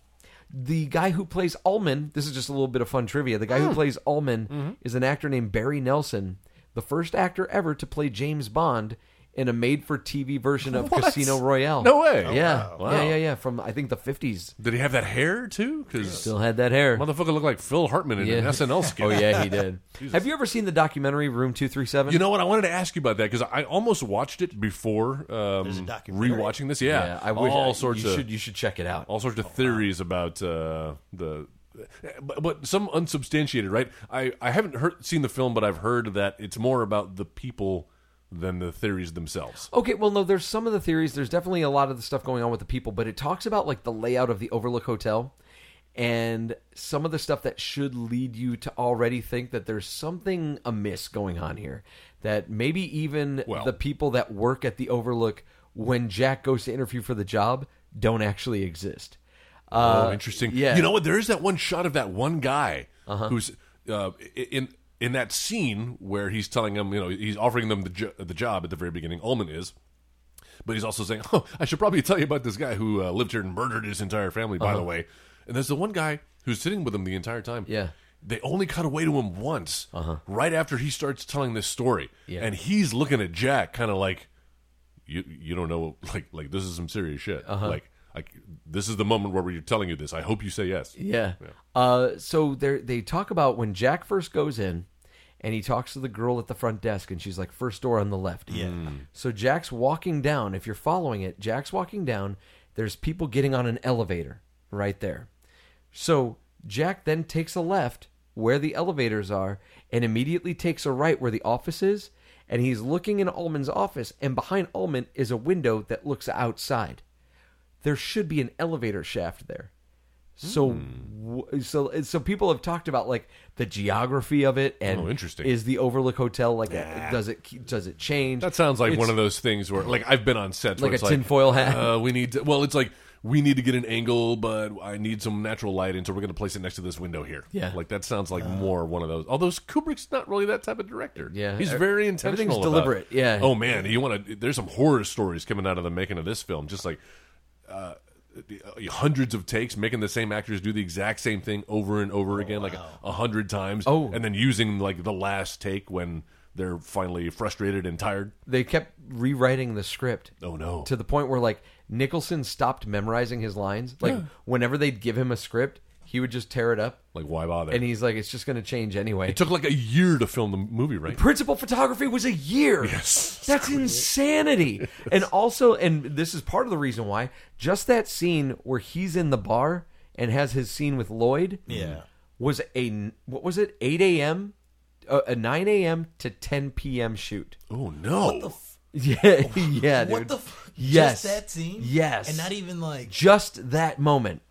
Speaker 3: the guy who plays Allman, this is just a little bit of fun trivia. The guy
Speaker 4: Hmm.
Speaker 3: who plays Allman
Speaker 4: Mm-hmm.
Speaker 3: is an actor named Barry Nelson, the first actor ever to play James Bond in a made-for-TV version of
Speaker 4: What?
Speaker 3: Casino Royale.
Speaker 4: No way. Oh,
Speaker 3: yeah,
Speaker 4: wow.
Speaker 3: yeah,
Speaker 4: Wow.
Speaker 3: yeah, yeah. From I think the fifties.
Speaker 4: Did he have that hair too? Because
Speaker 3: Still had that hair.
Speaker 4: motherfucker looked like Phil Hartman in an
Speaker 3: Yeah.
Speaker 4: SNL skit.
Speaker 3: Oh yeah, he did. Have you ever seen the documentary Room Two Three Seven?
Speaker 4: You know what? I wanted to ask you about that because I almost watched it before
Speaker 5: There's a
Speaker 4: um,
Speaker 5: documentary.
Speaker 4: rewatching this. Yeah,
Speaker 3: I wish
Speaker 4: all sorts
Speaker 3: you
Speaker 4: of
Speaker 3: Should, you should check it out.
Speaker 4: all sorts of theories about uh, the. But, but some unsubstantiated, right? I, I haven't heard, seen the film, but I've heard that it's more about the people than the theories themselves.
Speaker 3: Okay, well, no, there's some of the theories. There's definitely a lot of the stuff going on with the people, but it talks about like the layout of the Overlook Hotel and some of the stuff that should lead you to already think that there's something amiss going on here. That maybe even
Speaker 4: Well-
Speaker 3: the people that work at the Overlook, when Jack goes to interview for the job, don't actually exist. Uh,
Speaker 4: oh, interesting.
Speaker 3: yeah. Uh-huh.
Speaker 4: You know what? There is that one shot of that one guy who's uh, i- in in that scene where he's telling them, you know, he's offering them the jo- the job at the very beginning. Ullman is. But he's also saying, "Oh, I should probably tell you about this guy who uh, lived here and murdered his entire family."
Speaker 3: Uh-huh.
Speaker 4: By the way, and there's the one guy who's sitting with him the entire time.
Speaker 3: Yeah. Uh-huh.
Speaker 4: they only cut away to him once, right after he starts telling this story,
Speaker 3: Yeah.
Speaker 4: and he's looking at Jack, kind of like, "You, you don't know, like, like this is some serious shit.
Speaker 3: Uh-huh.
Speaker 4: Like, I, this is the moment where we're telling you this. I hope you say yes."
Speaker 3: Yeah. Uh, so they they talk about when Jack first goes in, and he talks to the girl at the front desk, and she's like, first door on the left. Yeah. So Jack's walking down. If you're following it, Jack's walking down. There's people getting on an elevator right there. So Jack then takes a left where the elevators are, and immediately takes a right where the office is. And he's looking in Allman's office, and behind Allman is a window that looks outside there should be an elevator shaft there. So,
Speaker 4: Hmm.
Speaker 3: w so, so people have talked about like the geography of it, and
Speaker 4: Oh, interesting.
Speaker 3: Is the Overlook Hotel like? A, does it keep- does it change?
Speaker 4: That sounds like
Speaker 3: It's-
Speaker 4: one of those things where, like, I've been on sets where
Speaker 3: Like a
Speaker 4: it's
Speaker 3: tinfoil hat?
Speaker 4: Uh, we need to, well, it's like we need to get an angle, but I need some natural light, and so we're going to place it next to this window here.
Speaker 3: Yeah. Uh.
Speaker 4: like that sounds like more one of those. Although Kubrick's not really that type of director.
Speaker 3: Yeah. Er,
Speaker 4: he's
Speaker 3: Ev-
Speaker 4: very intentional.
Speaker 3: everything's
Speaker 4: about-
Speaker 3: deliberate, yeah.
Speaker 4: Oh man, you want to? There's some horror stories coming out of the making of this film, just like. Uh, hundreds of takes, making the same actors do the exact same thing over and over again, like a hundred times,
Speaker 3: Oh.
Speaker 4: and then using like the last take when they're finally frustrated and tired.
Speaker 3: They kept rewriting the script.
Speaker 4: Oh, no.
Speaker 3: To the point where like Nicholson stopped memorizing his lines. Like whenever they'd give him a script, he would just tear it up,
Speaker 4: Like, why bother?
Speaker 3: and he's like, "It's just going to change anyway."
Speaker 4: It took like a year to film the movie, right?
Speaker 3: principal photography was a year. Yes. That's insanity. And also, and this is part of the reason why, just that scene where he's in the bar and has his scene with Lloyd
Speaker 5: Yeah.
Speaker 3: was a, what was it, 8 a.m., uh, a 9 a.m. to 10 p.m. shoot.
Speaker 4: Oh no!
Speaker 3: Yeah, yeah, dude.
Speaker 5: What the? F-
Speaker 3: Yes.
Speaker 5: Just that scene.
Speaker 3: Yes.
Speaker 5: And not even like.
Speaker 3: just that moment.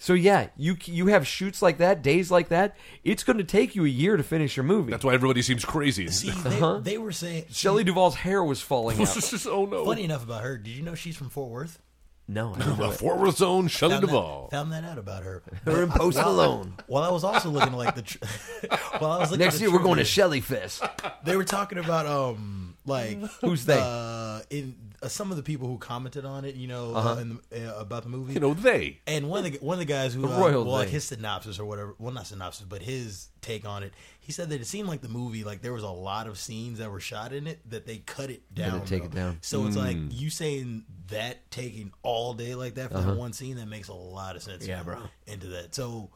Speaker 3: So yeah, you you have shoots like that, days like that. It's going to take you a year to finish your movie.
Speaker 4: That's why everybody seems crazy.
Speaker 5: See, they,
Speaker 3: Uh-huh.
Speaker 5: they were saying.
Speaker 3: Shelley Duvall's hair was falling out.
Speaker 4: This is- oh no!
Speaker 5: Funny enough about her, did you know she's from Fort Worth?
Speaker 3: No, I don't know
Speaker 4: The
Speaker 3: it.
Speaker 4: Fort Worth Zone, Shelley
Speaker 5: Found that-
Speaker 4: Duvall.
Speaker 5: Found that out about her.
Speaker 3: Her and Post Malone.
Speaker 5: While I was also looking like the, tr- while I was looking at
Speaker 3: Next
Speaker 5: the
Speaker 3: year we're going to
Speaker 5: trivia,
Speaker 3: Shelly Fest.
Speaker 5: They were talking about um like
Speaker 3: Who's they? Uh-huh.
Speaker 5: uh, in uh, some of the people who commented on it, you know, uh in the, uh, about the movie.
Speaker 4: You know they.
Speaker 5: and one of the one of the guys who uh,
Speaker 3: royal
Speaker 5: well, like
Speaker 3: they.
Speaker 5: his synopsis or whatever, well not synopsis, but his take on it, he said that it seemed like the movie like there was a lot of scenes that were shot in it that they cut it down.
Speaker 3: take it
Speaker 5: though.
Speaker 3: down.
Speaker 5: So it's like
Speaker 4: Hmm.
Speaker 5: you saying that taking all day like that for
Speaker 3: Uh-huh.
Speaker 5: that one scene that makes a lot of sense.
Speaker 3: Yeah, bro.
Speaker 5: Into that, so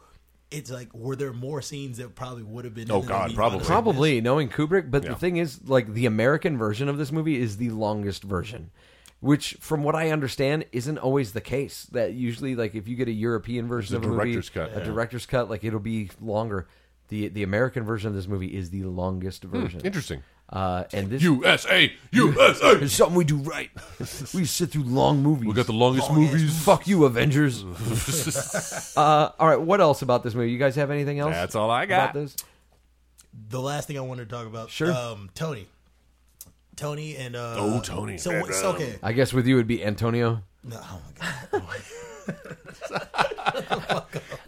Speaker 5: it's like were there more scenes that probably would have been?
Speaker 4: Oh,
Speaker 5: in it that
Speaker 4: God,
Speaker 5: we
Speaker 4: probably.
Speaker 5: might have
Speaker 3: Probably
Speaker 5: missed?
Speaker 3: knowing Kubrick, but
Speaker 4: Yeah.
Speaker 3: the thing is, like the American version of this movie is the longest version, which, from what I understand, isn't always the case. That usually, like if you get a European version
Speaker 4: It's
Speaker 3: of
Speaker 4: a
Speaker 3: a
Speaker 4: director's
Speaker 3: movie,
Speaker 4: cut,
Speaker 3: a
Speaker 4: yeah.
Speaker 3: director's cut, like it'll be longer. the The American version of this movie is the longest version.
Speaker 4: Hmm, Interesting.
Speaker 3: Uh, and this
Speaker 4: USA, USA.
Speaker 3: is something we do right. we sit through long movies.
Speaker 4: We got the longest movies.
Speaker 3: Fuck you, Avengers. uh, all right, what else about this movie? You guys have anything else?
Speaker 4: That's all I
Speaker 3: about
Speaker 4: got.
Speaker 3: this.
Speaker 5: the last thing I wanted to talk about.
Speaker 3: Sure.
Speaker 5: um, Tony. Tony and uh,
Speaker 4: Oh, Tony.
Speaker 5: So it's okay.
Speaker 3: I guess with you it'd be Antonio.
Speaker 5: No, oh my god.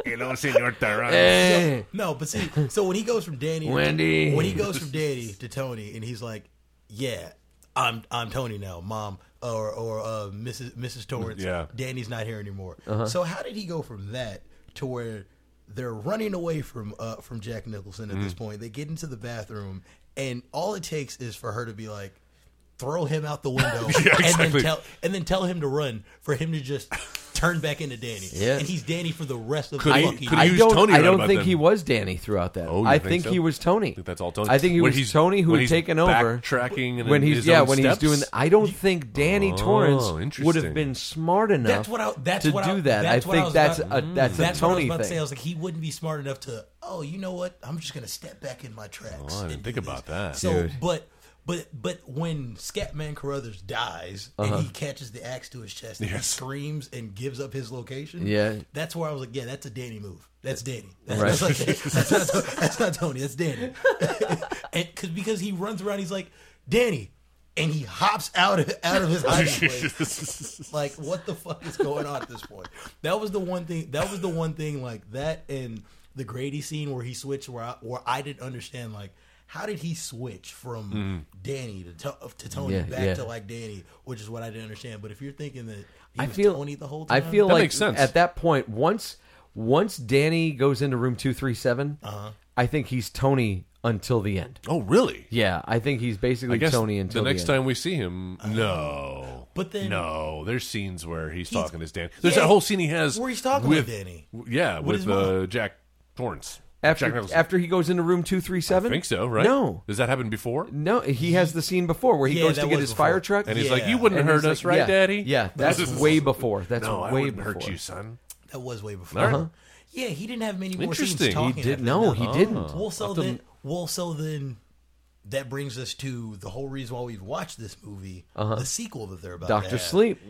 Speaker 7: Hello, Senor Taran.
Speaker 3: Eh. Hey,
Speaker 5: No, but see, so when he goes from Danny,
Speaker 3: Wendy.
Speaker 5: when he goes from Danny to Tony, and he's like, "Yeah, I'm I'm Tony now, Mom, or or uh, Mrs. Mrs. Torrance.
Speaker 4: Yeah.
Speaker 5: Danny's not here anymore.
Speaker 3: Uh-huh.
Speaker 5: So how did he go from that to where they're running away from uh, from Jack Nicholson at
Speaker 4: Mm.
Speaker 5: this point? They get into the bathroom, and all it takes is for her to be like. Throw him out the window, and
Speaker 4: exactly.
Speaker 5: then tell and then tell him to run for him to just turn back into Danny.
Speaker 3: Yeah.
Speaker 5: and he's Danny for the rest of
Speaker 4: Could
Speaker 5: the
Speaker 4: he-
Speaker 5: fucking.
Speaker 4: could he
Speaker 3: I
Speaker 4: Who's
Speaker 3: don't.
Speaker 4: Tony
Speaker 3: I
Speaker 4: right
Speaker 3: don't
Speaker 4: about
Speaker 3: think
Speaker 4: then?
Speaker 3: he was Danny throughout that.
Speaker 4: Oh, you
Speaker 3: I
Speaker 4: think
Speaker 3: think,
Speaker 4: so?
Speaker 3: he was Tony.
Speaker 4: I think that's all Tony.
Speaker 3: I think he
Speaker 4: When
Speaker 3: was
Speaker 4: he's-
Speaker 3: Tony who
Speaker 4: when
Speaker 3: had
Speaker 4: he's
Speaker 3: taken over,
Speaker 4: backtracking and
Speaker 3: when
Speaker 4: in
Speaker 3: he's
Speaker 4: his
Speaker 3: yeah
Speaker 4: own
Speaker 3: when
Speaker 4: steps?
Speaker 3: he's doing. I don't think Danny
Speaker 4: Oh,
Speaker 3: Torrance would
Speaker 4: interesting.
Speaker 3: have been smart enough
Speaker 5: That's what I. That's
Speaker 3: to
Speaker 5: what
Speaker 3: do
Speaker 5: I,
Speaker 3: that.
Speaker 5: That's
Speaker 3: I
Speaker 5: what
Speaker 3: think
Speaker 5: was
Speaker 3: that's
Speaker 5: about-
Speaker 4: mm,
Speaker 3: a that's a
Speaker 5: that's what I was
Speaker 3: Tony
Speaker 5: about to say. I
Speaker 3: thing.
Speaker 5: was like, he wouldn't be smart enough to. Oh, you know what? I'm just gonna step back in my tracks.
Speaker 4: Oh, I didn't
Speaker 5: and
Speaker 4: think
Speaker 5: do
Speaker 4: about that.
Speaker 5: this. So,
Speaker 3: Dude.
Speaker 5: but but but when Scatman Carruthers dies
Speaker 3: Uh-huh.
Speaker 5: and he catches the axe to his chest and he
Speaker 4: Yes.
Speaker 5: screams and gives up his location,
Speaker 3: Yeah.
Speaker 5: that's where I was like, yeah, that's a Danny move. That's Danny. That's,
Speaker 3: Right.
Speaker 5: that's, not, that's, not, that's not Tony. That's Danny. and cause, because he runs around, he's like, Danny, and he hops out of out of his hiding place. like, what the fuck is going on at this point? That was the one thing. That was the one thing. Like that and the Grady scene where he switched, where I, where I didn't understand. Like, how did he switch from Danny to, to to Tony
Speaker 3: Mm-hmm. Yeah,
Speaker 5: back
Speaker 3: yeah.
Speaker 5: to like Danny, which is what I didn't understand. But if you're thinking that he
Speaker 3: I
Speaker 5: was
Speaker 3: feel
Speaker 5: Tony the whole
Speaker 3: I
Speaker 5: time,
Speaker 3: feel
Speaker 4: That
Speaker 3: like
Speaker 4: makes sense.
Speaker 3: at that point once once Danny goes into room 237,
Speaker 4: Uh-huh.
Speaker 3: I think he's Tony until the end.
Speaker 4: Oh, really?
Speaker 3: Yeah, I think he's basically
Speaker 4: I guess
Speaker 3: Tony until
Speaker 4: the
Speaker 3: the,
Speaker 4: next
Speaker 3: end.
Speaker 4: time we see him. No.
Speaker 5: But Oh. then-
Speaker 4: no, there's scenes where he's,
Speaker 5: He's-
Speaker 4: talking to Danny. There's
Speaker 5: Yeah,
Speaker 4: that whole scene he has
Speaker 5: where he's talking
Speaker 4: with
Speaker 5: with Danny.
Speaker 4: w- Yeah,
Speaker 5: his
Speaker 4: with
Speaker 5: mom.
Speaker 4: uh, Jack Torrance. Jack
Speaker 3: after
Speaker 4: Nicholson.
Speaker 3: after he goes into room 237?
Speaker 4: I think so, right?
Speaker 3: No.
Speaker 4: Does that happen before?
Speaker 3: No, he has the scene before where he
Speaker 5: Yeah,
Speaker 3: goes to
Speaker 5: that
Speaker 3: get
Speaker 5: was
Speaker 3: his
Speaker 5: before.
Speaker 3: fire truck
Speaker 4: And he's
Speaker 5: Yeah.
Speaker 4: like, "You wouldn't
Speaker 3: And
Speaker 4: hurt
Speaker 3: he's
Speaker 4: us,
Speaker 3: like,
Speaker 4: right,
Speaker 3: yeah,
Speaker 4: Daddy?"
Speaker 3: Yeah, that's way before. That's
Speaker 4: no, I
Speaker 3: way
Speaker 4: wouldn't
Speaker 3: before.
Speaker 4: hurt you, son.
Speaker 5: That was way before. Yeah, he didn't have many more
Speaker 4: Interesting. He
Speaker 5: scenes talking.
Speaker 3: did-
Speaker 5: after
Speaker 3: no,
Speaker 5: that. Uh-huh.
Speaker 3: he Uh-huh. didn't.
Speaker 5: Well, so then, well, so then, that brings us to the whole reason why we've watched this movie, the sequel that they're about. to
Speaker 3: Uh-huh. Doctor
Speaker 5: have.
Speaker 3: Sleep.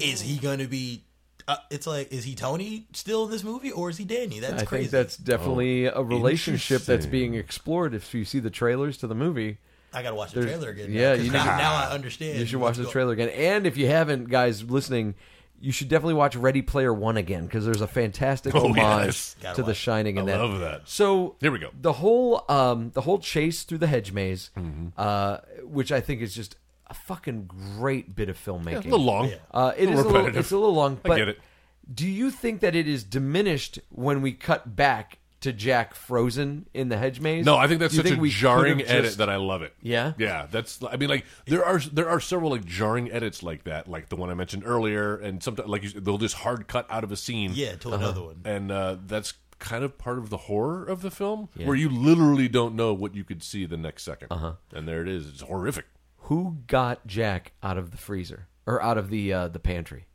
Speaker 5: Is he going to be? Uh, it's like, is he Tony still in this movie, or is he Danny? That's
Speaker 3: I
Speaker 5: crazy.
Speaker 3: think that's definitely a relationship that's
Speaker 4: Oh, interesting.
Speaker 3: being explored. If you see the trailers to the movie,
Speaker 5: I gotta watch the
Speaker 3: There's-
Speaker 5: trailer again.
Speaker 3: yeah,
Speaker 5: now, 'cause
Speaker 3: you
Speaker 5: now,
Speaker 3: need to-
Speaker 5: now I understand.
Speaker 3: you should watch
Speaker 5: what's
Speaker 3: the
Speaker 5: go-
Speaker 3: trailer again. And if you haven't, guys listening, you should definitely watch Ready Player One again because there's a fantastic
Speaker 4: Oh,
Speaker 3: homage
Speaker 4: yes.
Speaker 5: Gotta
Speaker 3: to The
Speaker 5: watch it.
Speaker 3: Shining. In
Speaker 4: I
Speaker 3: that.
Speaker 4: love that.
Speaker 3: So
Speaker 4: Here we go.
Speaker 3: The whole um, the whole chase through the hedge maze,
Speaker 4: Mm-hmm.
Speaker 3: uh, which I think is just a fucking great bit of filmmaking.
Speaker 4: A little long.
Speaker 3: Uh, it is a little,
Speaker 4: repetitive.
Speaker 3: it's a little long,
Speaker 4: I
Speaker 3: but
Speaker 4: get it.
Speaker 3: do you think that it is diminished when we cut back to Jack frozen in the hedge maze?
Speaker 4: No, I think that's
Speaker 3: Do you
Speaker 4: such a
Speaker 3: we
Speaker 4: jarring
Speaker 3: could've
Speaker 4: edit
Speaker 3: just-
Speaker 4: that I love it.
Speaker 3: Yeah?
Speaker 4: yeah. That's I mean, like there are there are several like jarring edits like that, like the one I mentioned earlier, and sometimes like you, they'll just hard cut out of a scene.
Speaker 5: Yeah, to
Speaker 3: Uh-huh.
Speaker 5: another one.
Speaker 4: and uh, that's kind of part of the horror of the film, where you literally don't know what you could see the next 2nd
Speaker 5: Uh-huh.
Speaker 4: and there it is. It's horrific.
Speaker 3: Who got Jack out of the freezer or out of the uh, the pantry?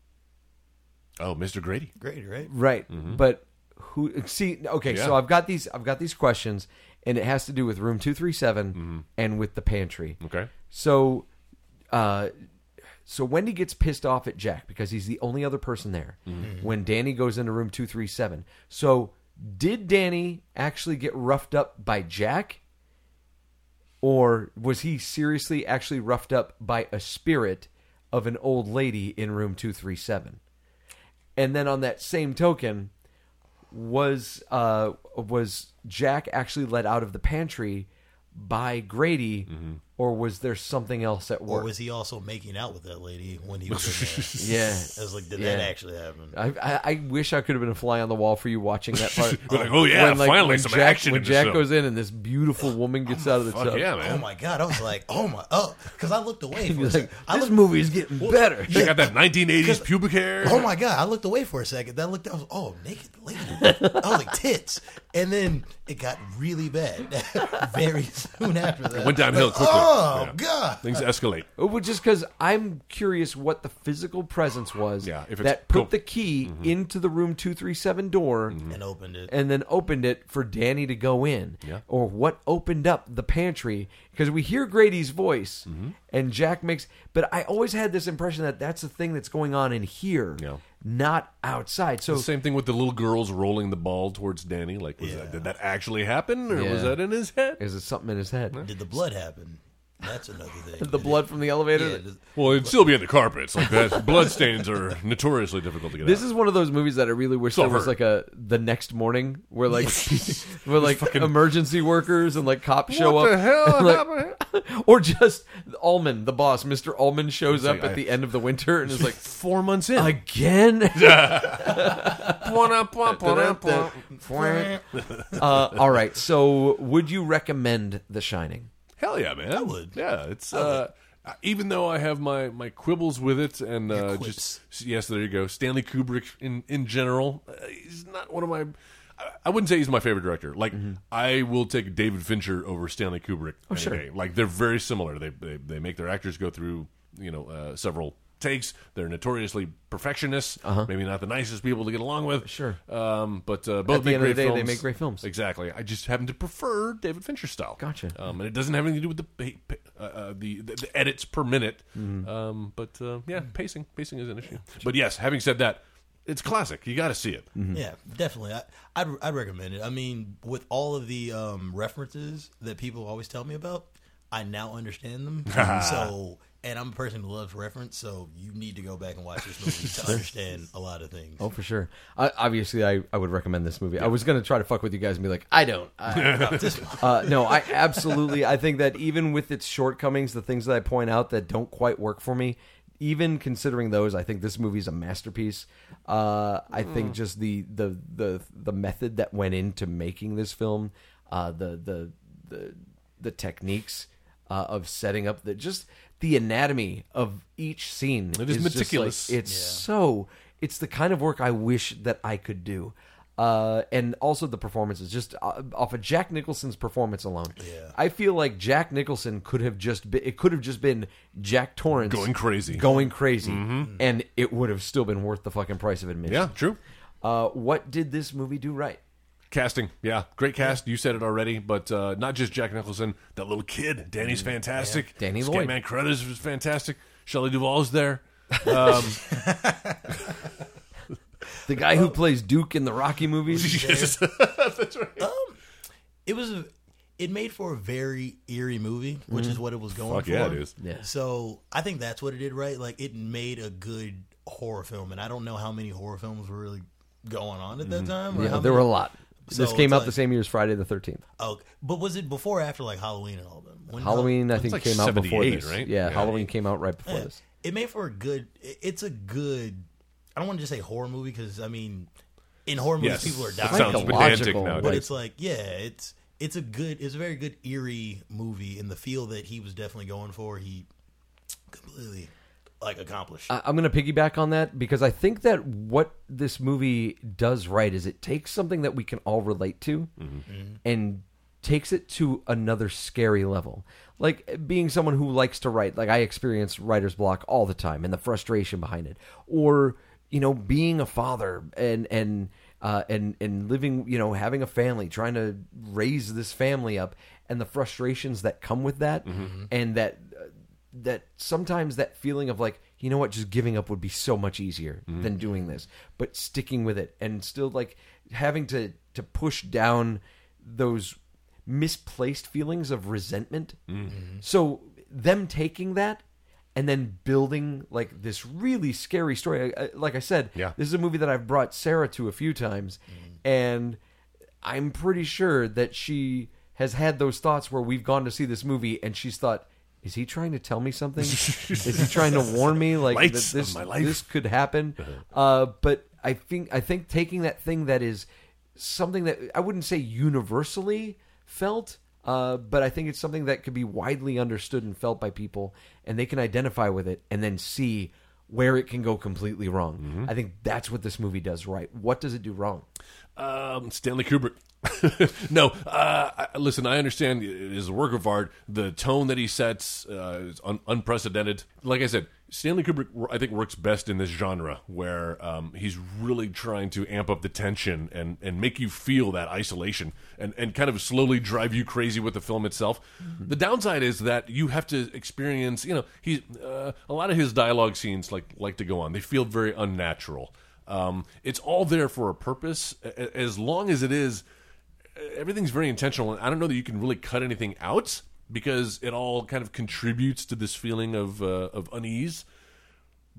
Speaker 4: Oh, Mr. Grady.
Speaker 5: Great, right?
Speaker 3: Right, but who? See, okay,
Speaker 4: Yeah.
Speaker 3: so I've got these I've got these questions, and it has to do with room two and with the pantry.
Speaker 4: Okay.
Speaker 3: So, uh, so Wendy gets pissed off at Jack because he's the only other person there. When Danny goes into room two three seven, so did Danny actually get roughed up by Jack, or was he seriously actually roughed up by a spirit of an old lady in room two three seven? And then on that same token, was uh, was Jack actually let out of the pantry by Grady, or was there something else at
Speaker 5: Or
Speaker 3: work?
Speaker 5: was he also making out with that lady when he was in there?
Speaker 3: yeah,
Speaker 5: I was like, did
Speaker 3: Yeah.
Speaker 5: that actually happen?
Speaker 3: I, I, I wish I could have been a fly on the wall for you watching that part.
Speaker 4: We're like, oh, yeah, finally
Speaker 3: when
Speaker 4: some
Speaker 3: Jack,
Speaker 4: action
Speaker 3: When
Speaker 4: in this
Speaker 3: Jack
Speaker 4: film.
Speaker 3: goes in and this beautiful woman gets out of the
Speaker 4: Fuck
Speaker 3: tub.
Speaker 4: yeah, man.
Speaker 5: Oh my god! I was like, oh my, oh, because I looked away. For a
Speaker 3: You're like,
Speaker 5: second. I
Speaker 3: this
Speaker 5: looked,
Speaker 3: movie is getting better.
Speaker 4: They got that 1980s pubic hair.
Speaker 5: Oh my god! I looked away for a second. Then I looked. I was oh naked lady. I was like tits, and then it got really bad very soon after that.
Speaker 4: Went downhill quickly.
Speaker 5: Oh
Speaker 4: Yeah.
Speaker 5: god!
Speaker 4: Things escalate.
Speaker 3: Oh, Well, just because I'm curious what the physical presence was
Speaker 4: Yeah, if it's Mm-hmm.
Speaker 3: that put
Speaker 4: cool.
Speaker 3: the key into the room 237 door
Speaker 4: Mm-hmm.
Speaker 5: And opened it.
Speaker 3: and then opened it for Danny to go in.
Speaker 4: Yeah.
Speaker 3: Or what opened up the pantry? Because we hear Grady's voice
Speaker 4: Mm-hmm.
Speaker 3: and Jack makes. But I always had this impression that that's the thing that's going on in here,
Speaker 4: Yeah.
Speaker 3: not outside. So
Speaker 4: The same thing with the little girls rolling the ball towards Danny. Like, was that, did that actually happen, or was
Speaker 3: Yeah.
Speaker 4: that in his head?
Speaker 3: is it something in his head?
Speaker 5: Did the blood happen? That's another thing.
Speaker 3: The blood from the elevator.
Speaker 5: Yeah, does-
Speaker 4: Well, it'd still be in the carpets. Like that, blood stains are notoriously difficult to get
Speaker 3: This
Speaker 4: out.
Speaker 3: is one of those movies that I really wish
Speaker 4: all
Speaker 3: there was
Speaker 4: her.
Speaker 3: like a the next morning where like where like emergency workers and like cops show up.
Speaker 4: What the hell
Speaker 3: and, like-
Speaker 4: happened?
Speaker 3: or just Allman, the boss, Mr. Allman shows up
Speaker 4: like,
Speaker 3: at
Speaker 4: I-
Speaker 3: the end of the winter and is like
Speaker 4: Four months in.
Speaker 3: again.
Speaker 4: Pwah-nah-pwah-pwah-nah-pwah.
Speaker 5: Mm-hmm.
Speaker 3: uh, all right, so would you recommend The Shining?
Speaker 4: Hell yeah, man! I
Speaker 5: would.
Speaker 4: Yeah, it's uh, even though I have my my quibbles with it, and uh,
Speaker 5: quips.
Speaker 4: just yes, there you go. Stanley Kubrick in in general, uh, he's not one of my. I- I wouldn't say he's my favorite director. Like
Speaker 3: Mm-hmm.
Speaker 4: I will take David Fincher over Stanley Kubrick. Oh,
Speaker 3: sure.
Speaker 4: Like they're very similar. They, they they make their actors go through you know uh, several takes. They're notoriously perfectionists. Maybe not the nicest people to get along with.
Speaker 3: Uh-huh. Sure.
Speaker 4: Um, but uh, both
Speaker 3: the
Speaker 4: make
Speaker 3: end of the
Speaker 4: great
Speaker 3: day, they
Speaker 4: films.
Speaker 3: make great films.
Speaker 4: Exactly. I just happen to prefer David Fincher style.
Speaker 3: Gotcha.
Speaker 4: Um, and it doesn't have anything to do with the pa- pa- uh, uh, the, the the edits per minute. Um, but uh, yeah, pacing pacing is an issue. But yes, having said that, it's classic. You got to see it.
Speaker 5: Yeah, definitely. I, I'd, I'd recommend it. I mean, with all of the um, references that people always tell me about, I now understand them. so and I'm a person who loves reference, so you need to go back and watch this movie to understand a lot of things.
Speaker 3: Oh, for sure. I, obviously, I, I would recommend this movie. I was going to try to fuck with you guys and be like, I don't. I, uh, no, I absolutely. I think that even with its shortcomings, the things that I point out that don't quite work for me, even considering those, I think this movie is a masterpiece. Uh, I
Speaker 4: Mm.
Speaker 3: think just the, the the the method that went into making this film, uh, the the the the techniques uh, of setting up the just the anatomy of each scene.
Speaker 4: It is
Speaker 3: just, like,
Speaker 4: meticulous.
Speaker 3: it's so it's the kind of work I wish that I could do. Uh, and also the performances, just uh, off of Jack Nicholson's performance alone, I feel like Jack Nicholson could have just been, it could have just been Jack Torrance
Speaker 4: Going crazy. Mm-hmm.
Speaker 3: going crazy, and it would have still been worth the fucking price of admission.
Speaker 4: Yeah, true.
Speaker 3: Uh, what did this movie do right?
Speaker 4: Casting, yeah, great cast. You said it already, but uh, not just Jack Nicholson. That little kid, Danny's fantastic.
Speaker 3: Danny
Speaker 4: Scatman
Speaker 3: Lloyd.
Speaker 4: Carruthers was fantastic. Shelley Duvall's there. Um,
Speaker 3: The guy
Speaker 4: Uh,
Speaker 3: who plays Duke in the Rocky movies.
Speaker 4: yes.
Speaker 5: It was, a, it made for a very eerie movie, which is what it was going
Speaker 4: Mm-hmm. Fuck
Speaker 5: for.
Speaker 4: yeah, it is.
Speaker 3: Yeah.
Speaker 5: So I think that's what it did right. Like it made a good horror film, and I don't know how many horror films were really going on at that
Speaker 4: Mm-hmm.
Speaker 5: time. or
Speaker 3: Yeah,
Speaker 5: how
Speaker 3: there were a
Speaker 5: many-
Speaker 3: lot.
Speaker 5: So
Speaker 3: this came out
Speaker 5: it's
Speaker 3: the
Speaker 5: like-
Speaker 3: same year as Friday the Thirteenth.
Speaker 5: Oh, but was it before or after like Halloween and all them? When-
Speaker 3: Halloween, I
Speaker 4: it's
Speaker 3: think,
Speaker 4: like
Speaker 3: came out before
Speaker 4: 78,
Speaker 3: this.
Speaker 4: right?
Speaker 3: Yeah,
Speaker 4: Yeah.
Speaker 3: Halloween came out right before
Speaker 5: Yeah.
Speaker 3: this.
Speaker 5: It made for a good. it- It's a good. I don't want to just say horror movie because I mean, in horror
Speaker 4: Yes.
Speaker 5: movies people are
Speaker 4: That
Speaker 5: dying,
Speaker 4: sounds
Speaker 3: Psychological,
Speaker 4: pedantic
Speaker 5: but
Speaker 4: nowadays.
Speaker 5: it's like yeah, it's it's a good. It's a very good eerie movie in the feel that he was definitely going for. He completely like accomplished.
Speaker 3: I- I'm going to piggyback on that because I think that what this movie does right is it takes something that we can all relate to and takes it to another scary level. Like being someone who likes to write, like I experience writer's block all the time and the frustration behind it, or you know, being a father and and uh, and and living, you know, having a family, trying to raise this family up, and the frustrations that come with that, and that uh, that sometimes that feeling of like you know what just giving up would be so much easier than doing this but sticking with it and still like having to to push down those misplaced feelings of resentment so them taking that and then building like this really scary story I- I- like i said
Speaker 4: Yeah.
Speaker 3: this is a movie that i've brought sarah to a few times
Speaker 4: Mm.
Speaker 3: and i'm pretty sure that she has had those thoughts where we've gone to see this movie and she's thought is he trying to tell me something? is he trying to warn me like that
Speaker 4: Lights of
Speaker 3: this
Speaker 4: my life.
Speaker 3: this could happen?
Speaker 5: Uh-huh.
Speaker 3: Uh, but I think I think taking that thing that is something that I wouldn't say universally felt, uh, but I think it's something that could be widely understood and felt by people, and they can identify with it and then see where it can go completely wrong.
Speaker 5: Mm-hmm.
Speaker 3: I think that's what this movie does right. What does it do wrong?
Speaker 4: Um, Stanley Kubrick. no, uh, I- listen. I understand it is a work of art. The tone that he sets uh, is un- unprecedented. Like I said, Stanley Kubrick, I think, works best in this genre where um, he's really trying to amp up the tension and, and make you feel that isolation and, and kind of slowly drive you crazy with the film itself. The downside is that you have to experience. You know, he uh, a lot of his dialogue scenes like like to go on. They feel very unnatural. Um, it's all there for a purpose. A- a- As long as it is, everything's very intentional. And I don't know that you can really cut anything out because it all kind of contributes to this feeling of uh, of unease.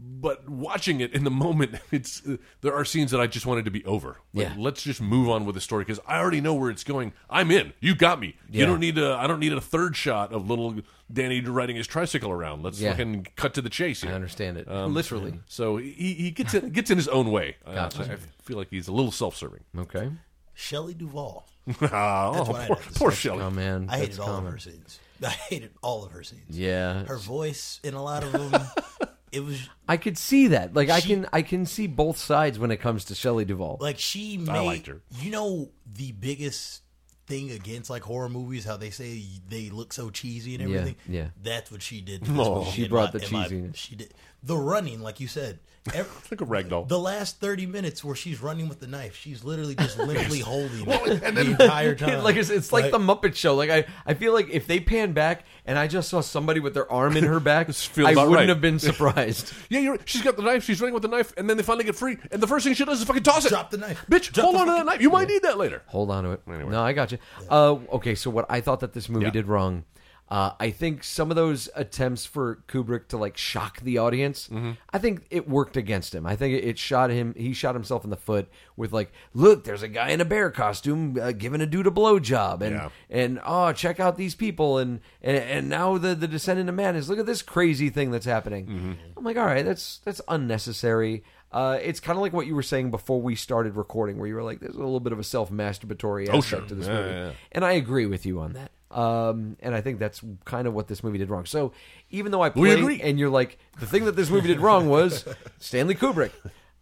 Speaker 4: But watching it in the moment, it's uh, there are scenes that I just wanted to be over. Like,
Speaker 3: Yeah.
Speaker 4: let's just move on with the story because I already know where it's going. I'm in. You got me. You don't need a. I don't need a third shot of little Danny riding his tricycle around. Let's
Speaker 3: Yeah.
Speaker 4: fucking cut to the chase. Here.
Speaker 3: I understand it
Speaker 5: Um,
Speaker 3: literally.
Speaker 4: Um, So he, he gets in, gets in his own way. Uh, I, I feel like he's a little self serving.
Speaker 3: Okay.
Speaker 5: Shelley Duvall.
Speaker 4: oh,
Speaker 5: what I
Speaker 4: poor,
Speaker 5: noticed.
Speaker 4: poor Shelley.
Speaker 3: Oh man,
Speaker 5: I hated
Speaker 3: that's
Speaker 5: all
Speaker 3: common.
Speaker 5: of her scenes. I hated all of her scenes.
Speaker 3: Yeah,
Speaker 5: Her voice in a lot of them. it was
Speaker 3: I could see that. Like I can I can see both sides when it comes to Shelley Duvall.
Speaker 5: like she made.
Speaker 4: liked her.
Speaker 5: You know the biggest thing against like horror movies how they say they look so cheesy and
Speaker 3: Yeah,
Speaker 5: everything.
Speaker 3: yeah.
Speaker 5: That's what she did. to this
Speaker 4: Oh.
Speaker 5: movie,
Speaker 3: She
Speaker 5: in
Speaker 3: brought the
Speaker 5: in
Speaker 3: cheesiness.
Speaker 5: she did the running, like you said. Ev-
Speaker 4: Like a ragdoll.
Speaker 5: The last thirty minutes where she's running with the knife, she's literally just limply holding it the entire time.
Speaker 3: like it's, it's like, the Muppet Show. Like I, I feel like if they pan back and I just saw somebody with their arm in her back,
Speaker 4: feels
Speaker 3: I
Speaker 4: about
Speaker 3: wouldn't
Speaker 4: right.
Speaker 3: have been surprised.
Speaker 4: Yeah, you're, right. she's got the knife. She's running with the knife, and then they finally get free. And the first thing she does is fucking toss it.
Speaker 5: Drop the knife.
Speaker 4: bitch.
Speaker 5: Drop
Speaker 4: hold
Speaker 5: the
Speaker 4: on to that
Speaker 5: fucking-
Speaker 4: knife. You might need that later.
Speaker 3: Hold on to it. No, I got you. Uh, okay, so what I thought that this movie
Speaker 4: Yeah.
Speaker 3: did wrong, Uh, I think some of those attempts for Kubrick to like shock the audience,
Speaker 4: Mm-hmm.
Speaker 3: I think it worked against him. I think it, it shot him. He shot himself in the foot with like, look, there's a guy in a bear costume uh, giving a dude a blowjob, and
Speaker 4: Yeah.
Speaker 3: and oh, check out these people, and and, and now the the descendant of man is look at this crazy thing that's happening.
Speaker 4: Mm-hmm.
Speaker 3: I'm like, all right, that's that's unnecessary. Uh, it's kind of like what you were saying before we started recording, where you were like, "There's a little bit of a self-masturbatory aspect
Speaker 4: Oh, sure.
Speaker 3: to this
Speaker 4: Yeah,
Speaker 3: movie,"
Speaker 4: yeah, yeah.
Speaker 3: and I agree with you on that. Um, and I think that's kind of what this movie did wrong. So even though I
Speaker 4: We
Speaker 3: played
Speaker 4: agree.
Speaker 3: and you're like, the thing that this movie did wrong was Stanley Kubrick.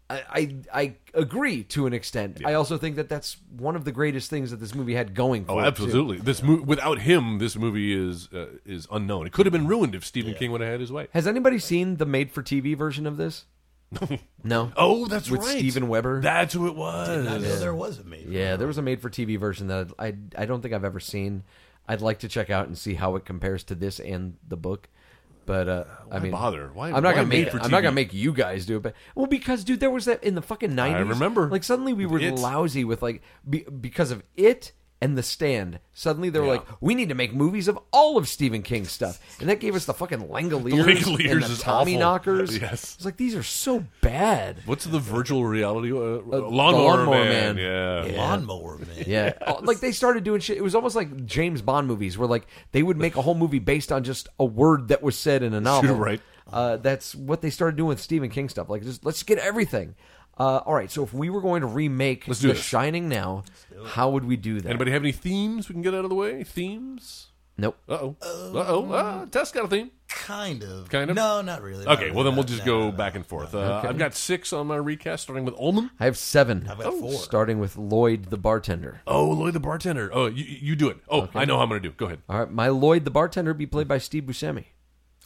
Speaker 3: I, I I agree to an extent. I also think that that's one of the greatest things that this movie had going for
Speaker 4: Oh,
Speaker 3: it, too.
Speaker 4: absolutely. This movie without him, this movie is uh, is unknown. It could have been ruined if Stephen King would have had his way.
Speaker 3: Has anybody seen the made for TV version of this? No.
Speaker 4: Oh, that's
Speaker 3: With
Speaker 4: right.
Speaker 3: Steven Weber.
Speaker 4: That's who it
Speaker 5: I
Speaker 4: was.
Speaker 5: know there was a maybe.
Speaker 3: Yeah, there was a made for TV version that I, I I don't think I've ever seen. I'd like to check out and see how it compares to this and the book. But uh, I mean,
Speaker 4: bother? Why-
Speaker 3: I'm not
Speaker 4: why
Speaker 3: gonna
Speaker 4: made
Speaker 3: make
Speaker 4: for
Speaker 3: I'm not
Speaker 4: TV?
Speaker 3: gonna make you guys do it. But well, because dude, there was that in the fucking nineties.
Speaker 4: remember.
Speaker 3: Like suddenly we were
Speaker 4: It.
Speaker 3: lousy with like be, because of it and the stand. Suddenly they were like, we need to make movies of all of Stephen King's stuff, and that gave us the fucking Langoliers,
Speaker 4: Langoliers
Speaker 3: and the
Speaker 4: is awful.
Speaker 3: Tommy Knockers.
Speaker 4: Yes.
Speaker 3: it's like these are so bad.
Speaker 4: What's the virtual reality? Uh,
Speaker 3: the
Speaker 4: lawnmower,
Speaker 3: Lawnmower Man.
Speaker 4: man. Yeah.
Speaker 5: Lawnmower man.
Speaker 3: Yeah, Oh, like they started doing shit. It was almost like James Bond movies, where like they would make a whole movie based on just a word that was said in a novel.
Speaker 4: You're right.
Speaker 3: Uh, that's what they started doing with Stephen King stuff. Like, just let's get everything. Uh, all right, so if we were going to remake
Speaker 4: Let's do
Speaker 3: The
Speaker 4: this.
Speaker 3: Shining now, how would we do that?
Speaker 4: Anybody have any themes we can get out of the way? Themes?
Speaker 3: Nope.
Speaker 4: Uh oh. Uh oh. Uh, Tess got a theme.
Speaker 5: Kind of.
Speaker 4: Kind of?
Speaker 5: No, not really.
Speaker 4: Okay,
Speaker 5: Not
Speaker 4: well, then
Speaker 5: really.
Speaker 4: we'll just
Speaker 5: No,
Speaker 4: go
Speaker 5: no, no.
Speaker 4: back and forth. Uh, I've got six on my recast, starting with Ullman.
Speaker 3: I have seven.
Speaker 5: I've got
Speaker 3: Oh.
Speaker 5: four.
Speaker 3: Starting with Lloyd the bartender.
Speaker 4: Oh, Lloyd the bartender. Oh, you, you do it. Oh, I know how I'm going to do. Go ahead.
Speaker 3: All right, my Lloyd the bartender be played by Steve Buscemi.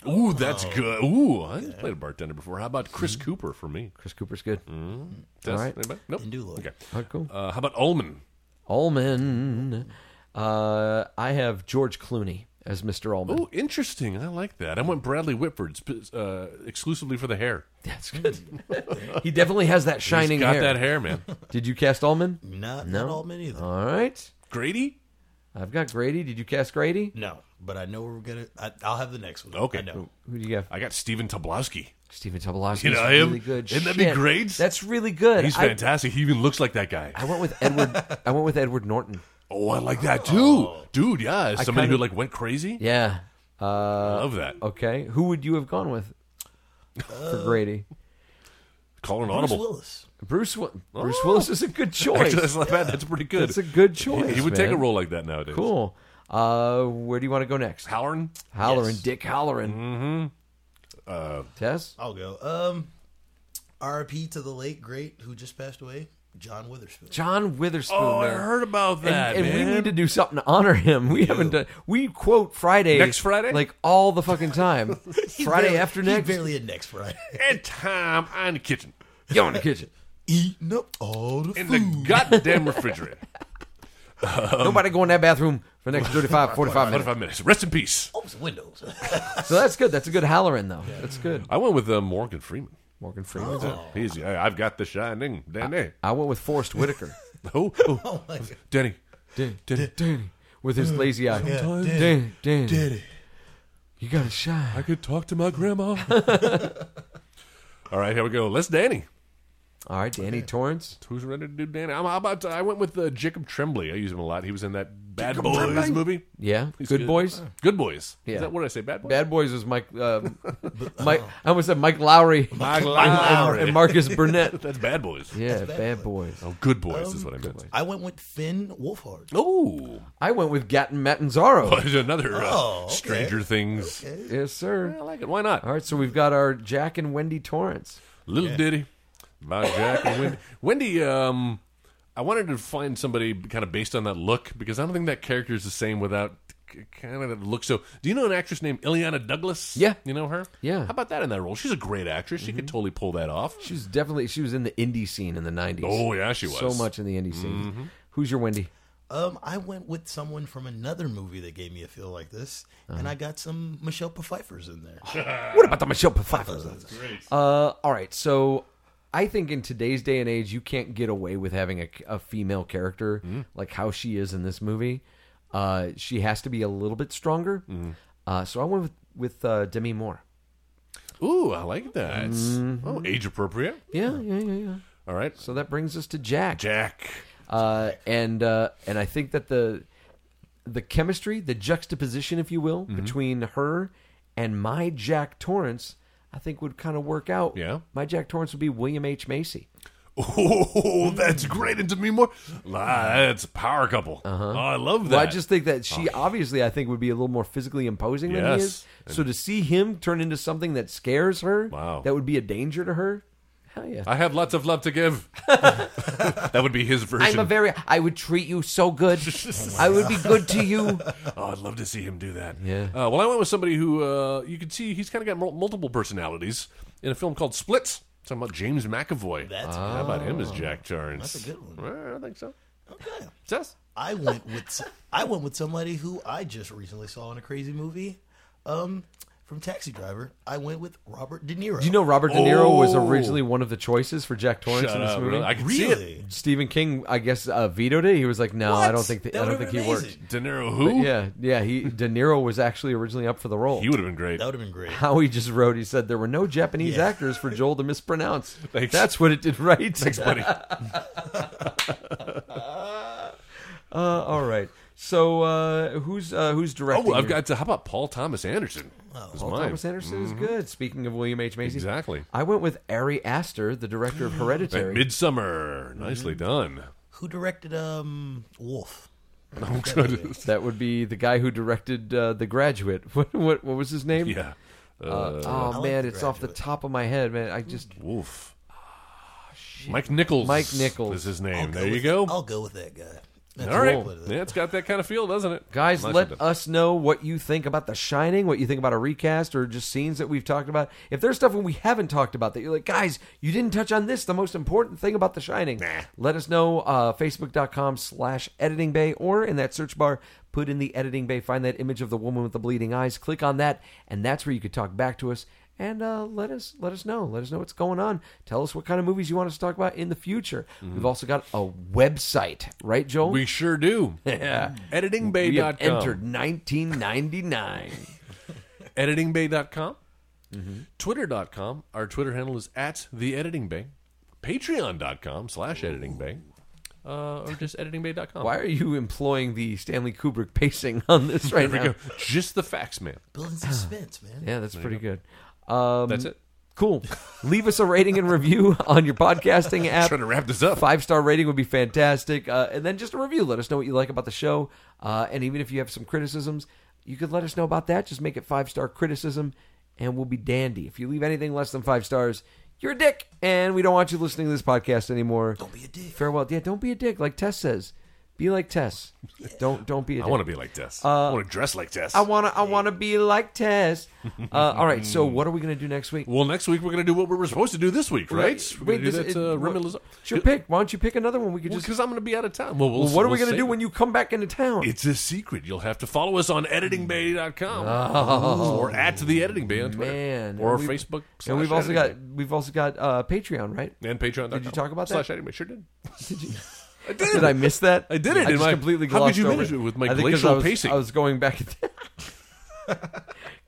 Speaker 4: Ooh, that's good. Ooh, I played a bartender before. How about Chris Cooper for me?
Speaker 3: Chris Cooper's good.
Speaker 4: Mm. Tess,
Speaker 3: right.
Speaker 4: anybody? Nope.
Speaker 5: Didn't do Lloyd.
Speaker 4: Okay.
Speaker 3: All right, cool.
Speaker 4: Uh, how about Ullman?
Speaker 3: Allman. Uh, I have George Clooney as Mr. Allman.
Speaker 4: Oh, interesting. I like that. I went Bradley Whitford sp- uh, exclusively for the hair.
Speaker 3: That's good. he definitely has that shining
Speaker 4: He's got
Speaker 3: hair.
Speaker 4: that hair, man.
Speaker 3: Did you cast Allman?
Speaker 5: Not,
Speaker 3: No. Oh.
Speaker 5: not Altman either.
Speaker 3: All right.
Speaker 4: Grady?
Speaker 3: I've got Grady. Did you cast Grady?
Speaker 5: no, but I know we're gonna. I, I'll have the next one.
Speaker 4: Okay.
Speaker 5: I know.
Speaker 3: Who do you got?
Speaker 4: I got Steven Tobolowsky.
Speaker 3: Stephen Tobolowsky.
Speaker 4: You know
Speaker 3: really
Speaker 4: him?
Speaker 3: good.
Speaker 4: Isn't that be
Speaker 3: Shit.
Speaker 4: great?
Speaker 3: That's really good.
Speaker 4: He's
Speaker 3: I-
Speaker 4: fantastic. he even looks like that guy.
Speaker 3: I, went with Edward. I went with Edward Norton.
Speaker 4: Oh, I like that
Speaker 3: Oh.
Speaker 4: too, dude. Yeah, somebody who like went crazy.
Speaker 3: Yeah. Uh,
Speaker 4: I love that.
Speaker 3: okay. Who would you have gone with
Speaker 4: Uh,
Speaker 3: for Grady?
Speaker 4: Call an
Speaker 5: Bruce
Speaker 4: audible.
Speaker 5: Willis.
Speaker 3: Bruce. Wi- Bruce Willis is a good choice.
Speaker 4: oh. Actually, that's not bad. That's pretty good.
Speaker 3: That's a good
Speaker 4: He-
Speaker 3: choice.
Speaker 4: He, would take a
Speaker 3: man.
Speaker 4: role like that nowadays.
Speaker 3: Cool. Uh, where do you want to go next?
Speaker 4: Halloran.
Speaker 3: Halloran,
Speaker 5: Yes.
Speaker 3: Dick Halloran. Mm-hmm. Uh, Tess.
Speaker 5: I'll go. Um, R.P. to the late great who just passed away, John Witherspoon.
Speaker 3: John Witherspoon.
Speaker 4: Oh, I
Speaker 3: man.
Speaker 4: heard about that.
Speaker 3: and, and we
Speaker 4: man.
Speaker 3: need to do something to honor him. We haven't done. We quote Friday
Speaker 4: Next Friday?
Speaker 3: like all the fucking time.
Speaker 5: He's
Speaker 3: Friday
Speaker 5: barely-
Speaker 3: after
Speaker 5: he's
Speaker 3: next,
Speaker 5: barely at next Friday.
Speaker 4: And time in the kitchen
Speaker 3: go in the kitchen.
Speaker 5: Eating up all the
Speaker 4: in the
Speaker 5: food.
Speaker 4: goddamn refrigerator. Um,
Speaker 3: Nobody go in that bathroom for the next 35, 45 minutes.
Speaker 4: Forty-five minutes. Rest in peace.
Speaker 5: Oh, it's windows.
Speaker 3: So that's good. That's a good Halloran though. That's good.
Speaker 4: I went with uh, Morgan Freeman.
Speaker 3: Morgan
Speaker 4: Oh.
Speaker 3: Freeman.
Speaker 4: He's. I- I've got the shining. Danny.
Speaker 3: Oh. I went with Forrest Whitaker.
Speaker 4: Oh, oh. Danny.
Speaker 3: Danny,
Speaker 4: Danny.
Speaker 3: Danny, with his lazy eye.
Speaker 5: Sometimes-
Speaker 3: Danny, Danny,
Speaker 5: Daddy.
Speaker 3: you gotta shine.
Speaker 4: I could talk to my grandma. All right, here we go. Let's Danny.
Speaker 3: All right, Danny Torrance.
Speaker 4: Who's ready to do Danny? I'm, how about I went with uh, Jacob Tremblay. I use him a lot. He was in that Bad Boys movie.
Speaker 3: Yeah,
Speaker 4: He's
Speaker 3: good, boys.
Speaker 4: Good Boys.
Speaker 3: Yeah.
Speaker 4: Is that what I say? Bad Boys.
Speaker 3: Bad Boys was Mike. Uh, Mike. I almost said Mike Lowry
Speaker 4: Oh. Mike Lowry.
Speaker 3: and Marcus Burnett.
Speaker 4: That's Bad Boys.
Speaker 3: Yeah, Bad Boys.
Speaker 4: Oh, Good Boys is what I meant.
Speaker 5: I went with Finn Wolfhard.
Speaker 4: Oh,
Speaker 3: I went with Gatton Matanzaro.
Speaker 4: there's another uh,
Speaker 5: Oh, okay.
Speaker 4: Stranger Things.
Speaker 3: yes, sir.
Speaker 4: I like it. Why not?
Speaker 3: All right, so we've got our Jack and Wendy Torrance.
Speaker 4: Little Diddy by Jack and Wendy. Wendy, um, I wanted to find somebody kind of based on that look because I don't think that character is the same without k- kind of that look. So, do you know an actress named Ileana Douglas?
Speaker 3: Yeah.
Speaker 4: you know her.
Speaker 3: Yeah. Mm-hmm.
Speaker 4: how about that in that role? She's a great actress. She could totally pull that off.
Speaker 3: She was definitely she was in the indie scene in the nineties.
Speaker 4: Oh, yeah, she was.
Speaker 3: so much in the indie scene. Who's your Wendy?
Speaker 5: Um, I went with someone from another movie that gave me a feel like this, and I got some Michelle Pfeiffer's in there.
Speaker 3: What about the Michelle Pfeiffer? Uh, all right, so I think in today's day and age, you can't get away with having a, a female character like how she is in this movie. Uh, she has to be a little bit stronger. Uh, so I went with, with uh, Demi Moore.
Speaker 4: Ooh, I like that. Oh, age appropriate.
Speaker 3: Mm-hmm. Yeah, yeah, yeah, yeah.
Speaker 4: All right,
Speaker 3: So that brings us to Jack.
Speaker 4: Jack.
Speaker 3: Uh, and uh, and I think that the the chemistry, the juxtaposition, if you
Speaker 4: Mm-hmm.
Speaker 3: will, between her and my Jack Torrance, I think would kind of work out.
Speaker 4: Yeah.
Speaker 3: my Jack Torrance would be William H Macy.
Speaker 4: Oh, that's
Speaker 3: Mm.
Speaker 4: great. And to me more, ah, that's a power couple. Oh, I love
Speaker 3: Uh-huh.
Speaker 4: that.
Speaker 3: Well,
Speaker 4: Oh.
Speaker 3: I just think that she obviously, I think, would be a little more physically imposing than
Speaker 4: Yes.
Speaker 3: he is. So to see him turn into something that scares her,
Speaker 4: Wow.
Speaker 3: that would be a danger to her. Hell yeah!
Speaker 4: I have lots of love to give. that would be his version.
Speaker 3: I'm a very. I would treat you so good. I would be good to you.
Speaker 4: oh, I'd love to see him do that.
Speaker 3: Yeah.
Speaker 4: Uh, well, I went with somebody who uh, you can see he's kind of got mul- multiple personalities in a film called Splits. Talking about James McAvoy.
Speaker 5: That's
Speaker 3: Ah.
Speaker 4: How about him as Jack Torrance?
Speaker 5: That's a good one.
Speaker 4: Uh, I think so.
Speaker 5: Okay.
Speaker 4: Yes.
Speaker 5: I went with s- I went with somebody who I just recently saw in a crazy movie, um, from Taxi Driver. I went with Robert De Niro.
Speaker 3: Do you know Robert De Niro was
Speaker 4: Oh.
Speaker 3: originally one of the choices for Jack Torrance
Speaker 4: Shut
Speaker 3: in this
Speaker 4: up,
Speaker 3: movie?
Speaker 4: really? Uh, I can see
Speaker 5: really?
Speaker 3: Stephen King, I guess, uh, vetoed it. He was like, "No, I
Speaker 5: What?
Speaker 3: don't think the,
Speaker 5: That
Speaker 3: I don't think
Speaker 5: would've been
Speaker 3: he worked."
Speaker 5: amazing.
Speaker 4: it. De Niro, who?
Speaker 3: Yeah, yeah. He De Niro was actually originally up for the role.
Speaker 4: He would have been great.
Speaker 5: That would have been great.
Speaker 3: Howie just wrote. He said there were no Japanese
Speaker 5: Yeah.
Speaker 3: actors for Joel to mispronounce.
Speaker 4: Thanks.
Speaker 3: That's what it did right.
Speaker 4: Thanks, buddy.
Speaker 3: Uh, all right. So uh, who's uh, who's directing?
Speaker 4: Oh, I've
Speaker 3: here?
Speaker 4: got. To, how about Paul Thomas Anderson? Is
Speaker 3: Paul
Speaker 4: mine. Mm-hmm.
Speaker 3: Thomas Anderson is good. Speaking of William H Macy,
Speaker 4: Exactly.
Speaker 3: I went with Ari Aster, the director of Hereditary.
Speaker 4: At Midsummer. Nicely
Speaker 5: Mm-hmm.
Speaker 4: done.
Speaker 5: Who directed um Wolf?
Speaker 4: Oh, good.
Speaker 3: that would be the guy who directed uh, The Graduate. What, what what was his name?
Speaker 4: Yeah.
Speaker 3: Uh, oh
Speaker 5: like
Speaker 3: man,
Speaker 5: The
Speaker 3: it's off the
Speaker 5: Graduate.
Speaker 3: top of my head, man. I just
Speaker 4: Wolf. Mike Nichols.
Speaker 3: Ah, Mike Nichols.
Speaker 4: is his name.
Speaker 5: I'll
Speaker 4: There you
Speaker 5: with-
Speaker 4: go.
Speaker 5: I'll go with that guy. That's
Speaker 4: All right.
Speaker 5: what it is.
Speaker 4: Yeah, it's got that kind of feel, doesn't it?
Speaker 3: Guys,
Speaker 4: Nice
Speaker 3: let
Speaker 4: one.
Speaker 3: us know what you think about The Shining, what you think about a recast, or just scenes that we've talked about. If there's stuff we haven't talked about that you're like, guys, you didn't touch on this, the most important thing about The Shining, let us know. Uh, Facebook.com slash editing bay, or in that search bar, put in the editing bay, find that image of the woman with the bleeding eyes, click on that, and that's where you could talk back to us. And uh, let us let us know. Let us know what's going on. Tell us what kind of movies you want us to talk about in the future. We've also got a website, right, Joel?
Speaker 4: We sure do. Yeah.
Speaker 3: We
Speaker 4: EditingBay.com.
Speaker 3: have entered 1999.
Speaker 4: EditingBay.com.
Speaker 3: Mm-hmm.
Speaker 4: Twitter.com. Our Twitter handle is at The Editing Bay. Patreon.com slash Editing Bay. Uh, or just editingbay.com.
Speaker 3: Why are you employing the Stanley Kubrick pacing on this right
Speaker 4: There we
Speaker 3: now?
Speaker 4: go. Just the facts, man.
Speaker 5: Building suspense, man.
Speaker 3: Yeah, that's pretty good. Um,
Speaker 4: That's it.
Speaker 3: Cool. Leave us a rating and review on your podcasting app.
Speaker 4: Trying to wrap this up.
Speaker 3: Five star rating would be fantastic. Uh, and then just a review. Let us know what you like about the show. Uh, and even if you have some criticisms, you could let us know about that. Just make it five star criticism, and we'll be dandy. If you leave anything less than five stars, you're a dick, and we don't want you listening to this podcast anymore.
Speaker 5: Don't be a dick.
Speaker 3: farewell. Yeah, don't be a dick. Like Tess says, be like Tess. Don't don't be a dick.
Speaker 4: I want to be like Tess. I want to dress like Tess.
Speaker 3: Uh, I wanna I wanna be like Tess. Uh, all right. So what are we gonna do next week?
Speaker 4: well, next week we're going to do what we were supposed to do this week, right? We're
Speaker 3: Wait,
Speaker 4: going to do
Speaker 3: this-
Speaker 4: that
Speaker 3: it-
Speaker 4: uh,
Speaker 3: what-
Speaker 4: Remy Lazar.
Speaker 3: It's your pick. Why don't you pick another one? We could just.
Speaker 4: Because I'm going to be out of town. Well, we'll-
Speaker 3: Well, what are we
Speaker 4: we'll
Speaker 3: gonna do
Speaker 4: save it.
Speaker 3: when you come back into town?
Speaker 4: It's a secret. You'll have to follow us on editingbay.com or at the editing bay on Twitter
Speaker 3: Oh. Man,
Speaker 4: or
Speaker 3: And we've-
Speaker 4: Facebook.
Speaker 3: And we've
Speaker 4: slash
Speaker 3: also got
Speaker 4: Editing Bay.
Speaker 3: we've also got uh, Patreon, right?
Speaker 4: and Patreon.
Speaker 3: Did you talk about that?
Speaker 4: slash Editing Bay. Sure did. I did.
Speaker 3: Did I miss that?
Speaker 4: I did it in
Speaker 3: just
Speaker 4: my-
Speaker 3: completely
Speaker 4: how could
Speaker 3: glossed
Speaker 4: you
Speaker 3: over
Speaker 4: manage it with my
Speaker 3: I think 'cause
Speaker 4: glacial
Speaker 3: I was,
Speaker 4: pacing?
Speaker 3: I was going back. At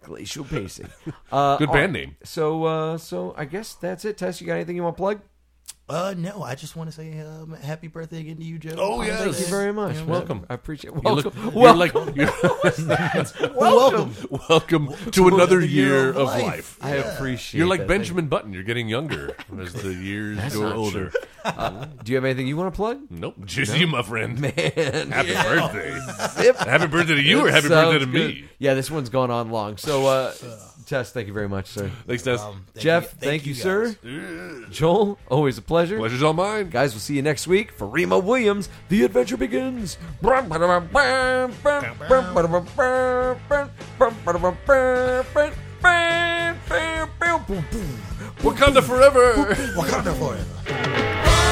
Speaker 3: glacial pacing. Uh,
Speaker 4: Good
Speaker 3: all
Speaker 4: band
Speaker 3: right.
Speaker 4: name.
Speaker 3: So uh, so I guess that's it. Tess, you got anything you want to plug?
Speaker 5: Uh, no, I just want to say um, happy birthday again to you, Joe.
Speaker 4: Oh, yes.
Speaker 5: Thank
Speaker 3: Thank
Speaker 5: you
Speaker 3: you very much.
Speaker 4: Welcome.
Speaker 3: I appreciate.
Speaker 4: You look,
Speaker 3: Welcome.
Speaker 4: you're
Speaker 3: welcome.
Speaker 4: like, you're,
Speaker 5: Welcome.
Speaker 4: welcome to another year of life.
Speaker 3: I appreciate.
Speaker 4: You're like
Speaker 3: that. Thank
Speaker 4: Benjamin Button. You're getting younger as the years go
Speaker 3: not
Speaker 4: older.
Speaker 3: you. Do you have anything you want to plug?
Speaker 4: Nope. Just you, my friend.
Speaker 3: Man,
Speaker 4: Happy birthday.
Speaker 3: Zip.
Speaker 4: happy birthday to you or happy
Speaker 3: Sounds
Speaker 4: birthday to
Speaker 3: good.
Speaker 4: me.
Speaker 3: Yeah, this one's gone on long. So, uh, Tess, thank you very much, sir.
Speaker 4: Thanks, Tess.
Speaker 5: um,
Speaker 3: Jeff, thank, you, sir. Joel, always a pleasure.
Speaker 4: Pleasure's all mine.
Speaker 3: Guys, we'll see you next week for Rima Williams. The adventure begins. Brum, ba-da-bum, brum, brum, brum, ba-da-bum, brum, brum, brum, ba-da-bum, brum, brum, brum, brum, brum, boom, boom.
Speaker 4: Wakanda forever.
Speaker 5: Wakanda forever.